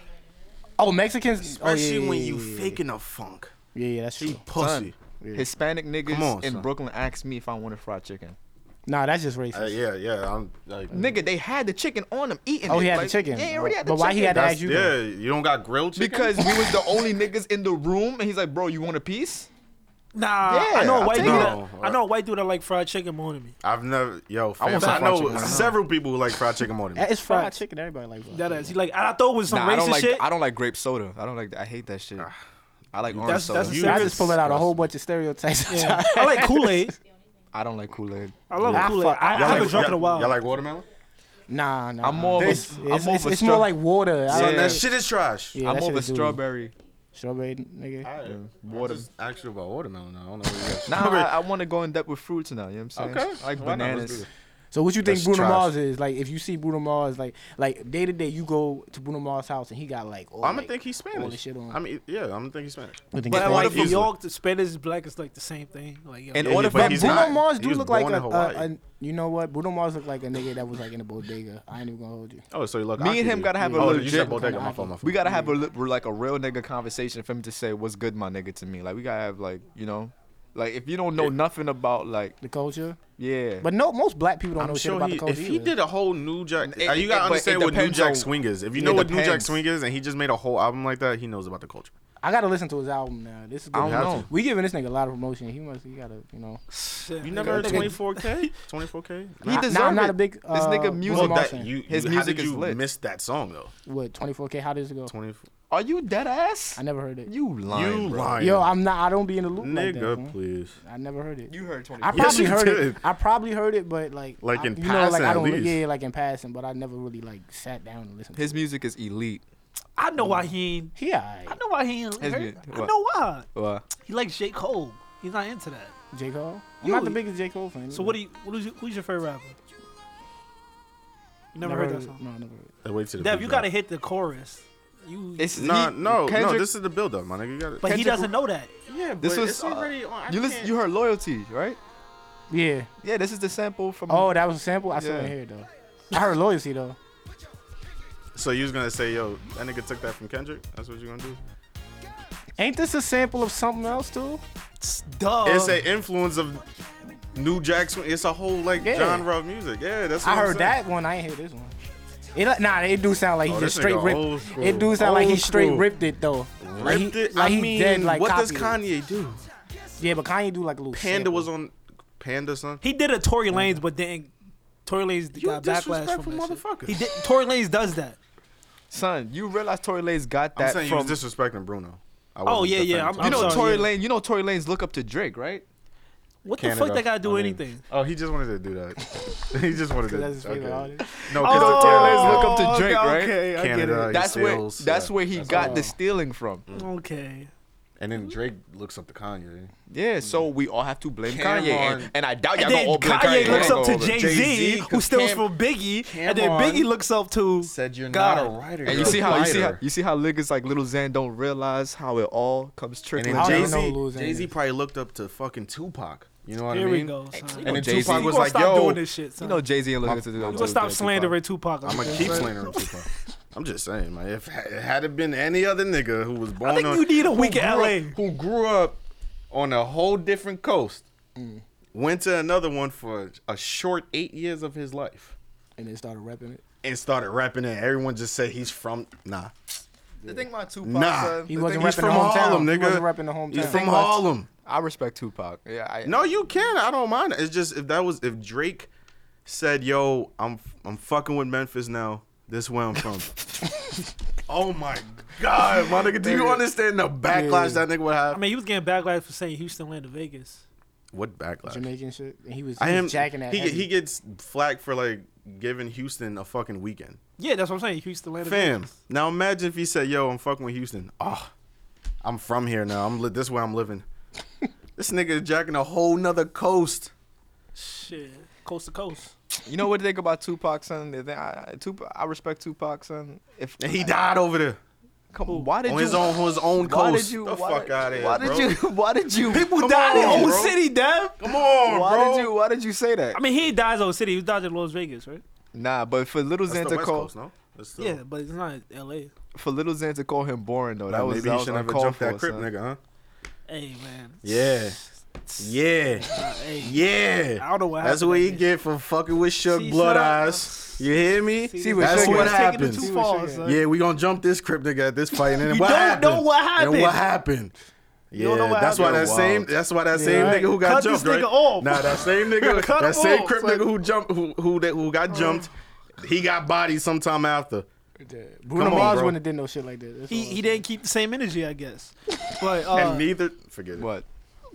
S3: Oh, Mexicans. Oh, yeah,
S1: Especially
S3: yeah,
S1: when
S3: yeah,
S1: you
S3: yeah,
S1: faking a funk.
S3: Yeah, yeah, that's
S1: You
S3: true.
S1: pussy.
S3: Yeah.
S2: Hispanic niggas
S1: Come on,
S2: in
S1: son.
S2: Brooklyn asked me if I wanted fried chicken.
S3: Nah, that's just racist.
S1: Uh, yeah, yeah. I'm like
S2: Nigga, they had the chicken on him eating.
S3: Oh, he
S2: it,
S3: had the
S2: like-
S3: chicken.
S2: Yeah, he already had the
S3: But why he
S2: chicken.
S3: had to
S1: That's-
S3: ask you
S1: yeah, you don't got grilled chicken.
S2: Because we was the only niggas in the room, and he's like, "Bro, you want a piece?"
S4: Nah, I
S2: Yeah,
S4: know a
S2: I'll
S4: white
S2: take
S4: dude.
S1: it.
S4: That,
S1: No.
S4: I know a white dude that like fried chicken more than me.
S1: I've never, yo, fam, I,
S2: want some fried
S1: know
S2: chicken right now.
S1: several people who like fried chicken more than me.
S3: It's fried chicken. Everybody likes fried
S4: That
S3: chicken.
S4: is. He like I thought it was some
S2: Nah,
S4: racist
S2: I don't like.
S4: shit.
S2: I don't like grape soda. I don't like. that. I hate that shit.
S3: Ah.
S2: I like orange
S4: That's-
S2: soda.
S4: that's-
S3: I just pulling out a whole bunch of stereotypes.
S2: *laughs*
S4: Yeah. I like Kool Aid.
S2: I don't like Kool Aid.
S4: I love
S3: Yeah.
S4: Kool Aid. I, I
S1: Y'all
S4: haven't
S1: like-
S4: drunk in
S1: y'all-
S4: a while.
S1: Y'all like watermelon?
S3: *laughs* Nah, nah.
S2: I'm more of a-
S3: It's,
S2: I'm
S3: it's,
S2: more of
S3: it's,
S2: a
S3: it's
S2: stra-
S3: more like water. I
S2: Yeah.
S3: don't
S1: That
S3: know.
S1: shit is trash.
S3: Yeah,
S2: I'm
S3: that
S2: more
S3: shit
S2: of a
S3: is doo-doo.
S2: strawberry.
S3: Strawberry, nigga.
S1: Water. Actually, about watermelon. though. I don't know. What you got. *laughs*
S2: Nah, I, I want to go in depth with fruits now. You know what I'm saying?
S1: Okay.
S2: I like
S1: Why not? Let's do
S2: bananas.
S1: it.
S3: So what you think
S1: That's
S3: Bruno
S1: trash.
S3: Mars is like? If you see Bruno Mars, like like day to day, you go to Bruno Mars' house and he got like. All,
S1: I'm gonna
S3: like,
S1: think he's
S3: All the
S1: Spanish.
S3: shit on.
S1: I mean, yeah, I'm gonna think he's Spanish.
S3: I think
S4: But
S3: it's
S4: I like
S3: like-
S4: New
S1: Easily.
S4: York, the Spanish and black is like the same thing. Like, yo,
S2: In
S1: Yeah,
S2: order
S1: yeah,
S2: for
S1: but
S3: But
S1: he's
S3: Bruno
S1: not-
S3: Mars
S1: he
S3: do
S1: was
S3: look like
S1: born
S3: a,
S1: in Hawaii.
S3: a, a. You know what? Bruno Mars look like a nigga that was like in a bodega. I ain't even gonna hold you.
S1: Oh, so you look.
S2: Me and him
S1: Aki.
S2: gotta have a
S1: Oh, you
S2: legit-
S1: said bodega. My fault. My fault.
S2: we gotta have a li- like a real nigga conversation for him to say what's good, my nigga, to me. Like we gotta have like you know, Like if you don't know nothing about like
S3: the culture.
S2: yeah,
S3: But no, most black people don't
S1: I'm
S3: know shit
S1: sure
S3: about
S1: he,
S3: the culture.
S1: if he
S3: either.
S1: did a whole New Jack,
S2: It-
S1: uh, you
S2: it-
S1: gotta
S2: but it
S1: understand what New
S2: depends
S1: Jack
S2: on-
S1: Swing is. If you
S2: it
S1: know what New Jack
S2: depends.
S1: Swing is, and he just made a whole album like that, he knows about the culture.
S3: I gotta listen to his album now. This is
S2: I
S3: good.
S2: don't
S1: have
S2: know.
S1: to.
S3: We giving this nigga a lot of promotion. He must. He gotta. You know.
S1: You never heard *laughs* 24K, 24K.
S2: He
S3: I-
S2: deserve
S3: nah, I'm not
S2: it.
S3: a big. Uh,
S2: nigga
S3: Bruno
S2: music-
S1: Well,
S2: Well,
S3: Mars
S1: that,
S3: fan.
S1: you,
S2: His
S1: you, how
S2: music
S1: did
S2: is
S1: you
S2: lit.
S1: miss that song though?
S3: What 24K? How does it go?
S1: 24.
S2: Are you dead ass?
S3: I never heard it.
S2: You lying?
S1: you
S2: bro.
S1: lying,
S3: Yo, I'm not. I don't be in the loop like that.
S1: nigga?
S3: man.
S1: please.
S3: I never heard it.
S2: You heard twenty. *laughs*
S3: I
S1: Yes,
S3: probably
S1: you
S3: heard
S1: did.
S3: it. I probably heard it, but like,
S1: Like
S3: I-
S1: in
S3: you know, like
S1: passing,
S3: I
S1: at
S3: don't,
S1: least.
S3: yeah, like in passing, but I never really like sat down and listened. to it.
S2: His music is elite.
S4: I know why he ain't.
S3: He alright.
S4: I know why he ain't.
S2: His
S4: Hurt.
S2: mu-
S4: I
S2: what?
S4: know why.
S2: Well,
S4: He likes J. Cole. He's not into that.
S3: J Cole. I'm
S4: You-
S3: not the biggest J Cole fan.
S4: So what do you? What is your, who's your favorite rapper? You never, heard that
S3: it.
S4: song.
S3: No, never heard.
S1: Hey, Wait till the
S4: Dev, you
S1: beat
S4: gotta
S1: drop.
S4: hit the chorus. You,
S2: it's
S1: Nah,
S2: he-
S1: no, no.
S2: Kendrick-
S1: This is the build up, my nigga. You got
S4: but
S1: it.
S2: Kendrick-
S4: he doesn't know that.
S1: Yeah,
S2: this was uh,
S1: on.
S2: you listen. You heard loyalty, right?
S3: It. Yeah.
S2: Yeah, this is the sample from.
S3: Oh, that was a sample. I still
S2: Yeah.
S3: didn't hear it though. I heard loyalty though.
S1: So you was gonna say, yo, that nigga took that from Kendrick. That's what you gonna do.
S3: Ain't this a sample of something else too?
S4: It's Duh.
S2: Uh,
S1: it's an influence of New Jack Swing. It's a whole like
S3: Yeah.
S1: genre of music. Yeah, that's. What
S3: I
S1: I'm
S3: heard
S1: saying.
S3: that one. I ain't hear this one. It like, nah, it do sound like he
S1: Oh,
S3: just
S1: this
S3: straight
S1: nigga old
S3: ripped.
S1: school.
S3: It do sound like he
S1: Old
S3: straight
S1: school.
S3: ripped it though. Like he-
S1: Ripped it.
S3: like
S1: I
S3: he
S1: mean,
S3: dead, like,
S1: what does
S3: copied
S1: Kanye do?
S3: Yeah, but Kanye do like a little.
S1: Panda
S3: sample.
S1: was on Panda son.
S4: he did a Tory Lanez, but then Tory Lanez
S1: You
S4: got backlash
S1: disrespectful
S4: from that shit.
S1: motherfucker.
S4: He did. Tory Lanez does that.
S2: Son, you realize Tory Lanez got
S1: I'm
S2: that
S1: saying
S2: from.
S1: you was disrespecting Bruno. I
S4: Oh,
S1: wasn't
S4: yeah, yeah,
S1: defending
S4: I'm
S2: you know
S4: sorry,
S2: Tory
S4: yeah.
S2: Lane. You know Tory Lane's look up to Drake, right?
S4: What
S1: Canada.
S4: the fuck? They gotta do
S1: I mean-
S4: anything.
S1: Oh, he just wanted to do that. *laughs* he just wanted to.
S3: That's his favorite
S1: okay.
S3: artist.
S1: No,
S4: Oh,
S1: because
S2: Tory
S1: Tory
S2: Lanez
S1: Lanez
S2: look up to Drake, right?
S1: Oh, I get Canada. it.
S2: That's
S1: steals,
S2: where. That's
S1: yeah.
S2: where he got
S3: all.
S2: the stealing from.
S4: Okay.
S1: And then Drake looks up to Kanye.
S2: Yeah, so we all have to blame
S1: Come
S2: Kanye, and,
S1: on.
S2: and I doubt y'all
S4: And
S2: gonna
S4: then
S2: all blame
S4: Kanye
S2: Kanye.
S4: looks up to
S1: over
S4: Jay
S1: Jay-Z,
S4: Z, who
S1: 'cause
S4: steals
S1: Cam-
S4: from Biggie, and then
S1: Cameron
S4: Biggie looks up to.
S1: Said you're
S4: not God. a
S1: writer.
S2: And you see how you see how you see how niggas like Little Xan don't realize how it all comes
S1: And
S2: trickling
S1: then
S3: I
S2: down.
S3: don't
S1: Jay
S3: know who
S1: Z,
S3: Lil Xan
S1: Jay Z
S3: is.
S1: probably looked up to fucking Tupac. You know what
S4: Here
S1: I
S4: we
S1: mean?
S4: go. Son.
S1: And then
S2: Jay-Z.
S1: Tupac
S2: You
S1: was
S4: gonna
S1: like,
S4: stop doing
S1: "Yo,
S4: this shit, son.
S2: You know Jay Z and Lil Xan to do
S4: You gonna stop slandering Tupac.
S1: I'm gonna
S4: okay?
S1: keep slandering Tupac." *laughs* I'm just saying, man. If it had it been any other nigga who was born,
S4: think
S1: on,
S4: you need a
S1: who
S4: week in
S1: grew up-
S4: LA.
S1: who grew up on a whole different coast,
S3: Mm.
S1: went to another one for a short eight years of his life,
S3: and then started rapping it.
S1: and started rapping, and everyone just said he's from nah.
S2: The thing about Tupac,
S1: Nah.
S2: son,
S3: He
S2: the
S3: wasn't
S2: thing-
S1: he's
S3: rapping the
S1: from
S3: hometown.
S1: Harlem,
S3: He
S1: nigga.
S3: wasn't rapping the hometown.
S1: He's from
S2: about-
S1: Harlem.
S2: I respect Tupac. Yeah, I,
S1: No, you can. I don't mind. It's just if that was if Drake said, "Yo, I'm I'm fucking with Memphis now. This where I'm from." *laughs* oh my god, my nigga! Do you understand the backlash that nigga would have?
S4: I mean, he was getting backlash for saying Houston land of Vegas.
S1: what backlash?
S3: Jamaican shit. And he was, he
S1: I am.
S3: was jacking that.
S1: he
S3: heavy.
S1: he gets flack for like giving Houston a fucking weekend.
S4: Yeah, that's what I'm saying. Houston land of
S1: Fam,
S4: Vegas.
S1: now imagine if he said, "Yo, I'm fucking with Houston. Oh, I'm from here now. I'm li- this where I'm
S3: *laughs*
S1: living." this nigga is jacking a whole nother coast.
S4: Shit. Coast to coast.
S2: you know what I think about Tupac, son? The thing- I, I- Tupac, I respect Tupac, son. If
S1: And he died over there.
S2: come on, why did
S1: on
S2: you?
S1: his own his own coast.
S2: why did you?
S1: the
S2: why
S1: fuck
S2: did-
S1: out of here,
S2: Why
S1: bro.
S2: did you? Why did you?
S4: People
S1: Come
S4: died in
S1: on,
S4: Old
S1: bro.
S4: City, Dev.
S1: Come on,
S2: Why
S1: bro.
S2: did you? Why did you say that?
S4: I mean, he dies in Old City. He was dodging Las Vegas, right?
S2: Nah, but for Little
S1: That's
S2: Xan
S1: the
S2: to
S1: West
S2: call
S1: Coast, no? That's the-
S4: Yeah, but it's not L.A.
S2: for Little Xan to call him boring though, that
S1: Nah,
S2: was
S1: maybe
S2: that
S1: he
S2: was
S1: shouldn't have
S2: uncalled
S1: jumped
S2: for.
S1: that crib,
S2: son.
S1: nigga, huh?
S4: Hey, man.
S1: Yeah. Yeah.
S4: Uh, hey.
S1: Yeah.
S4: I don't know what
S1: That's
S4: happened
S1: what he
S4: that day.
S1: get for fucking with Suge
S4: See,
S1: Blood
S4: son,
S1: Eyes.
S4: uh,
S1: You hear me?
S4: See,
S2: See what
S1: That's
S2: Suge
S1: what
S2: is
S4: taking it
S1: happened.
S4: too
S3: See what
S4: far,
S3: Suge
S4: son.
S1: Yeah, we gonna jump this crib nigga at this fight, and then
S4: *laughs* You
S1: what
S4: don't
S1: happened?
S4: know what happened.
S1: And what happened? Yeah,
S4: don't know what
S1: that's why
S4: happened.
S1: that same.
S2: Wild.
S1: That's why that same
S4: right.
S1: nigga who got
S4: Cut this
S1: jumped. right?
S4: nigga off.
S1: Nah, that same nigga.
S4: *laughs* Cut him
S1: that same
S4: off. Oh.
S1: crib nigga who jumped, who who that- who got jumped. He got bodied sometime after.
S3: Bruno
S1: Come on,
S3: Mars
S1: bro.
S3: wouldn't have did no shit like that. That's
S4: He,
S3: all I'm
S4: he
S3: saying.
S4: didn't keep the same energy, I guess. But uh,
S1: And neither forget it.
S2: What?
S4: *laughs*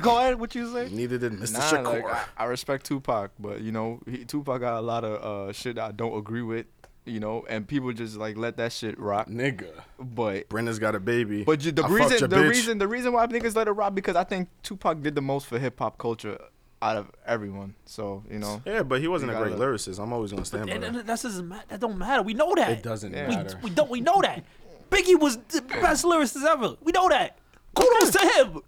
S4: go ahead, what you say?
S1: Neither did Mr.
S2: Nah,
S1: Shakur.
S2: like, I, I respect Tupac, but you know, he, Tupac got a lot of uh, shit I don't agree with, you know, and people just like let that shit rock.
S1: Nigga,
S2: But
S1: Brenda's got a baby.
S2: but you, the
S1: I fucked
S2: reason
S1: your
S2: the
S1: bitch.
S2: reason the reason why niggas let it rock because I think Tupac did the most for hip hop culture out of everyone. So you know,
S1: Yeah, but he wasn't
S2: You
S1: a great
S2: gotta-
S1: lyricist. I'm always gonna stand by
S4: And,
S1: that.
S4: and that's just, that don't matter. We know that.
S1: It doesn't
S2: Yeah.
S4: We,
S1: matter.
S4: we don't. We know that. Biggie was the best lyricist ever. We know that. Kudos to him.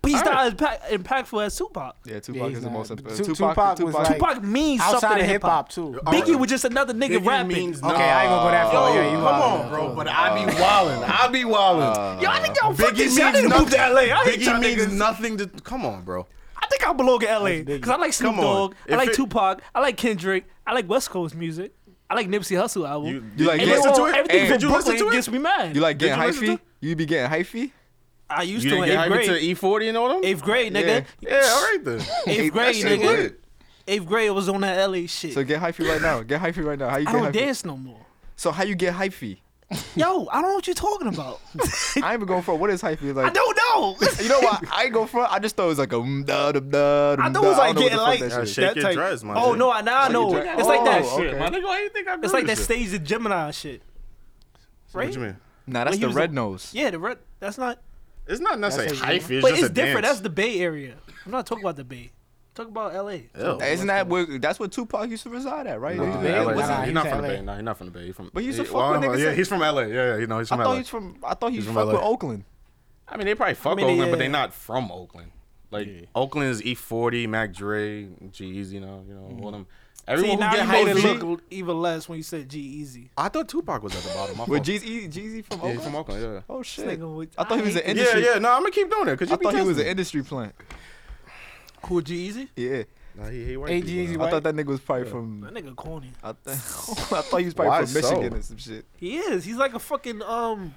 S4: But he's not as pa- impactful as Tupac.
S2: Yeah,
S3: Yeah,
S2: Tupac
S3: he's
S2: is the
S3: not.
S2: most.
S3: But
S2: Tupac,
S3: Tu-
S2: Tupac,
S3: Tupac was
S2: Tupac,
S3: like-
S4: Tupac means
S3: outside
S4: something
S3: of
S4: in
S3: hip hop too.
S4: Biggie was just another nigga
S1: Biggie
S4: rapping.
S1: means
S4: yo,
S1: no-
S3: Okay, I ain't gonna go that far.
S1: Yo,
S3: Yeah, you
S1: come
S3: wild,
S1: on, bro. But I be wildin'. I be wildin'.
S4: I think y'all fuck
S1: Biggie
S4: this shit. I need
S1: means
S4: to move to LA. I hate y'all
S1: Biggie means
S4: niggas.
S1: nothing to. Come on, bro.
S4: I think I belong in LA because I like Snoop
S1: Come on.
S4: Dogg, I
S1: If
S4: like
S1: it-
S4: Tupac, I like Kendrick, I like West Coast music, I like Nipsey Hussle album.
S1: You,
S2: You like
S4: and
S2: listen
S4: they
S2: to
S4: all-
S2: it?
S4: everything
S2: Hey,
S4: from
S1: did you listen
S4: Brooklyn
S1: to it?
S4: gets me mad.
S2: you like
S1: Did
S2: getting
S1: you listen
S2: hyphy? You be getting hyphy?
S4: I used
S1: You
S4: to
S1: didn't
S4: in
S1: get
S4: eighth
S1: hyped
S4: grade.
S1: to E E40 and all them?
S4: eighth grade, nigga.
S1: Yeah, all right
S4: *laughs*
S1: then.
S4: Eighth
S2: That
S4: grade,
S2: shit
S4: nigga.
S2: lit.
S4: Eighth grade was on that LA shit.
S2: So get hyphy right now. Get hyphy right now. How you
S4: I
S2: get
S4: don't
S2: hyphy?
S4: dance no more.
S2: So how you get hyphy?
S4: Yo, I don't know what you're
S1: *laughs*
S4: talking about.
S2: I ain't even going for it. what is hyphy like.
S4: *laughs* I don't know.
S2: You know what? I ain't go for it. I just thought it was like a mm, da da da.
S4: I
S2: dum,
S4: thought it was
S2: da. don't
S4: like
S2: know
S4: getting
S2: what
S4: like
S2: the fuck
S1: Now
S2: that shit.
S1: shake
S4: that
S1: your
S4: type.
S1: dress, my
S4: oh
S1: nigga.
S4: no, I- now I
S2: you
S4: know.
S2: dress-
S4: It's like that.
S2: Oh, okay.
S4: shit.
S6: My nigga, why you think I
S4: It's like that stage the Gemini shit. Right?
S1: What you mean?
S2: Nah, that's
S4: he
S2: the
S4: was a-
S2: red nose.
S4: Yeah, the red. That's not.
S1: It's not necessarily
S3: how you-
S1: hyphy. It's
S4: but
S1: just
S4: it's
S1: a
S4: different.
S1: Dance.
S4: That's the Bay Area. I'm not talking about the Bay. Talk about L.A.
S1: Ew.
S2: Isn't that where? That's where Tupac used to reside at, right?
S1: Nah,
S2: Like,
S3: Bay?
S1: LA.
S3: Nah,
S1: He's
S3: nah, he's
S1: not from
S3: LA.
S1: the Bay. No, he's not from the Bay. He's from.
S2: But he used to
S1: he-
S2: fuck
S1: well,
S2: with
S1: I don't know.
S2: niggas
S1: Yeah,
S2: in-
S1: he's from LA. Yeah, yeah, you know, he's
S2: I
S1: from
S2: thought
S1: LA.
S2: he's from. I thought he
S1: He's
S2: was
S1: from
S2: fuck
S1: LA.
S2: with Oakland.
S1: I mean, they probably fuck
S4: mean,
S1: Oakland, but
S4: yeah.
S1: they not from Oakland. Like Oakland is E40, Mac Dre, G's. You know, you know, all them. Everyone
S4: See,
S1: who
S4: now
S1: get
S4: you made
S1: hyphy.
S4: it look even less when you said G Easy.
S1: I thought Tupac was at the bottom. My
S2: With
S1: fault.
S2: Jeezy, Jeezy
S1: yeah,
S2: from Oakland.
S1: he's from Oakland. Yeah.
S2: Oh shit!
S4: nigga would-
S2: I thought he was
S4: I
S2: an
S4: hate
S1: Yeah,
S2: industry.
S1: yeah, no, I'm gonna keep doing it because
S2: I
S1: you be
S2: thought he was an
S1: testing.
S2: industry plant.
S4: Who G Easy?
S2: Yeah,
S1: Nah, he, he white
S3: Hey,
S1: people,
S3: Jeezy,
S1: man.
S2: I
S3: Right.
S2: thought that nigga was probably
S4: That
S2: from.
S4: nigga corny.
S2: I, th- *laughs* I thought he was probably
S1: Why
S2: from
S1: so?
S2: Michigan or some shit.
S4: He is. He's like a fucking um.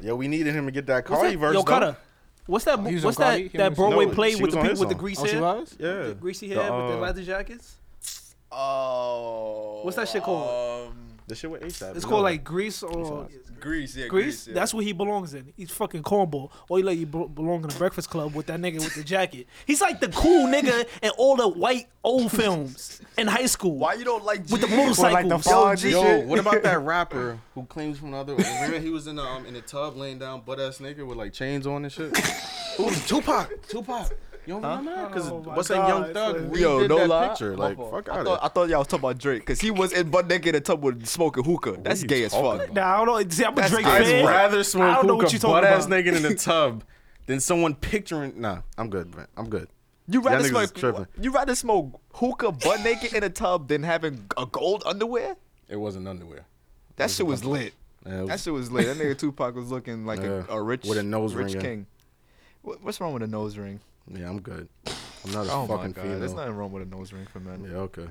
S1: Yo, we needed him to get that
S4: What's
S1: Cardi
S4: that?
S1: verse.
S4: Yo,
S1: though.
S4: Cutter. What's that?
S3: he was
S4: what's
S3: on Cardi?
S4: that?
S3: He
S4: That
S3: was-
S4: Broadway
S1: No,
S4: play
S1: she
S4: with
S1: was
S4: the
S1: on
S4: pe-
S1: his
S4: with the
S1: song.
S4: grease
S3: Oh, she
S4: hair,
S3: was.
S1: Yeah.
S4: the greasy hair with the
S1: uh,
S4: leather jackets.
S2: Oh.
S4: What's that shit called?
S2: Um,
S1: The shit with ASAP.
S4: It's called like Grease or
S2: Greece. Yeah,
S4: Grease. That's what he belongs in. He's fucking cornball. Or he let you bel- belong in the Breakfast Club with that nigga with the jacket. He's like the cool nigga in all the white old films in high school.
S2: Why you don't like
S4: With the
S2: Jeezy?
S4: motorcycles.
S2: Or
S4: Yo,
S2: Fonz
S1: Yo,
S2: shit?
S1: what about *laughs* that rapper who claims from another? Remember he was in the um, in the tub laying down butt ass naked with like chains on and *laughs* shit. Ooh, Tupac, Tupac. You don't remember that? Because
S4: Oh my
S1: what's that
S4: God,
S1: Young
S4: son.
S1: Thug?
S2: Yo,
S1: redid
S2: no
S1: that
S2: lie.
S1: Picture.
S2: My
S1: Like
S2: fault.
S1: fuck
S2: I
S1: out
S2: thought, I
S1: of
S2: thought y'all was talking about Drake because he was in butt naked in a tub with smoking hookah. That's
S1: you
S2: gay as
S1: talking
S2: fuck.
S1: about?
S4: Nah, I don't know. See, I'm a Drake
S2: gay.
S1: I'd
S4: fan.
S1: rather
S4: I
S1: smoke
S4: don't know what
S1: hookah
S4: you talking
S1: butt ass
S4: about.
S1: naked in the tub than someone picturing. Nah, I'm good, man. I'm good.
S2: You
S1: Y'all
S2: rather
S1: niggas is
S2: smoke?
S1: tripping.
S2: You rather smoke hookah butt naked in a tub than having a gold underwear?
S1: It wasn't underwear.
S2: That shit was lit.
S1: Yeah, it
S2: That
S1: was-
S2: shit was lit. That nigga Tupac was looking like a,
S1: Yeah,
S2: a rich
S1: with a nose ring,
S2: rich
S1: yeah.
S2: king. Wha- What's wrong with a nose ring?
S1: yeah, I'm good. I'm not a
S2: Oh my
S1: fucking
S2: god, there's
S1: female.
S2: nothing wrong with a nose ring for men.
S1: yeah, okay.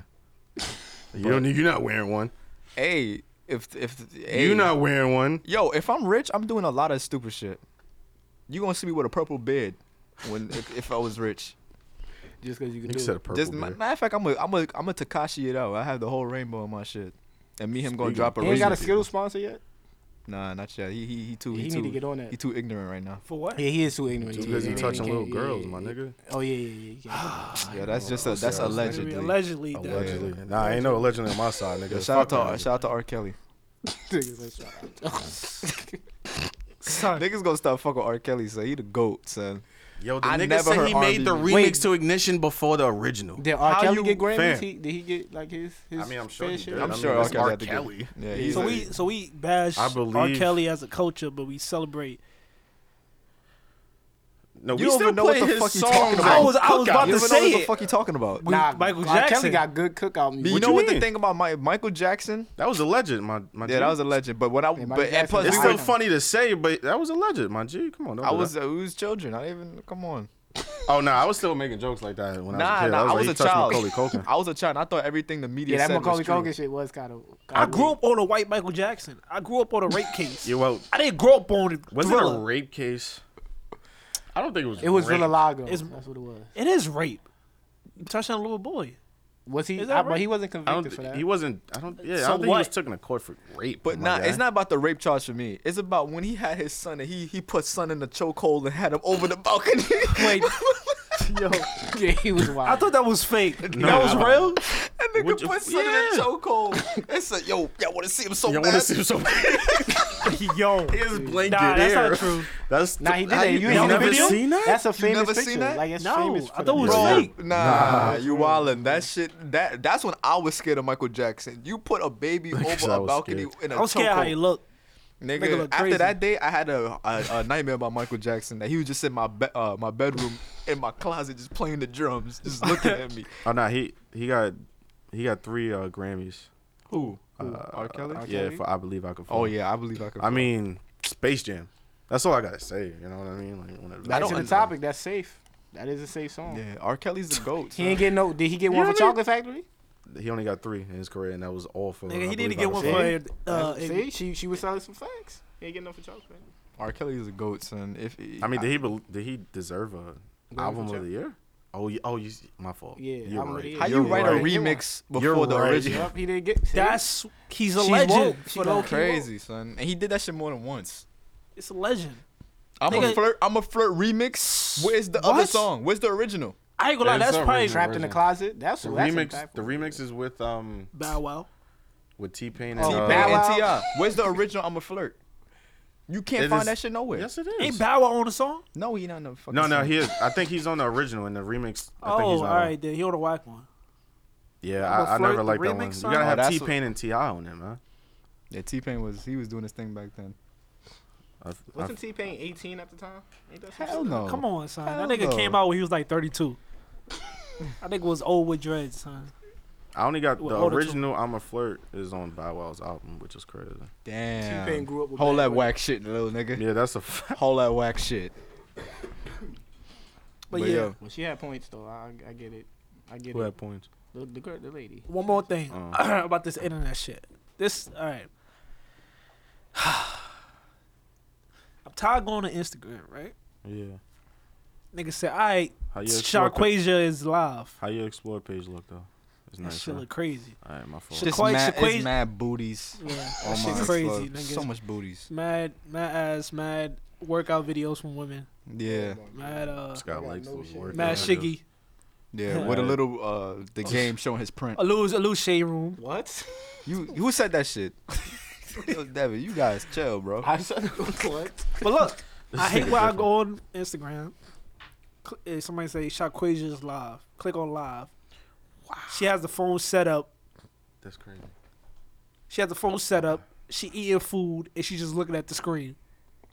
S1: you don't, you're not wearing one.
S2: Hey, if if hey,
S1: You're not wearing one.
S2: yo, if I'm rich, I'm doing a lot of stupid shit. You gonna see me with a purple beard when if, if I was rich.
S3: Just because you can
S1: You
S3: do
S1: said a
S3: it.
S1: purple
S2: Just ma-
S1: beard.
S2: matter of fact, I'm a I'm a I'm a Takashi it out. I have the whole rainbow in my shit. And me him gonna
S1: Speaking
S2: drop a
S3: He ain't got a
S2: remix.
S3: Skittle sponsor yet.
S2: Nah, not yet. He he he too he,
S3: He need
S2: too,
S3: to get on that.
S2: He too ignorant right now.
S4: For what?
S3: Yeah, he is too ignorant.
S1: Too
S3: Yeah,
S1: busy
S3: yeah,
S1: touching
S3: yeah,
S1: little
S3: yeah,
S1: girls,
S3: yeah,
S1: my
S3: yeah.
S1: nigga.
S3: Oh yeah, yeah, yeah. you
S1: *sighs*
S3: can't- *laughs*
S2: Yeah, that's just a, that's
S1: yeah, that's
S2: allegedly.
S4: Allegedly, that-
S1: Allegedly. Nah, ain't no allegedly on my side, nigga.
S2: Yo, shout
S1: Fuck
S2: out to
S1: that.
S2: shout out to R. Kelly.
S3: Niggas like, shout out.
S4: son.
S2: Niggas gonna stop fucking R. Kelly, son. He the goat, son.
S1: Yo, the
S2: I
S1: nigga
S2: never
S1: said he
S2: heard
S1: made the
S2: R&B.
S1: remix
S3: Wait.
S1: to Ignition before the original.
S3: Did R.
S2: How
S3: Kelly
S2: you-
S3: get Grammys?
S1: fam.
S3: He, did he get like his? his
S1: I mean, I'm sure
S3: fair
S1: he
S3: shit?
S1: did.
S2: I'm
S1: I mean,
S2: sure R.
S1: it's
S2: Kelly.
S1: R.
S2: had to get-
S1: Kelly.
S2: Yeah, he's
S4: So
S2: a-
S4: we so we bash
S1: I
S4: R.
S1: believe-
S4: Kelly as a culture, but we celebrate.
S1: No,
S2: You don't even know what the fuck you talking about.
S4: I was I was
S1: Cookout.
S4: about
S2: you don't
S4: to
S2: even know
S4: say
S2: what the
S4: it.
S2: fuck you talking about.
S4: We-
S3: Nah,
S4: Michael
S3: R. Kelly
S4: Jackson.
S3: got good cookout music.
S2: you
S1: what
S2: know
S1: you
S2: what the
S1: mean?
S2: thing about my, Michael Jackson?
S1: That was alleged, my my G.
S2: Yeah, that was a legend. But when I
S3: Yeah, Michael
S2: but and plus
S3: Jackson
S1: It's
S2: we
S3: was-
S1: still
S2: were,
S3: I-
S1: funny to say, but that was alleged, my G. Come on, don't
S2: I
S1: do
S2: was
S1: that.
S2: uh, we was children. I didn't even come on.
S1: Oh no, I was still making jokes like that when
S2: Nah,
S1: I was a kid.
S2: nah, I
S1: like,
S2: was
S1: he
S2: a
S1: touched
S2: child.
S1: Macaulay Culkin.
S2: *laughs* I was a child. and I thought everything the media
S3: yeah, that
S2: said
S3: Macaulay
S2: was true.
S3: Culkin shit was kind of.
S4: I grew up on a white Michael Jackson. I grew up on
S1: *laughs*
S4: a rape case.
S1: Yeah, well,
S4: I didn't grow up on it.
S1: was it a
S4: Thriller.
S1: rape case? I don't think it was.
S3: It was
S1: rape.
S3: Villalago.
S4: It's-
S3: That's what it was.
S4: It is rape. You touching a little boy.
S3: Was he?
S4: Is that
S3: I- But
S4: right?
S3: he wasn't
S1: I
S3: convicted for
S1: don't.
S3: that.
S1: He wasn't. I don't. Yeah, I
S4: So
S1: don't think he was
S4: what?
S1: taken to court for rape.
S2: But
S1: my
S2: nah,
S1: guy.
S2: it's not about the rape charge for me. It's about when he had his son and he he put son in the chokehold and had him over the balcony. *laughs*
S4: Wait,
S3: Yo, yeah, he was wild.
S4: I thought that was *laughs* fake.
S1: No,
S4: that was
S1: I-
S4: real.
S2: That nigga
S1: Would you-
S2: put son in
S1: Yeah.
S2: a chokehold. It's like, yo, y'all want to see him so
S1: Y'all
S2: bad.
S1: want to see
S2: *laughs*
S1: him so bad?
S4: *laughs* Yo,
S1: His blanket
S4: Nah, that's
S1: hair.
S4: not true.
S1: *laughs* That's
S3: Nah, he did
S1: How
S3: that.
S1: you-
S3: You,
S1: you
S4: know the
S1: never
S4: video?
S1: seen that?
S3: That's a
S2: You
S3: famous
S2: never
S3: picture.
S2: seen that?
S3: Like it's
S4: No,
S3: famous.
S4: I
S3: for
S4: thought it was
S3: that.
S2: Bro,
S4: fake.
S2: nah, you wildin'. That shit, that that's when I was scared of Michael Jackson. You put a baby over
S1: *laughs* Because I
S2: a
S1: was
S2: balcony
S1: scared.
S2: in a
S4: I was scared how he
S2: chokehold.
S4: looked. Nigga
S2: Nigga,
S4: look
S2: after
S4: crazy.
S2: that day, I had a, a, a nightmare about Michael Jackson that he was just in my be- uh, my bedroom in my closet just playing the drums, just looking at me.
S1: Oh no, he he got he got three uh, Grammys.
S2: Who?
S1: Uh,
S2: R. Kelly?
S1: Yeah, for I believe I could. Fly.
S2: Oh yeah, I believe I could.
S1: I mean, Space Jam. That's all I gotta say. You know what I mean? Like, when it-
S3: Back to the topic. That's safe. That is a safe song.
S2: yeah, R. Kelly's the goat.
S3: He ain't get no. Did he get one for Chocolate Factory?
S1: He only got three in his career, and that was all for.
S4: Nigga,
S1: I
S4: he need
S1: Believe
S4: to
S1: I
S4: get
S1: Could
S4: one
S1: Fly.
S4: for uh,
S3: See, she she was selling some facts. He ain't get no for Chocolate Factory.
S2: R. Kelly's a goat, son. If
S1: I mean, did he bel did he deserve a album
S3: for
S1: of the year? Oh, you, oh, you, my fault.
S3: Yeah,
S1: you're
S3: album of the
S1: right.
S3: year.
S2: how you
S1: You're
S2: write
S1: right.
S2: a remix before
S1: You're
S2: the
S1: right.
S2: original? *laughs*
S3: Yup, he didn't get. see?
S4: that's he's a
S3: She's
S4: legend.
S3: woke. She
S4: for the
S3: gone
S4: low-key woke.
S2: Crazy, son. And he did that shit more than once.
S4: It's a legend.
S2: I'm a
S4: Nigga-
S2: flirt. I'm a flirt remix. Where's the other
S4: What?
S2: song? Where's the original?
S4: I ain't gonna lie,
S1: It's
S4: that's
S1: a
S4: probably
S1: original.
S3: trapped in the
S1: Original.
S3: closet. That's
S1: The
S3: that's
S1: remix,
S3: impactful.
S1: the remix is with um
S4: Bow Wow.
S1: with T Pain and
S3: Oh,
S1: uh,
S3: Bow
S2: Bang
S3: Wow.
S2: and Ti. Where's the original? I'm a flirt. You can't
S1: It
S2: find
S1: is-
S2: that shit nowhere.
S1: Yes, it
S4: Ain't
S1: is.
S4: Bow Wow on the song?
S2: No, he not in the fucking.
S1: No, no,
S2: song.
S1: he is. I think he's on the original and the remix. I think he's
S4: Oh, all
S1: not on.
S4: right, then he on the whack one.
S1: Yeah,
S4: I'ma
S1: I, I
S4: flirt
S1: never
S4: the
S1: liked that
S4: remix
S1: one. You
S4: song.
S1: gotta
S2: Oh,
S1: have
S2: that's
S1: T
S2: what-
S1: Pain and Ti on him, huh?
S2: Yeah, T Pain was he was doing his thing back then.
S1: I, I,
S3: Wasn't T Pain 18 at the time? Ain't that some
S2: Hell
S3: shit?
S2: no.
S4: Come on, son. That
S2: Hell
S4: nigga
S2: no.
S4: came out when he was like 32. I think was old with dreads, son.
S1: I only got
S4: Well,
S1: the
S4: hold it to-
S1: original. I'm a flirt is on Bow Wow's album, which is crazy.
S2: Damn.
S3: T-Pain grew up with
S2: Hold
S3: Bad
S2: that
S3: Bunny.
S2: whack shit, little nigga.
S1: Yeah, that's a *laughs* fact.
S2: Hold that whack shit.
S4: But, yeah,
S2: yo,
S3: Well, she had points though. I, I get it. I get it.
S1: points?
S3: The, the girl, the lady.
S4: one more thing *clears throat* about this internet shit. This, all right. *sighs* I'm tired of going to Instagram, right?
S1: Yeah.
S4: Nigga said, all right,
S1: How you explore? Pa-
S4: Sharquasia is live.
S1: how your explore page look though? It's
S4: That
S1: nice.
S4: shit
S1: Huh?
S4: look crazy.
S1: All right, my fault.
S2: just
S4: Shaquay-
S2: mad,
S4: Shaquay-
S2: it's mad booties.
S4: Yeah, that
S2: on
S4: shit's
S2: Oh my
S4: crazy,
S2: floor.
S4: nigga.
S2: So much booties.
S4: Mad, mad ass, mad workout videos from women.
S2: Yeah,
S4: Mad, uh,
S1: Scott
S3: I
S1: likes
S3: know
S1: those
S3: shit.
S1: words.
S4: mad Shiggy.
S2: yeah. With a little uh, the game showing his print.
S4: A lose, a lose shade room.
S3: What? *laughs*
S2: You who said that shit? *laughs* Yo, Devin, you guys chill, bro.
S3: I said *laughs* what?
S4: But look, I
S2: *laughs*
S4: hate when I go on Instagram. cl- eh, Somebody say Shaquasia is live. Click on live. She has the phone set up.
S1: *laughs* That's crazy.
S4: She has the phone set up. She eating food and she just looking at the screen.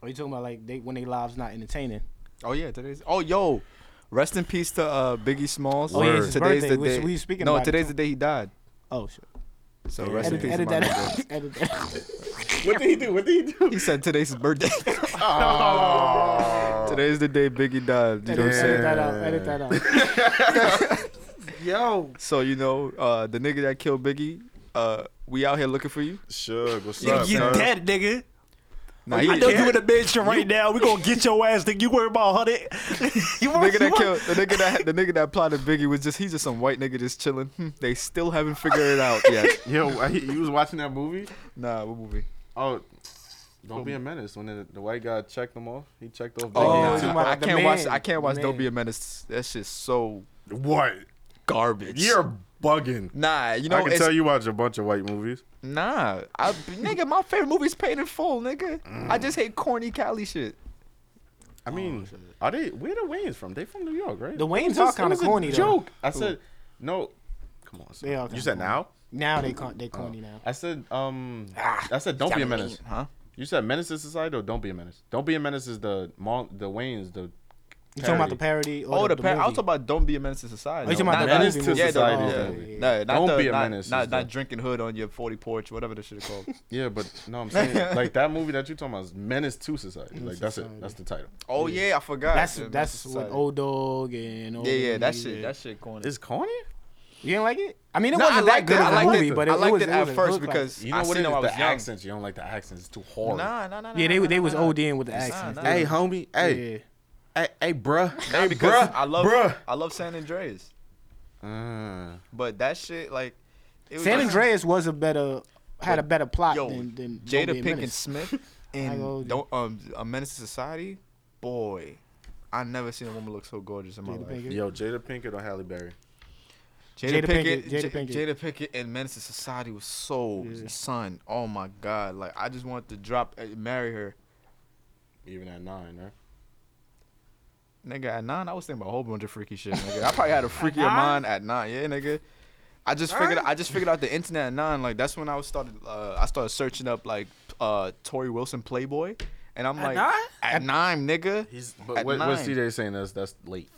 S3: Are you talking about like they when they lives not entertaining?
S2: Oh yeah, today's. Oh yo, rest in peace to uh, Biggie Smalls.
S1: Oh, yeah, his
S2: today's
S3: birthday,
S2: the
S3: which
S2: day.
S3: we speaking
S2: no,
S3: about it,
S2: today's
S3: too.
S2: the day he died.
S3: Oh shit.
S2: So rest
S3: Edit,
S2: in peace.
S3: edit
S2: to my
S3: that
S2: nigga.
S3: out. *laughs* edit that out.
S6: *laughs* What did he do? What did he do?
S2: He said today's
S1: *laughs*
S2: his birthday.
S1: Oh.
S4: Oh.
S2: today's the day Biggie died. You know what I'm
S3: Edit
S2: saying?
S3: that out. Edit that out.
S4: Yo,
S2: So you know, uh, the nigga that killed Biggie, uh, we out here looking for you.
S1: Shug, what's
S4: nigga,
S1: up?
S4: you
S1: cuz?
S4: dead, nigga.
S1: Oh,
S2: Nah,
S4: I know you in the mansion right now. We gonna get your ass, nigga. You worry about hundred. *laughs* you worry
S2: Nigga that
S4: about
S2: killed the nigga that the nigga that plotted Biggie was just he's just some white nigga just chilling. Hmm, they still haven't figured it out
S1: *laughs*
S2: yet.
S1: Yo, he, he was watching that movie.
S2: nah, what movie?
S1: Oh, don't be a menace. When the, the white guy checked them off, he checked off.
S3: Oh,
S1: Biggie.
S3: you
S2: nah,
S3: want
S2: I
S3: the
S2: can't watch.
S3: man,
S2: I can't watch.
S3: the
S2: Don't be a
S3: man.
S2: menace. That shit's so
S1: what?
S2: garbage.
S1: You're bugging.
S2: Nah, you know
S1: I can
S2: it's,
S1: tell you watch a bunch of white movies.
S2: nah. I, nigga, my favorite movie is Paid in Full. Nigga, I just hate corny Cali shit. Oh,
S1: I mean, are they? Where the Wayne's from? They from New York, right?
S3: The Wayne's
S1: It
S3: are
S1: was a- it
S3: kind of
S1: was a
S3: corny though.
S1: Joke. I said no. Come on,
S3: They all
S1: son.
S3: kinda
S1: you said
S3: corny.
S1: now.
S3: Now they con- they
S2: Oh.
S3: corny now.
S1: I said um. I said don't be a menace.
S2: Ah, Huh?
S1: You said menace to society or don't be a menace. Don't be a menace is the Mon- the Wayne's the.
S3: You talking about the parody? Or
S2: Oh, the,
S3: the
S2: par- I was
S3: movie?
S2: talking about Don't Be a Menace to Society.
S3: Oh, you talking
S2: Not
S3: about the
S2: that-
S3: Menace to
S2: yeah,
S3: Society
S2: The,
S3: is
S2: yeah,
S3: the movie.
S2: No, not
S1: Don't
S2: the,
S1: Be a
S2: not,
S1: Menace is
S2: Not, not
S1: the-
S2: drinking hood on your forty porch, whatever the shit is called.
S1: Yeah, but no, I'm
S3: *laughs*
S1: saying like that movie that you're talking about is menace to society. Like that's it. That's the title.
S2: oh yeah, I forgot.
S3: That's
S2: Yeah, Menace
S3: that's
S2: to
S3: what
S2: Society.
S3: old dog and old
S2: Yeah, yeah, that
S3: Nigga.
S2: shit, that shit corny.
S1: It's corny.
S3: You didn't like it? I mean, it
S2: No, I
S3: wasn't that
S2: liked
S3: good
S2: it.
S3: of
S2: I
S3: a
S2: liked
S3: movie,
S2: it.
S3: but
S2: I
S3: it,
S2: liked
S3: was
S2: it
S3: it
S2: at
S3: was a
S2: first
S3: hood classic.
S2: because
S1: You know
S2: I
S1: what
S2: seen
S1: it
S2: it
S1: is?
S2: when I was
S1: The
S2: young.
S1: accents. You don't like the accents. It's too hard.
S2: Nah, nah, nah, nah.
S3: yeah, they
S2: nah,
S3: they
S2: nah,
S3: was
S2: nah.
S3: OD in with the
S2: Nah,
S3: accents.
S2: nah.
S3: They-
S2: Hey,
S1: homie.
S3: yeah.
S1: Hey, hey, bruh. Hey,
S2: Because I love, I love San Andreas,
S1: bruh.
S2: but that shit like. It was
S3: San
S2: just-
S3: Andreas was a better had a better plot
S2: Yo,
S3: than than Don't Be
S2: Jada
S3: a
S2: Pinkett
S3: Menace.
S2: Smith
S3: *laughs* I
S2: in
S3: go-
S2: Don't um A Menace to Society, boy, I never seen a woman look so gorgeous in my
S3: Jada
S2: life.
S3: Pinkett.
S1: Yo, Jada Pinkett or Halle Berry?
S2: Jada, Pinkett,
S3: Jada Pinkett,
S2: J-
S3: Jada Pinkett.
S2: Jada Pinkett and Menace to Society was so
S3: Yeah.
S2: son. Oh my god, like I just wanted to drop uh, marry her.
S1: Even at nine, right?
S2: Nigga, at nine, I was thinking about a whole bunch of freaky shit, nigga. I probably had a freakier mind at nine, yeah, nigga. I just figured I just figured out the internet at nine. Like that's when I was started. Uh, I started searching up like uh, Tori Wilson Playboy, and I'm
S4: At
S2: like
S4: nine?
S2: at nine, nigga.
S1: He's
S2: At
S1: but what, what
S2: nine.
S1: CJ saying is that's late.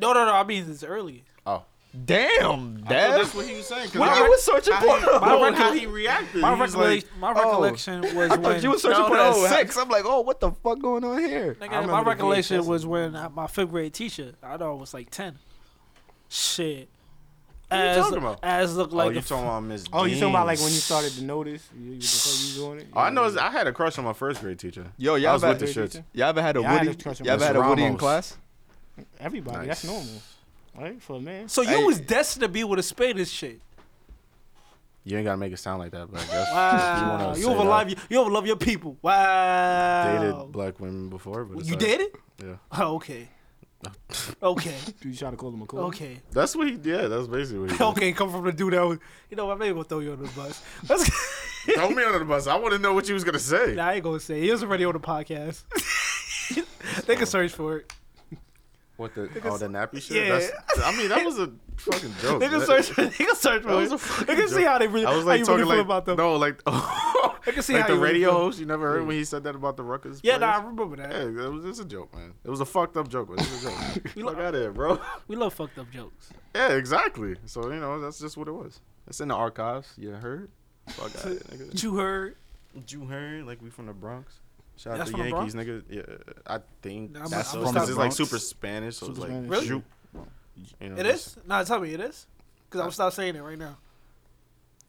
S4: No, no, no. I mean, it's *laughs* early.
S1: Oh,
S2: Damn,
S1: that's
S2: Dev.
S1: what he was saying.
S2: When you was searching *laughs* porn,
S4: my
S1: no,
S4: recollection-
S1: how he reacted.
S4: My
S1: He was like,
S4: recollection, my *laughs* recollection was
S2: I
S4: when
S2: thought you was searching
S1: No,
S2: porn
S1: no,
S2: at
S1: I-
S2: six. I'm like, oh, what the fuck going on here?
S4: Nigga,
S2: I remember
S4: my
S2: the
S4: recollection
S2: VHS.
S4: was when I, my fifth grade teacher, I know I was like ten. Shit.
S1: are you
S4: As
S1: talking about?
S4: as looked
S1: oh,
S4: like
S1: you
S4: a
S1: talking about Miss?
S3: Oh, you talking about like when you
S1: Deans.
S3: started to notice? You, what the fuck you doing it?
S1: All I know is I had a crush on my first grade teacher.
S2: Yo,
S1: I
S2: y'all
S1: was
S2: ever,
S1: with the shits.
S2: y'all ever had a
S3: Yeah, I had
S2: Woody?
S3: a crush on
S2: Y'all ever
S1: Mr.
S2: had a Woody in
S1: Ramos.
S2: class?
S3: everybody. That's
S1: Nice.
S3: normal, right? For a man.
S4: So you
S2: Hey.
S4: was destined to be with a spade and
S1: *laughs*
S4: shit.
S1: You ain't gotta make it sound like that, but *laughs* I guess
S4: Wow.
S1: wanna
S4: Ah, You,
S1: say
S4: overlove you you overlove your people. Wow.
S1: dated black women before, but it's
S4: you
S1: like,
S4: did it?
S1: Yeah,
S4: Oh, okay.
S1: *laughs*
S4: okay.
S3: You try to call him a cool.
S4: Okay.
S1: that's what he. Yeah, that's basically
S4: *laughs*
S1: what he. did.
S4: Okay, come from the dude that was, you know, what, I ain't gonna throw you on the bus. Let's- *laughs*
S1: Throw me under the bus. I want to know what you was gonna say.
S4: nah, I ain't gonna say. He was already on the podcast. *laughs* they can search for it.
S1: What the? Oh, the nappy shit.
S4: Yeah.
S1: That's, I mean, that was a *laughs* fucking joke.
S4: They can
S1: That-
S4: search. They can search
S1: That
S4: for
S1: was
S4: it.
S1: a fucking
S4: They can see
S1: joke.
S4: how they really.
S1: I was
S4: how
S1: like
S4: you
S1: talking
S4: really
S1: like
S4: feel about them.
S1: no, like *laughs*
S4: I can see
S1: like
S4: how
S1: the
S4: you really
S1: radio
S4: feel.
S1: host. You never heard when he said that about the Ruckus.
S4: Yeah, nah,
S1: players?
S4: I remember that.
S1: Yeah, it was just a joke, man. It was a fucked up joke. But it *laughs* was a joke.
S4: You
S1: Look
S4: lo-
S1: at it, bro. *laughs*
S4: We love fucked up jokes.
S1: Yeah, exactly. So you know, that's just what it was. It's in the archives. You heard? Fuck outta here, *laughs* nigga.
S4: You heard?
S1: You heard? Like we from the Bronx. Shout out
S4: That's
S1: to
S4: from the
S1: Yankees, nigga. Yeah, I think
S4: Nah, I'm-
S1: that's
S4: I'm
S1: from.
S4: from
S1: This is
S4: the
S1: like
S4: Bronx.
S1: super Spanish, so it's
S3: Super
S1: like
S3: Spanish.
S4: Really?
S1: Ju- you know,
S4: It
S1: just-
S4: is? Nah, tell me it is. Because I'm gonna stop saying it right now.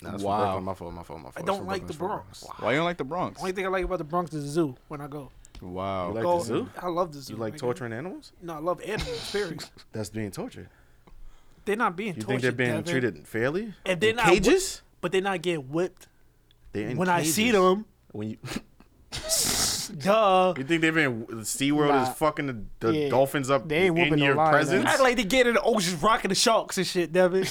S1: Nah, it's from
S2: Wow.
S1: Brooklyn. My fault. My fault. My fault.
S4: I
S1: It's
S4: don't
S1: from Brooklyn,
S4: like the
S1: it's from
S4: Bronx.
S2: Why you don't like the Bronx?
S4: Only thing I like about the Bronx is the zoo when I go.
S2: Wow.
S1: You like
S4: go
S1: the zoo?
S4: I love the zoo.
S1: You like
S4: nigga.
S1: torturing animals?
S4: No, I love animals. Period.
S1: *laughs* That's being tortured.
S4: they're not being
S1: You
S4: tortured.
S1: think they're being
S4: Devin.
S1: treated fairly?
S4: If they're
S1: In
S4: not
S1: cages?
S4: But they're not getting whipped.
S1: They're in
S4: when I see
S1: cages.
S4: them,
S1: When you *laughs*
S4: duh.
S1: you think they've been SeaWorld
S3: Nah.
S1: is fucking the, the
S3: Yeah.
S1: dolphins up
S3: They ain't
S1: in
S3: whooping no
S1: your
S3: lion,
S1: presence?
S3: though.
S4: Act like they get in the ocean rocking the sharks and
S1: *laughs*
S4: shit, Devin.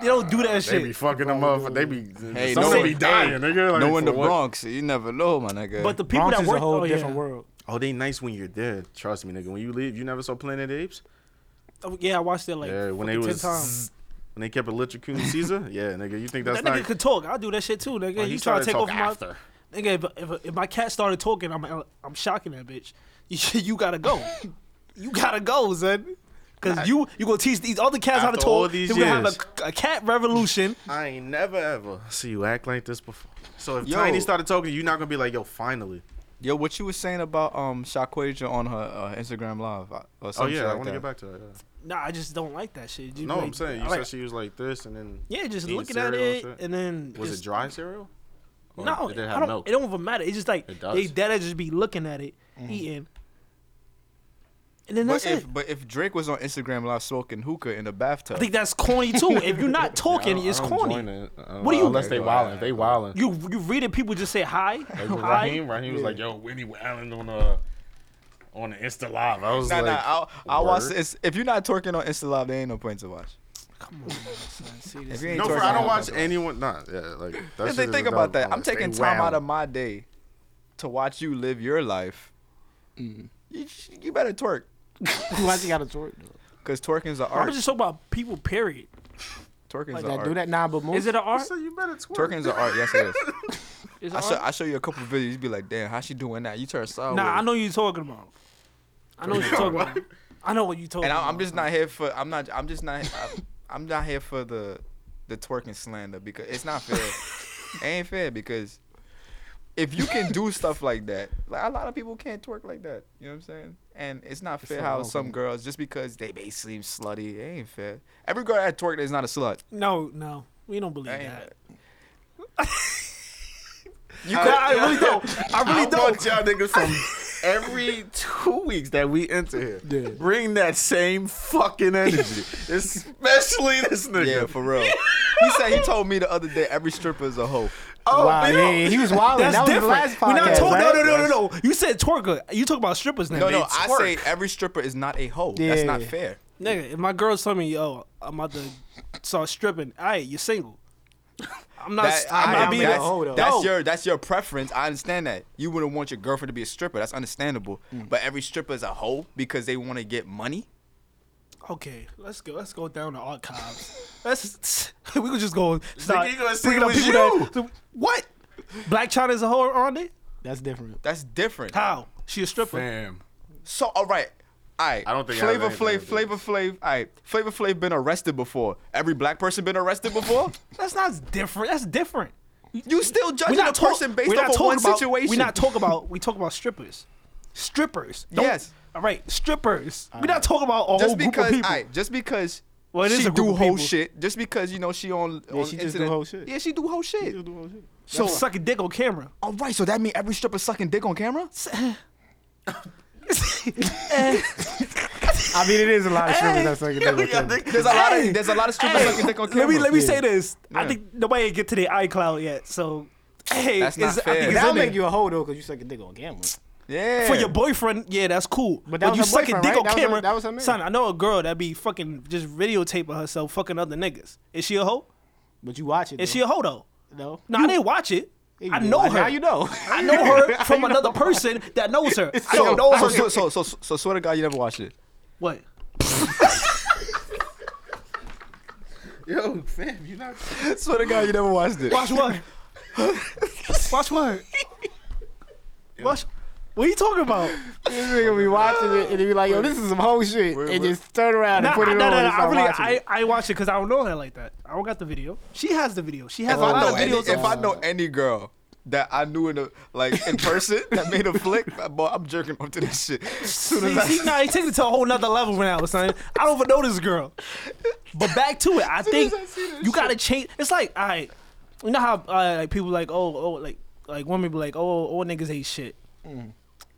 S4: they don't do that
S1: Ah, They be
S4: shit.
S1: fucking them up. They be
S2: Hey,
S1: some of
S2: no
S1: them be
S2: one-
S1: dying. nigga. Like,
S2: no in
S1: for
S2: the
S1: what?
S2: Bronx, you never know, my nigga.
S4: But the people
S3: Bronx
S4: that
S3: is
S4: work
S3: a whole
S4: oh,
S3: different
S4: yeah.
S3: world.
S1: Oh, they nice when you're there. Trust me, nigga. When you leave, you never saw Planet of the Apes.
S4: Oh, yeah, I watched it like
S1: yeah, when they
S4: fucking
S1: was
S4: ten times.
S1: when they kept electrocuting
S4: *laughs*
S1: Caesar. Yeah, nigga. You think that's
S4: that nigga
S1: not?
S4: could talk. I'll do that shit too, nigga.
S1: Oh,
S4: you
S1: he
S4: trying
S1: started
S4: to take
S1: talk
S4: over my
S1: after.
S4: nigga? If, if, if my cat started talking, I'm I'm shocking that bitch. You, *laughs* you gotta go. you gotta go, son. Cause you you gonna teach these other cats how to
S1: After all
S4: talk.
S1: these
S4: then we gonna
S1: years.
S4: have a, a cat revolution.
S1: I ain't never ever see you act like this before. So if
S2: Yo.
S1: Tiny started talking, you're not gonna be like, yo, finally.
S2: Yo, what you was saying about um Shaquaja on her uh, Instagram live? uh, Or
S1: Oh
S2: some shit
S1: yeah, I
S2: like
S1: want to
S2: that.
S1: get back to that. yeah.
S4: Nah, I just don't like that shit. You
S1: No,
S4: like-
S1: I'm saying you
S4: I like-
S1: said she was like this, and then
S4: yeah, just
S1: eating
S4: looking at
S1: cereal and
S4: it
S1: shit.
S4: and then
S1: was it
S4: just-
S1: dry cereal? Or
S4: No,
S1: did it
S4: I
S1: have
S4: don't.
S1: milk?
S4: It don't even matter. It's just like
S1: It does. Mm.
S4: they that just be looking at it, eating, and then
S2: But
S4: that's
S2: if
S4: it.
S2: but if Drake was on Instagram live smoking hookah in the bathtub,
S4: I think that's corny too. if
S1: *laughs*
S4: you're not talking, it's corny. What
S1: What
S4: do you-
S1: Unless they wildin', if they wildin'.
S4: *laughs* You you read it, people just say hi,
S1: Like with
S4: hi. *laughs*
S1: Raheem, Raheem was like, "Yo, Winnie Allen on uh on the Insta Live." I was
S2: Nah,
S1: like,
S2: nah. I'll, I'll watch
S1: word?
S2: this. If you're not twerking on Insta live, there ain't no point to watch.
S4: Come on, son, see
S2: If
S4: this
S2: you
S4: nigga.
S2: ain't
S1: "No,
S2: twerking,
S1: for I don't
S2: ain't
S1: watch
S2: no point
S1: anyone." Nah, yeah, like
S2: to watch.
S1: that
S2: If they
S1: shit is
S2: think
S1: dumb.
S2: about that, I'm
S1: like, they
S2: taking time out of
S1: wildin'.
S2: my day to watch you live your life. You, you better twerk,
S3: Why you got to twerk though?
S2: cause twerking's an
S4: I
S2: art.
S4: was just talking about people. Period.
S2: Twerking's
S3: Like
S2: an
S3: that
S2: art.
S3: do that nah, but most
S4: Is it an art?
S1: So you better twerk.
S2: Twerking's an art. Yes, it is.
S4: *laughs* Is it
S2: I
S4: an
S2: show
S4: art?
S2: I show you a couple videos. You be like, damn, how she doing that? You turn sideways.
S4: Nah, I know you're talking about. I know what you're talking about. I know what you're talking
S2: And I,
S4: about.
S2: I'm just not here for. I'm not. I'm just not. I'm, I'm not here for the the twerking slander because it's not
S4: *laughs*
S2: fair. it ain't fair because if you can do stuff like that, like a lot of people can't twerk like that. You know what I'm saying? And it's not fair
S3: not
S2: how
S3: wrong,
S2: some
S3: man.
S2: girls just because they basically slutty, it ain't fair. Every girl that twerk is not a slut.
S4: No, no, we don't believe
S2: That ain't
S4: that.
S2: You
S4: I,
S2: could-
S4: I really don't. I really
S1: I
S4: don't.
S1: want y'all niggas
S4: *laughs*
S1: from every two weeks that we enter here.
S3: Yeah.
S1: Bring that same fucking
S4: *laughs*
S1: energy, especially this nigga.
S2: Yeah, for real. he said he told me the other day every stripper is a hoe.
S1: oh,
S3: wow,
S1: we
S3: yeah,
S1: don't-
S3: yeah, he was wild.
S4: That's
S3: that was
S4: different.
S3: the last podcast.
S4: We're not talking.
S3: right?
S4: No, no, no, no, no. You said twerker. You talk about strippers now.
S2: No, no,
S4: They
S2: I
S4: twerk.
S2: say every stripper is not a hoe. That's not
S3: Yeah.
S2: fair.
S4: Nigga, if my girls tell me, yo, I'm about to start stripping, all right, you're single. I'm not.
S2: That,
S4: I'm
S2: I-
S4: not
S3: am-
S4: being
S2: that's,
S4: a
S3: hoe, though.
S2: that's
S4: No.
S2: your that's your preference. I understand that. You wouldn't want your girlfriend
S1: Mm.
S2: to be a stripper. That's understandable. But every stripper is a hoe because they want to get money.
S4: Okay, let's go. Let's go down to archives. Let's *laughs* we could just go and start
S1: Nigga, you gonna say
S4: bringing
S1: it
S4: up
S1: was
S4: people
S1: you.
S4: that so- what? Black China is a whore on it?
S3: That's different.
S2: That's different.
S4: How? She a stripper.
S1: Fam.
S2: So all right. All right.
S1: I don't think it has
S2: Flavor
S1: anything
S2: Flav,
S1: to do
S2: Flavor Flav. All right. Flavor Flav been arrested before. Every black person been arrested before.
S4: That's not different. That's different.
S2: you still judging a
S4: talk-
S2: person based
S4: we're not
S2: off of
S4: talking
S2: one
S4: about,
S2: situation.
S4: We not talk about we talk about strippers. Strippers. Don't-
S2: Yes.
S4: All right, strippers. we not talking about a whole
S2: just
S4: group of
S2: because.
S4: people.
S2: All right. Just because.
S4: Well, it is
S2: she
S4: a group
S2: do
S4: of
S2: whole
S4: people.
S2: shit. Just because you know she on. on
S3: she just do
S2: internet-
S3: whole shit.
S2: Yeah, she do whole shit.
S4: so suck a dick on
S2: *laughs*
S4: camera.
S2: All right. So that mean every stripper sucking dick on camera? *laughs*
S3: I mean, it is a lot of shit that's like
S2: There's a lot
S4: Hey.
S2: of there's a lot of strippers
S4: Hey,
S2: sucking dick on camera.
S4: Let me let me
S3: Yeah.
S4: say this. I
S2: Yeah.
S4: think nobody get to their iCloud yet. So hey,
S2: That's
S4: it's-
S2: not
S4: I think
S2: fair.
S4: it's
S3: That'll
S4: in there.
S3: make you a hoe though, cause you suck a dick on camera.
S2: yeah.
S4: for your boyfriend, yeah, that's cool.
S3: But
S4: But
S3: that
S4: when you
S3: was her
S4: suck a
S3: boyfriend,
S4: dick
S3: right?
S4: on
S3: That was her-
S4: camera,
S3: that was her man.
S4: son, I know a girl that be fucking just videotaping herself fucking other niggas. Is she a hoe?
S3: But you watch it.
S4: Is
S3: though.
S4: she a hoe though?
S3: No.
S4: No, I didn't watch it.
S3: You
S4: I
S3: do.
S4: know her.
S3: Now you *laughs* know.
S4: I know her from another person that knows her. I
S2: So,
S4: don't know her.
S2: so, so, so, so, so swear to God, you never watched it.
S4: what?
S6: Yo, fam, you not.
S2: swear to God, you never watched it.
S4: Watch what? Watch what? Watch. What are you talking about?
S3: This nigga be watching it and he be like, "Yo, this is some whole shit," and just turn around
S4: Nah,
S3: and put
S4: I,
S3: it
S4: nah,
S3: on.
S4: nah,
S3: and
S4: nah,
S3: start
S4: I really,
S3: watching
S4: I,
S3: it.
S4: I watch it because I don't know her like that. I don't got the video. She has the video. She has
S2: If
S4: a
S2: I
S4: lot
S2: know
S4: of
S2: any,
S4: videos.
S2: if I know any girl that I knew in a like in person that made a flick, boy, I'm jerking off to this shit. Soon as I,
S4: See, see, nah, he takes it to a whole nother level now, son. I don't even know this girl. But back to it, I think
S2: I see this
S4: you gotta change. It's like, all right, you know how uh, like people like, oh, oh, like like women be like, oh, old niggas ain't shit.
S2: Mm.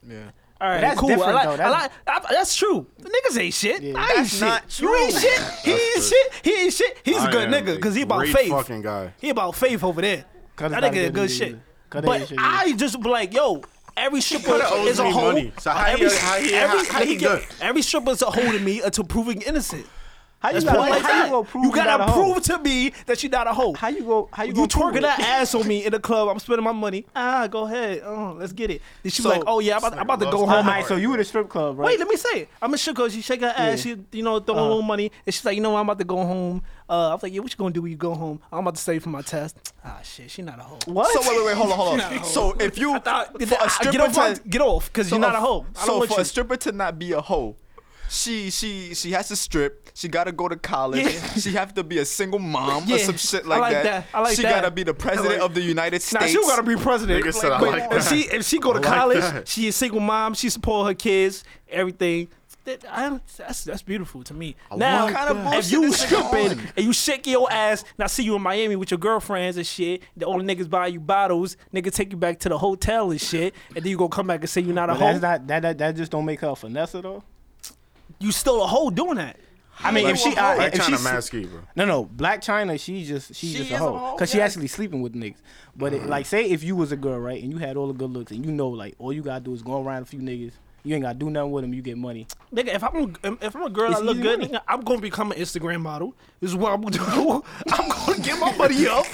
S2: yeah.
S4: All right,
S3: that's
S4: cool. I
S3: different,
S4: like,
S3: though.
S4: I
S3: That's-
S4: like, I, that's true. The niggas ain't shit. I ain't
S2: That's
S4: shit.
S2: not
S4: You
S2: true.
S4: ain't shit. He ain't
S1: That's
S4: shit. He ain't shit. He's a
S1: I am
S4: good nigga because he about
S1: great
S4: faith.
S1: fucking guy.
S4: He about faith over there.
S3: Cut
S4: that
S3: us out
S4: nigga a
S3: of
S4: good
S3: this
S4: shit.
S3: either. Cut that
S4: But
S3: shit either.
S4: I just be like, yo, every stripper
S1: Coulda owes
S4: is a
S1: me
S4: whole.
S1: money. So how
S4: every,
S1: he- how he-
S4: every,
S1: how- how he
S4: nigga-
S1: good?
S4: every stripper's a hoe to me until proven innocent.
S3: How you
S4: That's
S3: gotta-
S4: plain like
S3: how you
S4: that.
S3: gonna prove
S4: You
S3: you're not
S4: gotta
S3: a hoe?
S4: prove to me that you're not a hoe.
S3: How you go? How you,
S4: You
S3: gonna prove
S4: twerking
S3: it?
S4: that ass on me in the club. I'm spending my money. Ah, go ahead. Oh, let's get it. Then she be
S2: So-
S4: like, oh yeah, I'm about, I'm about to go
S1: loves
S4: home.
S3: All right, so you in a strip club, right?
S4: Wait, let me say it. I'm in shook her. She shake her ass.
S3: Yeah.
S4: She, you know, throw a
S2: Uh-huh.
S4: little money, and she's like, you know, what? I'm about to go home. Uh, I was like, yeah, what you gonna do when you go home? I'm about to save for my test. Ah, shit, she not a hoe.
S3: What?
S2: So wait, wait, wait, hold on, hold on. So if you
S4: Thought-
S2: for a stripper
S4: get off, my-
S2: to,
S4: get off, because
S2: so
S4: you're not a
S2: f-
S4: hoe. I don't
S2: so
S4: want
S2: for
S4: you.
S2: a stripper to not be a hoe. She she she has to strip. She gotta go to college.
S4: Yeah.
S2: She have to be a single mom
S4: Yeah.
S2: or some shit
S4: I
S2: like,
S4: like that. I like
S2: she
S4: that.
S2: gotta be the president of the United
S4: Nah,
S2: States.
S4: she gotta be president.
S1: Nigga said I
S4: but
S1: like
S4: if
S1: that.
S4: she if she go to
S1: I like
S4: college,
S1: that.
S4: she a single mom. She support her kids, everything. That- I- that's that's beautiful to me.
S1: like
S4: now,
S1: What kind of
S2: that.
S4: if you
S2: bullshit is going
S4: stripping and you shake your ass, and I see you in Miami with your girlfriends and shit, the only niggas buy you bottles, nigga take you back to the hotel and shit, and then you gonna come back and say you're not a
S3: But that's
S4: hoe.
S3: not that, that. That just don't make her a finesse though.
S4: You still a hoe doing that.
S3: I mean, if she,
S1: Black
S3: I, if
S1: China
S3: she's,
S1: mask keeper.
S3: no, no, Black China, she just, she, just a hoe, cause she actually sleeping with niggas. But it, like, say if you was a girl, right, and you had all the good looks, and you know, like, all you gotta do is go around a few niggas. You ain't gotta do nothing with them. You get money.
S4: Nigga, if I'm a, if I'm a girl
S3: It's
S4: that look
S3: easy
S4: good,
S3: money.
S4: nigga, I'm gonna become an Instagram model. This is what I'm gonna do. *laughs* I'm gonna get my money up.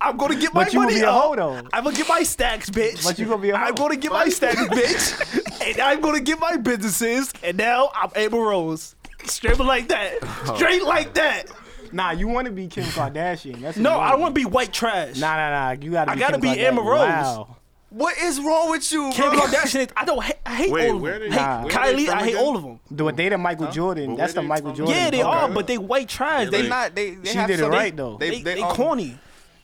S4: I'm gonna get my
S3: But you gonna
S4: money
S3: be a
S4: up.
S3: hoe, though.
S4: I'm gonna get my stacks, bitch.
S3: But you gonna be a
S4: I'm
S3: hoe.
S4: gonna get my stacks, bitch. *laughs* and I'm gonna get my businesses. And now I'm Amber Rose. Straight like that. Straight like that.
S3: Nah, you want to be Kim Kardashian?
S4: *laughs*
S3: That's what
S4: No,
S3: you
S4: I
S3: wanna
S4: don't want to be white trash.
S3: Nah, nah, nah. You gotta.
S4: I
S3: be
S4: gotta
S3: Kim
S4: be
S3: Kardashian.
S4: Amber Rose.
S3: Wow.
S2: What is wrong with you,
S4: Kim
S2: bro?
S4: Kardashian. is- I don't. ha- I hate
S1: Wait,
S4: all of
S1: where
S4: them.
S1: they-
S4: Hate
S3: where
S1: they
S4: Kylie.
S1: from
S4: I hate
S1: again?
S4: all of them.
S3: Do they the Michael Jordan?
S1: But
S3: That's the
S1: where they
S3: Michael
S1: from?
S3: Jordan.
S4: Yeah, they
S1: Okay.
S4: are, but they white trash.
S1: They like-
S4: They
S2: not. They, they
S3: She
S2: have
S3: did it
S2: some-
S3: right, though.
S2: They,
S4: they,
S2: they,
S4: they
S2: um,
S4: corny.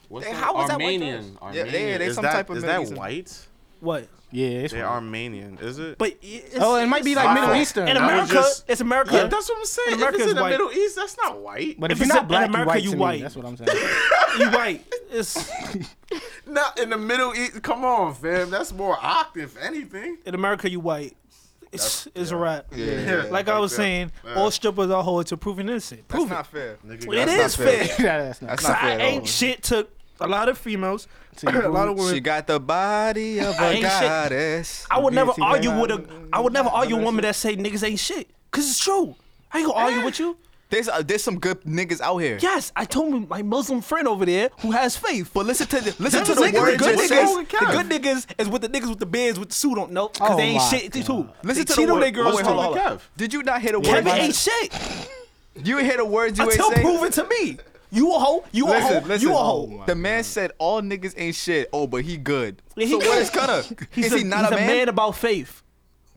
S1: What's
S2: They-
S1: that?
S2: how was that white
S1: Armenian.
S2: trash? Yeah, they-
S1: Armenian.
S2: they
S1: Is
S2: some
S1: that-
S2: type of
S1: Is
S2: Middle
S1: that
S2: Eastern.
S1: white?
S4: What?
S3: Yeah, it's
S1: They Armenian, is it?
S4: But it's,
S3: Oh, it might be like
S1: My
S3: Middle
S1: fault.
S3: Eastern.
S4: in
S1: I was
S4: America,
S1: just-
S4: it's America.
S1: yeah, that's what I'm saying. If
S4: America
S1: it's
S4: is
S1: in the
S4: white.
S1: Middle East, that's not white.
S3: But if,
S4: If
S3: you're
S4: it's
S3: not
S4: in
S3: black,
S4: America,
S3: you
S4: you
S3: white. to me. That's
S4: white.
S3: what I'm saying. *laughs*
S4: you right. It's
S1: Not in the Middle East. Come on, fam. That's more octave, anything.
S4: in America, you white. It's it's a wrap.
S1: Yeah.
S4: Like I was
S1: that.
S4: saying,
S1: Yeah.
S4: all strippers are whole to proven innocent.
S2: That's
S4: Prove
S2: not fair.
S1: Nigga,
S4: it. It
S1: that's not
S4: is
S2: not
S4: fair.
S2: fair.
S3: Yeah, that's not.
S2: That's
S4: So
S2: not fair.
S4: I
S2: at all.
S4: ain't shit to a lot of females,
S3: To
S4: *clears throat* a
S3: you.
S4: lot of
S2: She
S4: women.
S2: got the body of
S4: I
S2: a
S4: ain't shit.
S2: goddess.
S4: I would
S3: Yeah,
S4: never
S3: see,
S4: argue
S3: right
S4: with
S3: now,
S4: a. I would never argue a woman that say niggas ain't shit, cause it's true. I ain't gonna argue with you.
S2: There's uh, there's some good niggas out here.
S4: Yes, I told my Muslim friend over there who has faith.
S2: But listen to the listen to
S4: Them
S2: the
S4: niggas,
S2: words.
S4: good
S2: you
S4: niggas,
S2: said.
S4: the good niggas is with the niggas with the beards with the suit on. Nope, because
S3: Oh
S4: they ain't
S3: my
S4: shit too.
S3: God.
S4: too.
S2: Listen
S4: they
S2: to the
S4: cheat on
S2: word-
S4: their girls
S2: wait,
S4: too.
S2: hold on, hold on.
S1: Kev.
S2: Did you not hear the
S4: Kevin
S2: word?
S4: ain't shit.
S2: You hear the words you ain't
S4: Until
S2: say?
S4: proven to me. You a hoe, you a hoe,
S2: Listen, listen.
S4: you a hoe.
S2: The man said all niggas ain't shit. Oh, but he good.
S4: Yeah, he
S2: so what
S4: good.
S2: is Gunna?
S4: *laughs* He's,
S2: is
S4: a,
S2: he not
S4: he's
S2: a man?
S4: about faith.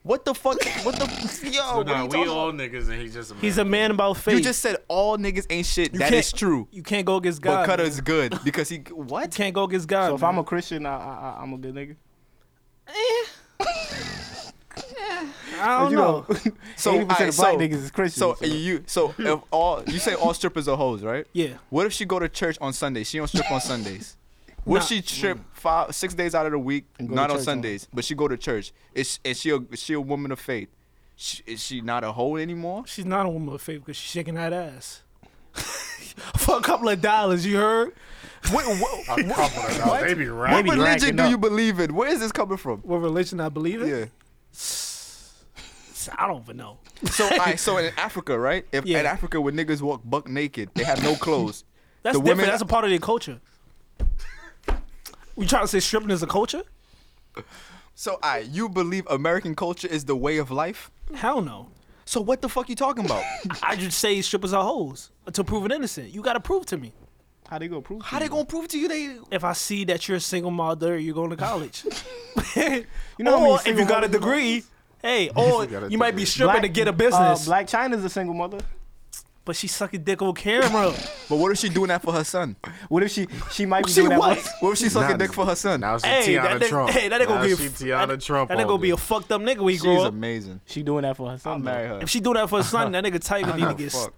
S2: What the fuck? What
S4: *laughs*
S2: the yo? what are you
S1: we
S2: talking
S1: all
S2: about?
S1: niggas and he's just a man.
S4: He's a man about faith.
S2: You just said all niggas ain't shit.
S4: You
S2: that
S4: can't-
S2: is true.
S4: You can't go against
S2: But
S4: God.
S2: Cutter
S4: man.
S2: is good because he
S4: You
S2: what?
S4: can't go against God.
S3: So if
S4: man.
S3: I'm a Christian, I, I, I- I'm a good nigga.
S4: I don't
S3: you
S4: know.
S3: *laughs*
S2: So
S3: Eighty percent
S2: alright,
S3: of black
S2: so-
S3: niggas is Christians.
S2: So you so
S1: Hmm.
S2: if all you say all strippers are hoes, right?
S4: Yeah.
S2: What if she go to church on Sundays? She don't strip on Sundays. What if she strip five six days out of the week,
S3: And go to
S2: not on
S3: church on-
S2: Sundays, but she go to church? Is is she a is she a woman of faith? She, is she not a hoe anymore?
S4: She's not a woman of faith because she's shaking that *laughs* ass. For a couple of dollars, you heard?
S2: What
S1: *laughs*
S2: what,
S1: a couple of dollars. They be
S2: what
S1: right.
S2: religion
S3: racking
S2: do
S3: up.
S2: you believe in? Where is this coming from?
S4: What religion I believe in?
S2: Yeah.
S4: I don't even know.
S2: So *laughs* I so in Africa, right? If
S4: Yeah.
S2: in Africa when niggas walk buck naked, they have no clothes.
S4: That's
S2: The
S4: different.
S2: women-
S4: That's a part of their culture. You trying to say stripping is a culture?
S2: So I you believe American culture is the way of life?
S4: Hell no.
S2: So what the fuck you talking about?
S4: *laughs* I just say strippers are hoes until proven innocent. You got to prove to me.
S3: how they gonna prove?
S2: How they gonna prove to you they
S4: If I see that you're a single mother, you're going
S2: *laughs*
S4: to college. *laughs* you
S3: know how many
S4: or if
S3: single
S4: you got a
S3: mothers
S4: degree, hey, or
S1: got a
S4: you might be
S1: degree.
S4: stripping to get a business,
S3: Uh, Black China's a single mother.
S4: but she sucking dick
S2: *laughs*
S4: on camera.
S2: But what if she doing that for her son?
S3: What if she she might be
S4: She
S3: doing that?
S4: what?
S3: once-
S2: What if she sucking
S1: Nah,
S2: dick for her son?
S1: Now she
S4: hey,
S1: Tiana
S4: that nigga,
S1: Trump.
S4: hey, that nigga
S1: Now
S4: gonna be
S1: she
S4: a,
S1: Tiana
S4: that,
S1: Trump.
S4: That nigga
S1: all
S4: gonna be
S1: day.
S4: a fucked up nigga when he
S2: She's
S4: grow up.
S2: amazing.
S3: She doing that for her son.
S2: I'll marry her.
S4: If she do that for her
S1: *laughs*
S4: son, that nigga Tiger need to get. s-
S2: fuck.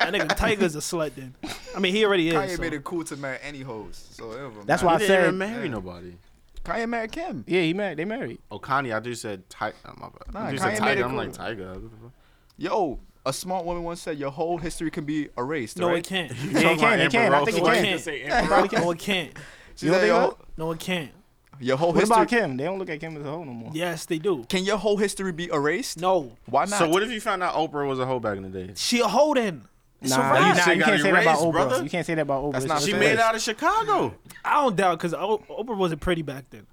S4: That nigga Tiger's a slut. Then, I mean, he already is.
S2: Kanye
S4: so.
S2: made it cool to marry any hoes. So it don't
S3: That's
S2: matter.
S3: why
S1: He
S3: I
S1: didn't
S3: said.
S1: even marry nobody.
S2: Kanye married Kim.
S3: Yeah, he married. They married.
S1: Oh, Kanye, I do said Tiger. Oh, my bad.
S2: Nah,
S1: I do
S2: Kanye
S1: said
S2: made it
S1: Tiger. I'm like
S2: cool.
S1: Tiger.
S2: Yo, a smart woman once said your whole history can be erased.
S4: No,
S2: right?
S3: *laughs*
S4: it can't.
S3: Yeah, they can. They can. I think
S4: Ross.
S3: they
S4: Why
S3: can.
S4: can't.
S3: Probably can.
S4: No, it can't.
S2: She
S3: You don't
S2: said, your,
S3: think
S2: whole-
S4: No, it can't.
S2: your whole
S3: What
S2: history.
S3: about Kim? They don't look at Kim as a hoe no more.
S4: Yes, they do.
S2: Can your whole history be erased?
S4: No,
S2: Why not?
S1: So what if you found out Oprah was a hoe back in the day?
S4: she a holding. It's a
S3: Nah,
S4: wrap.
S3: you,
S1: That
S3: nah,
S1: shit
S3: you
S1: got
S3: can't say that about
S1: erased,
S3: Oprah.
S1: brother.
S3: You can't say that about Oprah.
S2: That's
S3: It's
S2: not
S3: just
S1: She
S2: fair.
S3: like-
S1: made out of Chicago.
S4: I don't doubt because Oprah wasn't pretty back then.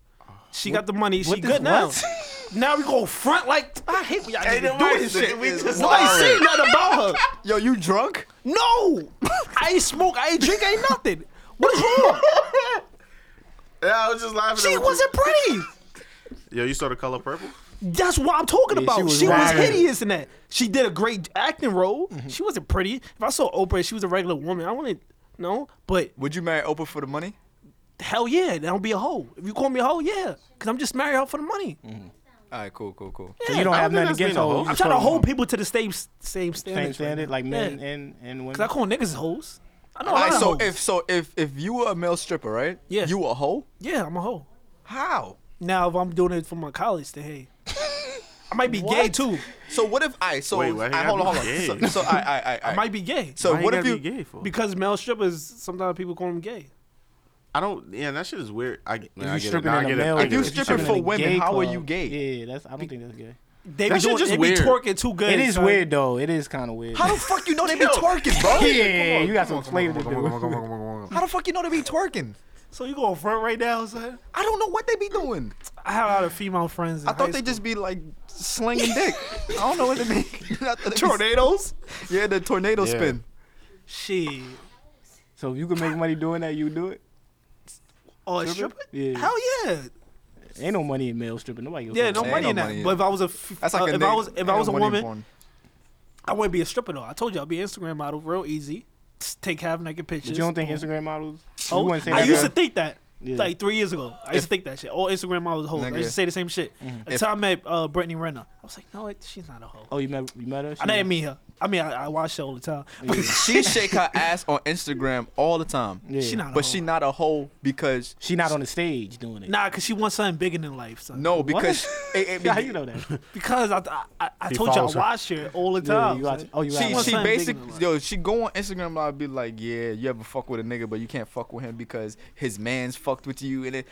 S4: She got the money. She
S3: what
S4: good
S3: this-
S4: now.
S3: what? *laughs*
S4: Now we go front like I hate when y'all niggas do this shit.
S1: We just
S4: Nobody seen nothing about her.
S2: Yo, you drunk?
S4: No, I ain't smoke. I ain't drink. I ain't nothing. What is wrong?
S1: Yeah, I was just laughing. at
S4: She
S1: what you-
S4: wasn't pretty.
S1: Yo, you saw the color purple?
S4: That's what I'm talking about. She
S3: she
S4: was,
S3: was wild.
S4: hideous in that. She did a great acting role. She wasn't pretty. If I saw Oprah, and she was a regular woman. I wouldn't. No, but
S2: Would you marry Oprah for the money?
S4: hell yeah, that don't be a hoe. If you call me a hoe, yeah, because I'm just married out for the money.
S2: All right, cool, cool, cool.
S3: So you don't have
S1: think
S3: nothing
S1: that's being
S3: against
S1: a hoe.
S3: hoes.
S4: I'm trying to hold people to the same same standard.
S3: Same standard, like men and and
S4: Cause I
S3: women.
S4: call niggas hoes. I know.
S2: All
S4: a lot
S2: right,
S4: of
S2: so
S4: hoes.
S2: if so if if you were a male stripper, right?
S4: Yeah.
S2: You a hoe?
S4: yeah, I'm a hoe.
S2: How?
S4: Now if I'm doing it for my college, then hey, I might be gay too.
S2: So what if I so
S1: Wait, why he
S2: I
S1: gotta
S2: hold on, hold
S1: be
S2: on.
S1: gay?
S2: So, so I I I, I
S4: I might be gay.
S2: so
S1: Why
S2: what
S1: you
S2: if
S1: gotta
S2: you
S1: be gay for?
S4: because male strippers, sometimes people call them gay.
S1: I don't. Yeah, that shit is weird. I, man, I
S3: you
S1: get it.
S3: stripping
S1: Nah, I
S3: in
S1: get
S3: a
S1: it.
S3: male,
S1: I
S2: If you
S1: get it.
S2: strip stripping
S1: I get *laughs*
S2: for
S1: it.
S3: in a
S2: women,
S3: gay
S2: how are you
S3: club.
S2: gay?
S3: Yeah, that's. I don't think that's gay.
S4: They
S1: That
S4: be
S1: shit
S4: doing,
S1: just
S4: they
S1: weird.
S4: be twerking too good.
S3: It is
S4: son.
S3: weird though. It is kind of weird.
S2: How the fuck you know they be twerking, bro?
S3: yeah, you got some flavor to
S1: Come on, come
S3: do.
S1: on, come on, come on, come on.
S2: How the fuck you know they be twerking?
S4: So you going front right now, son?
S2: I don't know what they be doing.
S4: I have a lot of female friends. In
S2: I thought they just be *laughs* like slinging dick. I don't know what they *laughs* mean.
S4: tornadoes.
S2: Yeah, the tornado
S1: Yeah.
S2: spin.
S4: Shit.
S3: So if you can make money doing that, you do it.
S4: Oh, stripper?
S3: Yeah.
S4: Hell yeah.
S3: Ain't no money in male stripping. Nobody. Goes
S4: Yeah, no
S2: Ain't
S4: money
S2: no
S4: in that.
S2: money in
S4: But
S2: it.
S4: if I was a, f-
S2: That's like
S4: uh,
S2: a
S4: if
S2: nigga.
S4: I was if I
S2: ain't
S4: was a
S2: no money
S4: woman,
S2: born.
S4: I wouldn't be a stripper though. I told you I'd be an Instagram model, real easy. Just take half naked pictures.
S3: But you don't think Instagram models?
S4: Oh,
S3: you wouldn't say
S4: I
S3: that
S4: used to
S3: girl-
S4: think that.
S3: Yeah.
S4: Like three years ago, I used to think that shit. All Instagram models hoes. I
S2: Nigga.
S4: used to say the same shit.
S2: If-
S4: Until I met uh, Brittany Renner, I was like, no, it, she's not a hoe.
S3: Oh, you met you met her.
S4: I didn't meet her. I mean, I, I watch her all the time. *laughs*
S2: *laughs*
S4: But
S2: She shake her ass on Instagram all the time.
S3: Yeah.
S4: she not. A
S2: But
S4: hoe.
S2: she not a hoe because
S3: She not on the stage doing it.
S4: Nah, cause she wants something bigger than life. Son.
S2: no because it, *laughs* it,
S3: How you know that?
S4: because I I, I, I
S1: He
S4: told you I
S1: follows her.
S4: watch her all the
S3: Yeah,
S4: time.
S3: you got
S4: son.
S3: oh, you
S2: She
S4: want
S3: got
S2: she
S4: something bigger
S2: basic
S4: than life.
S2: yo she go on Instagram live be like yeah you ever fuck with a nigga but you can't fuck with him because his man's fucked with you and it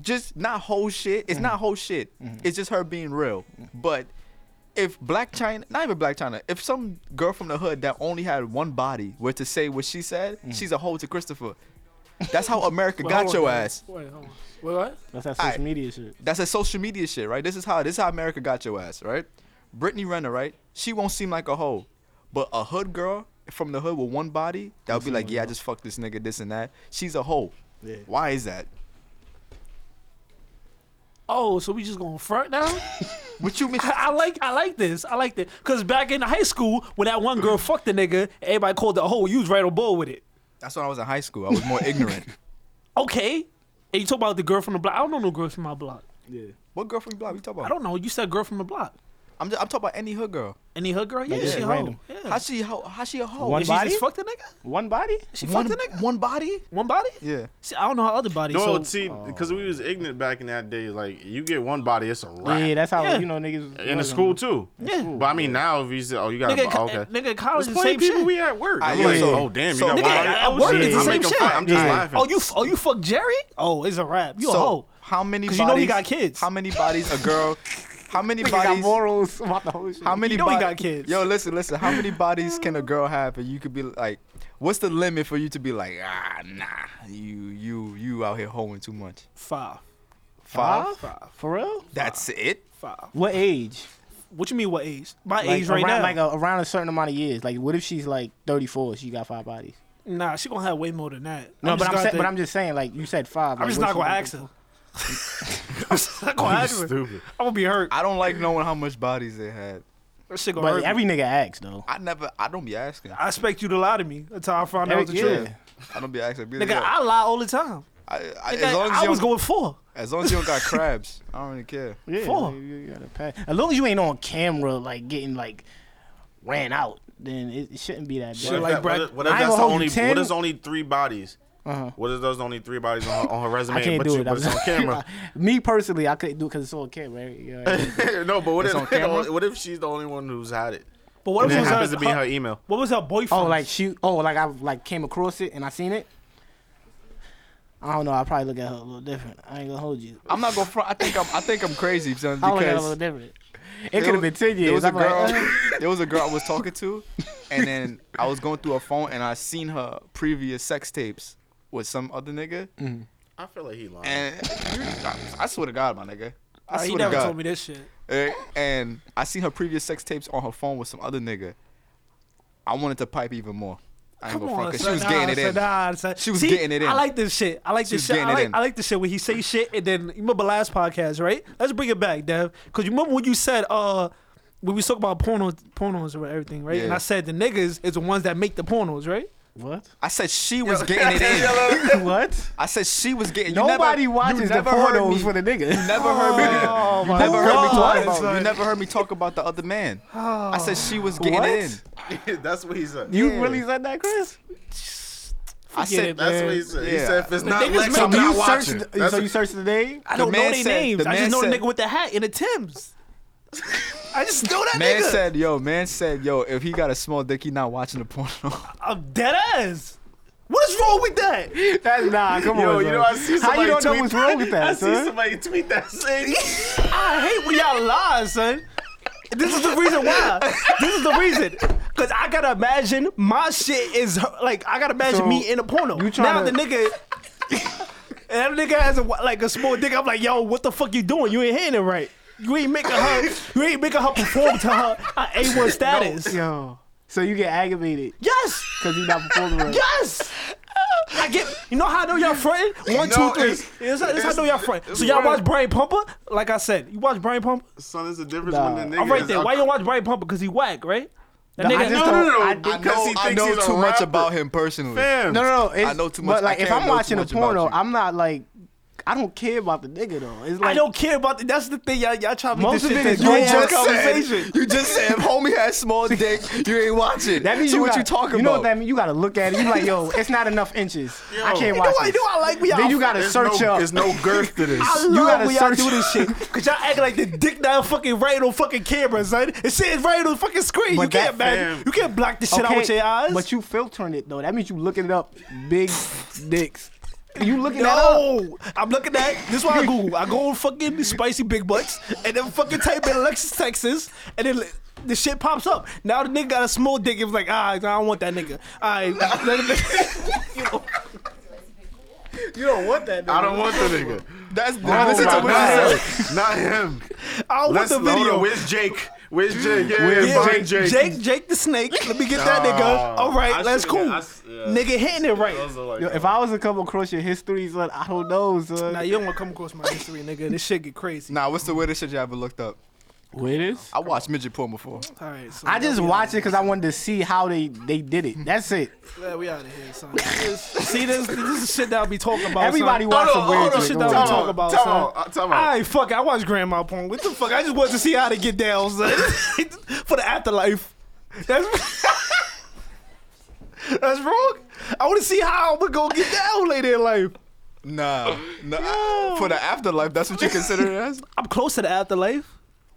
S2: just not whole shit it's not whole shit
S4: Mm-hmm.
S2: it's just her being real but if Black China not even Black China if some girl from the hood that only had one body were to say what she said
S4: Mm.
S2: she's a hoe to Christopher that's how America
S4: Wait,
S2: got
S4: hold
S2: your
S4: on, guys.
S2: ass
S4: Wait, hold on. Wait, what?
S3: That's that
S2: Aight.
S3: social media shit.
S2: that's a social media shit, right? This is how this is how America got your ass, right? Brittany Renner, right? She won't seem like a hoe, but a hood girl from the hood with one body that would be like, yeah, I just fucked this nigga, this and that. She's a hoe.
S3: Yeah.
S2: Why is that?
S4: Oh, so we just going front now?
S2: *laughs* What you mean?
S4: I like I like this. I like that. Cause back in high school, when that one girl fucked the nigga, everybody called the hoe. You was right on board with it.
S2: That's when I was in high school. I was
S4: *laughs*
S2: more ignorant.
S4: Okay. And you talk about the girl from the block. I don't know no girls from my block.
S3: Yeah.
S2: What girl from your block? You talking
S4: I
S2: about?
S4: don't know. You said girl from the block.
S2: I'm just, I'm talking about any hood girl.
S4: Any her girl? Yeah,
S3: yeah,
S4: she a hoe.
S3: random.
S4: Yeah.
S2: How she how, how she a hoe?
S3: One
S4: And she just
S3: body?
S4: fucked the nigga?
S3: One body?
S4: She
S2: one,
S4: fucked the nigga?
S2: one body?
S4: One body?
S2: Yeah.
S4: See, I don't know her other body.
S1: No,
S4: so,
S1: see, because we was ignorant back in that day. Like, you get one body, it's a wrap.
S3: Yeah, that's how
S4: Yeah.
S3: you know niggas.
S1: in the school too.
S4: Yeah.
S1: But I mean, now if you say, "Oh, you got
S4: nigga,
S1: a,
S4: co-
S1: oh, okay,"
S4: nigga, in
S1: there's
S4: college the
S1: plenty
S4: same
S1: of people
S4: shit.
S1: we at work. I'm
S2: yeah,
S1: like,
S2: so-
S1: "Oh, damn,
S2: so-
S1: you got
S2: Nigga,
S1: one
S4: at-
S1: body."
S4: at
S1: Oh,
S4: work,
S1: shit.
S4: it's the
S1: I'm
S4: same
S1: making
S4: shit.
S1: fun. I'm just
S3: Yeah.
S1: laughing. *laughs*
S4: Oh, you f- oh you fuck Jerry? Oh, it's a rap. You a hoe.
S2: How many
S4: 'Cause
S2: bodies?
S4: you know he got kids.
S2: How many bodies a
S4: *laughs*
S2: girl? How many
S3: Niggas got
S2: bodies?
S3: morals about the whole shit.
S2: How many
S4: You know he
S2: bod-
S4: got kids.
S2: Yo, listen, listen. How many bodies *laughs* can a girl have and you could be like what's the limit for you to be like, ah nah, you you you out here hoeing too much?
S4: Five.
S2: Five?
S3: For real?
S2: That's it?
S4: Five.
S3: What age?
S4: What you mean what age? My
S3: Like,
S4: age right
S3: around,
S4: now.
S3: Like a, around a certain amount of years. Like, what if she's like 34? She got five bodies.
S4: nah, she gonna have way more than that.
S3: No,
S4: just
S3: but I'm
S4: gonna
S3: sa-
S4: think-
S3: but I'm just saying. Like, you said five.
S4: I'm
S3: like,
S4: just
S3: what
S4: not
S3: she
S4: gonna
S3: gonna
S4: ask her. I'm just not gonna
S1: You're
S4: ask her.
S1: stupid.
S4: I'm gonna be hurt.
S2: I don't like knowing how much bodies they had.
S4: That shit gonna
S3: But
S4: hurt.
S3: every
S4: me.
S3: nigga asks though.
S2: I never I don't be asking.
S4: I expect you to lie to me until I find out
S3: Every-
S4: the
S3: yeah.
S4: truth.
S2: I don't be asking. Be like,
S4: Nigga,
S2: yo,
S4: I lie all the time.
S2: I, I,
S4: Nigga,
S2: as long as
S4: I
S2: you
S4: was
S2: don't-
S4: going four.
S2: as long as you don't got crabs, I don't really care.
S3: Yeah,
S4: Four.
S3: like, you- you gotta pass. As long as you ain't on camera, like getting like ran out, then it, it shouldn't be that
S1: What
S3: bad.
S1: if
S4: like
S1: that-
S4: Brad-
S1: what if- what if
S3: I ain't
S1: that's the
S3: gonna hold you
S1: only?
S3: 10.
S1: What is only three bodies?
S3: Uh-huh.
S1: What is those only three bodies on her, on her resume?
S3: I can't
S1: but
S3: do
S1: you,
S3: it.
S1: But it's on camera.
S3: *laughs* Me personally, I couldn't do it because it's on camera. right? You know what I
S1: *laughs*
S3: mean?
S1: no, but what
S2: It's
S1: if
S2: on camera?
S1: what if she's the only one who's had it?
S4: But what
S1: And
S4: if
S1: it
S4: it was
S1: happens
S4: her,
S1: to be her e- email.
S4: What was her boyfriend?
S3: Oh, like she. Oh, like I like came across it and I seen it. I don't know. I probably look at her a little different. I ain't gonna hold you.
S2: I'm not gonna front. I think I'm. I think I'm crazy, son.
S3: I look at her a
S2: Because
S3: little different. It could have been ten years.
S2: There was a
S3: I'm like,
S2: girl. *laughs*
S3: uh,
S2: there was a girl I was talking to, and then I was going through her phone, and I seen her previous sex tapes with some other nigga,
S3: Mm.
S1: I feel like he lying.
S2: and you- I, I swear to God, my nigga. I
S4: Nah, he
S2: swear to
S4: never
S2: God.
S4: told me this shit.
S2: Eh, And I seen her previous sex tapes on her phone with some other nigga. I wanted to pipe even more. I ain't
S4: Come
S2: gonna front
S4: on,
S2: because
S4: son,
S2: she was
S4: nah,
S2: getting it in.
S4: son, nah, son.
S2: She was
S4: See,
S2: getting it in.
S4: I like this shit. I like
S2: She
S4: this
S2: was
S4: shit.
S2: getting
S4: I
S2: it
S4: like,
S2: in.
S4: I like this shit when he say shit and then you remember last podcast, right? Let's bring it back, Dev, because you remember when you said uh. When we talk about porno, pornos or everything, right? And
S2: Yeah.
S4: I said the niggas is the ones that make the pornos, right?
S3: *laughs* what?
S2: I said she was getting
S1: *laughs*
S2: it
S4: *laughs*
S2: in.
S3: *laughs* what?
S2: I said she was getting. you never-
S3: Nobody
S2: you
S3: watches the
S2: never heard me-
S3: pornos for the nigga. *laughs*
S2: You never heard me. you never
S1: Oh,
S2: heard me
S4: God.
S2: talk about.
S4: Son.
S2: You never heard me talk about the
S1: *sighs*
S2: other man. I said she was getting
S3: What?
S2: it
S1: *laughs*
S2: in.
S1: that's what he said.
S3: You
S2: Yeah.
S3: really said that, Chris?
S2: I said
S4: it,
S1: that's what he said. He
S2: Yeah.
S1: said if it's not
S4: niggas
S1: Lex,
S4: make-
S1: I'm
S4: do
S3: you
S1: not
S3: searched-
S1: watching.
S3: so
S1: That's-
S3: you searched
S1: *laughs*
S3: the name?
S4: I don't know
S2: man
S4: their
S2: said-
S4: names.
S2: the
S4: I
S2: man
S4: just know the
S2: said-
S4: nigga with the hat and
S2: *laughs*
S4: the Tim's. I just know that
S2: Man
S4: nigga.
S2: said, yo, man said, yo, if he got a small dick, he not watching
S1: *laughs*
S2: the *laughs* porno.
S4: I'm dead ass. What is wrong with that?
S3: That's nah, come
S1: Yo,
S3: on.
S1: you
S3: son.
S1: know I see
S3: How you
S1: somebody
S3: don't know
S1: tweet-
S3: what's wrong with
S1: *laughs* I
S3: that,
S1: see
S3: son?
S1: somebody tweet that shit.
S4: I hate when y'all lie, son. This is the reason why. This is the reason. Cause I gotta imagine my shit is her- like I gotta imagine
S3: So,
S4: me in a porno.
S3: you
S4: Now
S3: tryna-
S4: the nigga, and that nigga has a like a small dick. I'm like, yo, what the fuck you doing? You ain't hitting it right. You ain't making her. You ain't making her perform to her A one status.
S3: Yo. Oh. So you get aggravated
S4: Yes.
S3: because you not performing right.
S4: Yes. I get. You know how I know y'all fronting? One, two,
S1: No,
S4: three.
S1: it's-
S4: That's how- that's how I know y'all fronting.
S1: it's
S4: So y'all
S1: real.
S4: watch Brian Pumper? Like I said, you watch Brian Pumper?
S1: Son, there's a difference
S3: Nah.
S1: when the nigga.
S4: I'm right
S1: is
S4: there.
S1: a-
S4: Why you don't watch Brian Pumper? Because he whack, right?
S3: No,
S4: That
S3: I
S4: nigga,
S3: just
S1: No, no, no.
S3: I-
S1: I,
S3: I
S1: because
S2: know,
S1: he thinks
S2: I know
S1: he's a
S2: too much
S1: rapper.
S2: about him personally. *laughs*
S1: Fam.
S3: No, no, no. It's,
S2: know too much-
S3: But like,
S2: I
S3: if
S2: can't
S3: I'm
S2: know too
S3: watching a
S2: much about
S3: porno,
S2: you.
S3: I'm not like, I don't care about the nigga though. It's like,
S4: I don't care about that. That's the thing. Y'all, y'all try to make
S3: Most
S4: this
S3: of
S4: shit
S3: it
S4: this
S3: is you
S4: grown-ass
S3: just
S4: conversation.
S2: you just said if homie has small dick, you ain't watching.
S3: That means
S2: so
S3: you
S2: what
S3: got,
S2: you talking
S3: You know
S2: about?
S3: what that means? You gotta look at it. You like, yo, it's not enough inches. I
S1: Yo.
S3: can't
S1: You
S4: You know,
S3: watch
S4: what- you
S3: this.
S4: know I like when y'all.
S3: Then you gotta
S1: There's
S3: search
S1: no,
S3: up.
S1: There's no girth to this.
S4: I
S3: you
S4: love
S3: gotta
S4: when y'all
S3: search-
S4: do this
S3: *laughs*
S4: shit. Cause y'all act like the dick down fucking right on fucking camera, son. It shit is right on the fucking screen. you
S3: But
S4: can't,
S3: that-
S4: man.
S1: fam.
S4: You can't block the shit out with your eyes.
S3: But you filtering it though. That means you looking up big dicks. You looking that up?
S4: No, I'm looking at. This is why
S3: *laughs*
S4: I Google. I go on fucking spicy big butts, and then fucking type in Alexis Texas, and then the shit pops up. Now the nigga got a small dick. It was like, ah, I don't want that nigga. I let him. *laughs* you know.
S3: You don't want that.
S1: I don't want the nigga.
S2: That's
S1: Nah,
S2: listen to
S1: not,
S2: what you said.
S1: him. Not him.
S4: I don't
S1: Let's
S4: want Oh, the
S1: load up.
S4: video.
S1: Where's Jake? Where's Jake? Yeah,
S7: Yeah,
S1: find
S7: Jake, Jake, Jake the snake. Let me get that nigga. All right,
S6: I
S7: that's
S6: should've-
S7: cool.
S6: I s- yeah.
S7: Nigga hitting it right.
S6: Those are like,
S3: Yo, if I was to come across your history, son, I don't know, son.
S4: Now you don't want to come across my history, nigga. This shit get crazy.
S2: Nah, what's the weirdest shit you ever looked up?
S3: Where this?
S2: I watched midget porn before.
S4: All right, so
S3: I just
S4: we-
S3: watched it because I wanted to see how they they did it. That's it.
S4: Yeah, we out of here, son. This- See, this this is shit that I be talking about.
S3: Everybody
S4: son.
S3: watched some
S4: Hold
S3: weird
S4: on,
S3: shit.
S4: shit that we
S3: Time
S4: talk
S3: out,
S4: about,
S1: time
S4: son.
S1: out, time out.
S4: I fuck. I watch grandma porn. What the fuck? I just want to see how they get down, son. *laughs* For the afterlife. That's *laughs* that's wrong. I want to see how I'm gonna go get down later in life.
S2: Nah, nah. For the afterlife, that's what you consider it as?
S4: I'm close to the afterlife.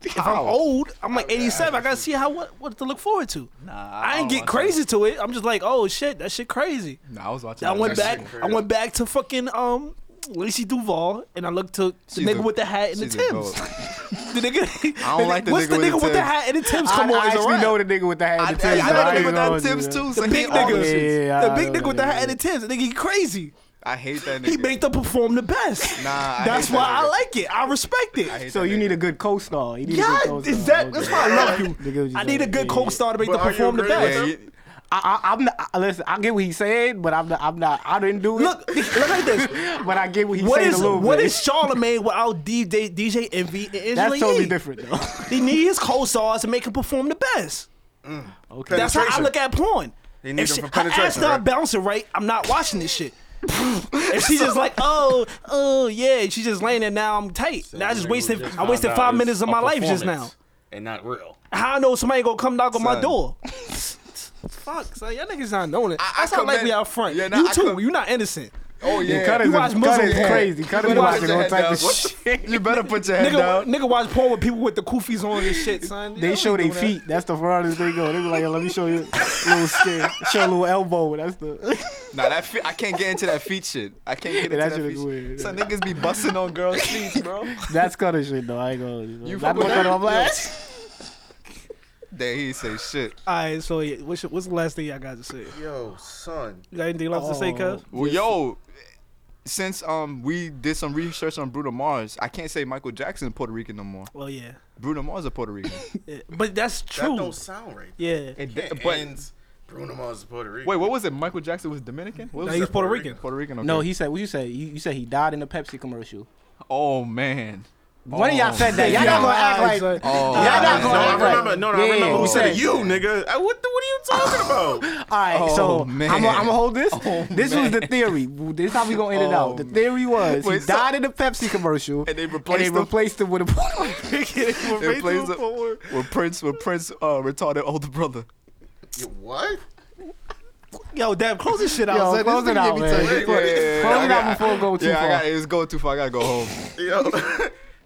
S4: If I'm old, I'm like 87. I gotta see how what what to look forward to. I ain't
S2: don't
S4: get
S2: want
S4: crazy to it. I'm just like, oh shit, that shit crazy.
S2: Nah, I was watching.
S4: I
S2: that
S4: went
S2: shit.
S4: back. I went back to fucking um Lacey Duval, and I looked to the
S2: She's
S4: nigga
S2: a-
S4: with the hat and the
S2: she's a
S4: Tim's.
S2: goat.
S4: *laughs* The nigga.
S2: I don't like the
S4: what's
S2: nigga
S4: the
S2: with the
S4: nigga with
S2: Timbs.
S4: the hat and the Tim's?
S3: I,
S4: Come on,
S3: I
S4: is a
S3: actually
S4: rap.
S3: know the nigga with the hat.
S2: I,
S3: and the
S2: I,
S3: tips,
S2: I know
S3: so
S2: the nigga
S3: ain't
S2: with
S3: gonna
S2: that
S3: do
S2: tips
S3: that.
S2: too. So
S4: The
S2: he
S4: big
S2: all
S4: nigga.
S2: the shits.
S3: Yeah,
S4: the
S3: I
S4: big
S3: know
S4: nigga with the
S3: that
S4: hat and the Tim's. The nigga, he crazy.
S2: I hate that nigga.
S4: He make them perform the best.
S2: Nah, I
S4: That's
S2: hate that
S4: why I
S2: nigga.
S4: like it. I respect it.
S2: I hate
S3: So
S2: that
S3: you
S2: nigga.
S3: need a good co-star. You need
S4: Yeah,
S3: a good co-star.
S4: is that- that's why I love you.
S3: Nigga was just
S4: I need a
S3: like,
S4: good
S3: yeah,
S4: cold star to make
S1: But
S4: them
S1: are you
S4: perform the
S1: agreeing with
S4: best.
S2: Yeah, you,
S3: I, I, I'm not. I, listen, I get what he's saying, but I'm not. I'm not. I didn't do it.
S4: Look, look at *laughs* this.
S3: *laughs* but I get what he's
S4: What
S3: saying
S4: is
S3: a little
S4: what
S3: bit.
S4: is Charlemagne without DJ DJ Envy and Angela
S3: That's totally
S4: Yee? *laughs*
S3: different though. *laughs*
S4: They need his co-stars to make him perform the best.
S3: okay.
S4: That's how I
S1: Penetration.
S4: look at porn.
S1: They need
S4: if
S1: him
S4: she,
S1: for
S4: her ass
S1: penetration,
S4: not
S1: right?
S4: bouncing right, I'm not watching this shit. if she's just like, oh, oh yeah, she's just laying there. Now I'm tight. now I just
S6: nigga
S4: wasted.
S6: just
S4: I
S6: found
S4: wasted
S6: out
S4: five
S6: it's
S4: minutes of
S6: a
S4: my life just now.
S6: performance And not real.
S4: How I know somebody gonna come knock on my
S2: Son.
S4: door? Fuck, son, y'all niggas not knowing it.
S2: I- I
S4: That's how like
S2: commend-
S4: we out front.
S2: Yeah, nah,
S4: you
S2: I
S4: too.
S2: com-
S4: you not innocent.
S2: oh yeah.
S3: Cut is,
S4: You watch
S3: a, cut
S4: Muslim
S3: is
S4: porn.
S3: crazy. Cut is
S4: You watch
S3: watching
S2: your
S3: all
S2: head
S3: type of
S2: down.
S3: shit.
S2: You better put your head
S4: Nigga,
S2: down.
S4: nigga watch porn with people with the koofies on and shit, son.
S3: They
S4: don't
S3: show
S4: be
S3: their
S4: doing
S3: feet. That's the farthest they go. They be like, Yo, let me show you a little skin. Show a little elbow. That's the. *laughs*
S2: Nah, that fe- I can't get into that feet shit. I can't get into
S3: that
S2: that,
S3: shit
S2: feet
S3: is
S2: shit.
S3: weird.
S2: Some niggas be busting on girls' feet, bro.
S3: That's cut of shit though. I ain't gonna. You
S2: You
S3: know,
S2: fuck with that?
S3: I'm like,
S2: Then he say shit.
S4: that. All right, so yeah, what's, your- what's the last thing y'all got to say?
S1: Yo, son.
S4: You got anything left to say,
S3: Oh.
S4: cuz?
S2: Well, yo, since um we did some research on Bruno Mars, I can't say Michael Jackson Puerto Rican no more.
S4: Well, yeah.
S2: Bruno Mars is Puerto Rican.
S4: yeah. But that's
S1: That
S4: true.
S1: don't sound right.
S4: yeah.
S1: Yeah,
S2: but-
S1: and Bruno Mars is Puerto Rican.
S2: Wait, what was it? Michael Jackson was Dominican? What
S4: No,
S2: was
S4: he's
S2: that?
S4: Puerto Rican.
S2: Puerto Rican. Okay.
S3: No, he said. What you say? You, you said he died in a Pepsi commercial.
S2: Oh man.
S3: One of y'all said that. Y'all not gonna act like.
S2: Oh.
S3: Y'all not
S1: No,
S3: gonna
S1: I
S3: act like.
S1: remember. No, no, I
S3: Yeah,
S1: remember who
S3: we
S1: said
S3: said-
S1: you, nigga. I, what, the, what are you talking about?
S3: All right,
S2: Oh,
S3: so
S2: man.
S3: I'm gonna hold this.
S2: Oh,
S3: this was the
S2: man.
S3: theory. This is how we gonna end it
S2: Oh,
S3: out. The theory was
S2: Wait,
S3: he
S2: so-
S3: died in a Pepsi commercial,
S2: And they replaced
S3: and
S2: him?
S3: they replaced him with a *laughs* Puerto Rican.
S2: It plays a, with Prince, with Prince, uh, retarded older brother.
S1: Yo, what?
S4: Yo, damn, close this shit out.
S3: Yo,
S4: son.
S3: close
S4: This
S3: it
S4: nigga
S3: out,
S4: be
S3: man.
S1: tight.
S3: Close it
S2: I
S3: out
S2: got-
S3: before it go too
S2: yeah, I got,
S3: far.
S2: it's going too far. I gotta go home.
S1: Yo,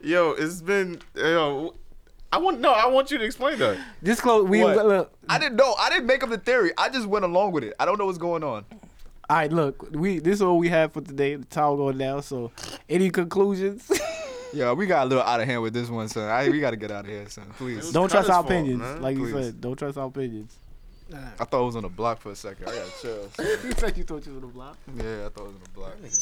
S1: *laughs* yo, it's been. Yo, I want no. I want you to explain that.
S3: This close. We
S2: What?
S3: look.
S2: I didn't know. I didn't make up the theory. I just went along with it. I don't know what's going on.
S3: All right, look. We this is all we have for today. The time going down. So, any conclusions? *laughs*
S2: Yeah, we got a little out of hand with this one, son. I, we gotta get out of here, son. Please.
S3: don't trust
S1: Cutter's
S3: our
S1: fault,
S3: opinions.
S1: man,
S3: like you
S2: please.
S3: said, don't trust our opinions.
S2: I thought I was on the block for a second. I gotta chill. son.
S3: you said you thought you was on the block.
S2: Yeah, I thought I was on the block.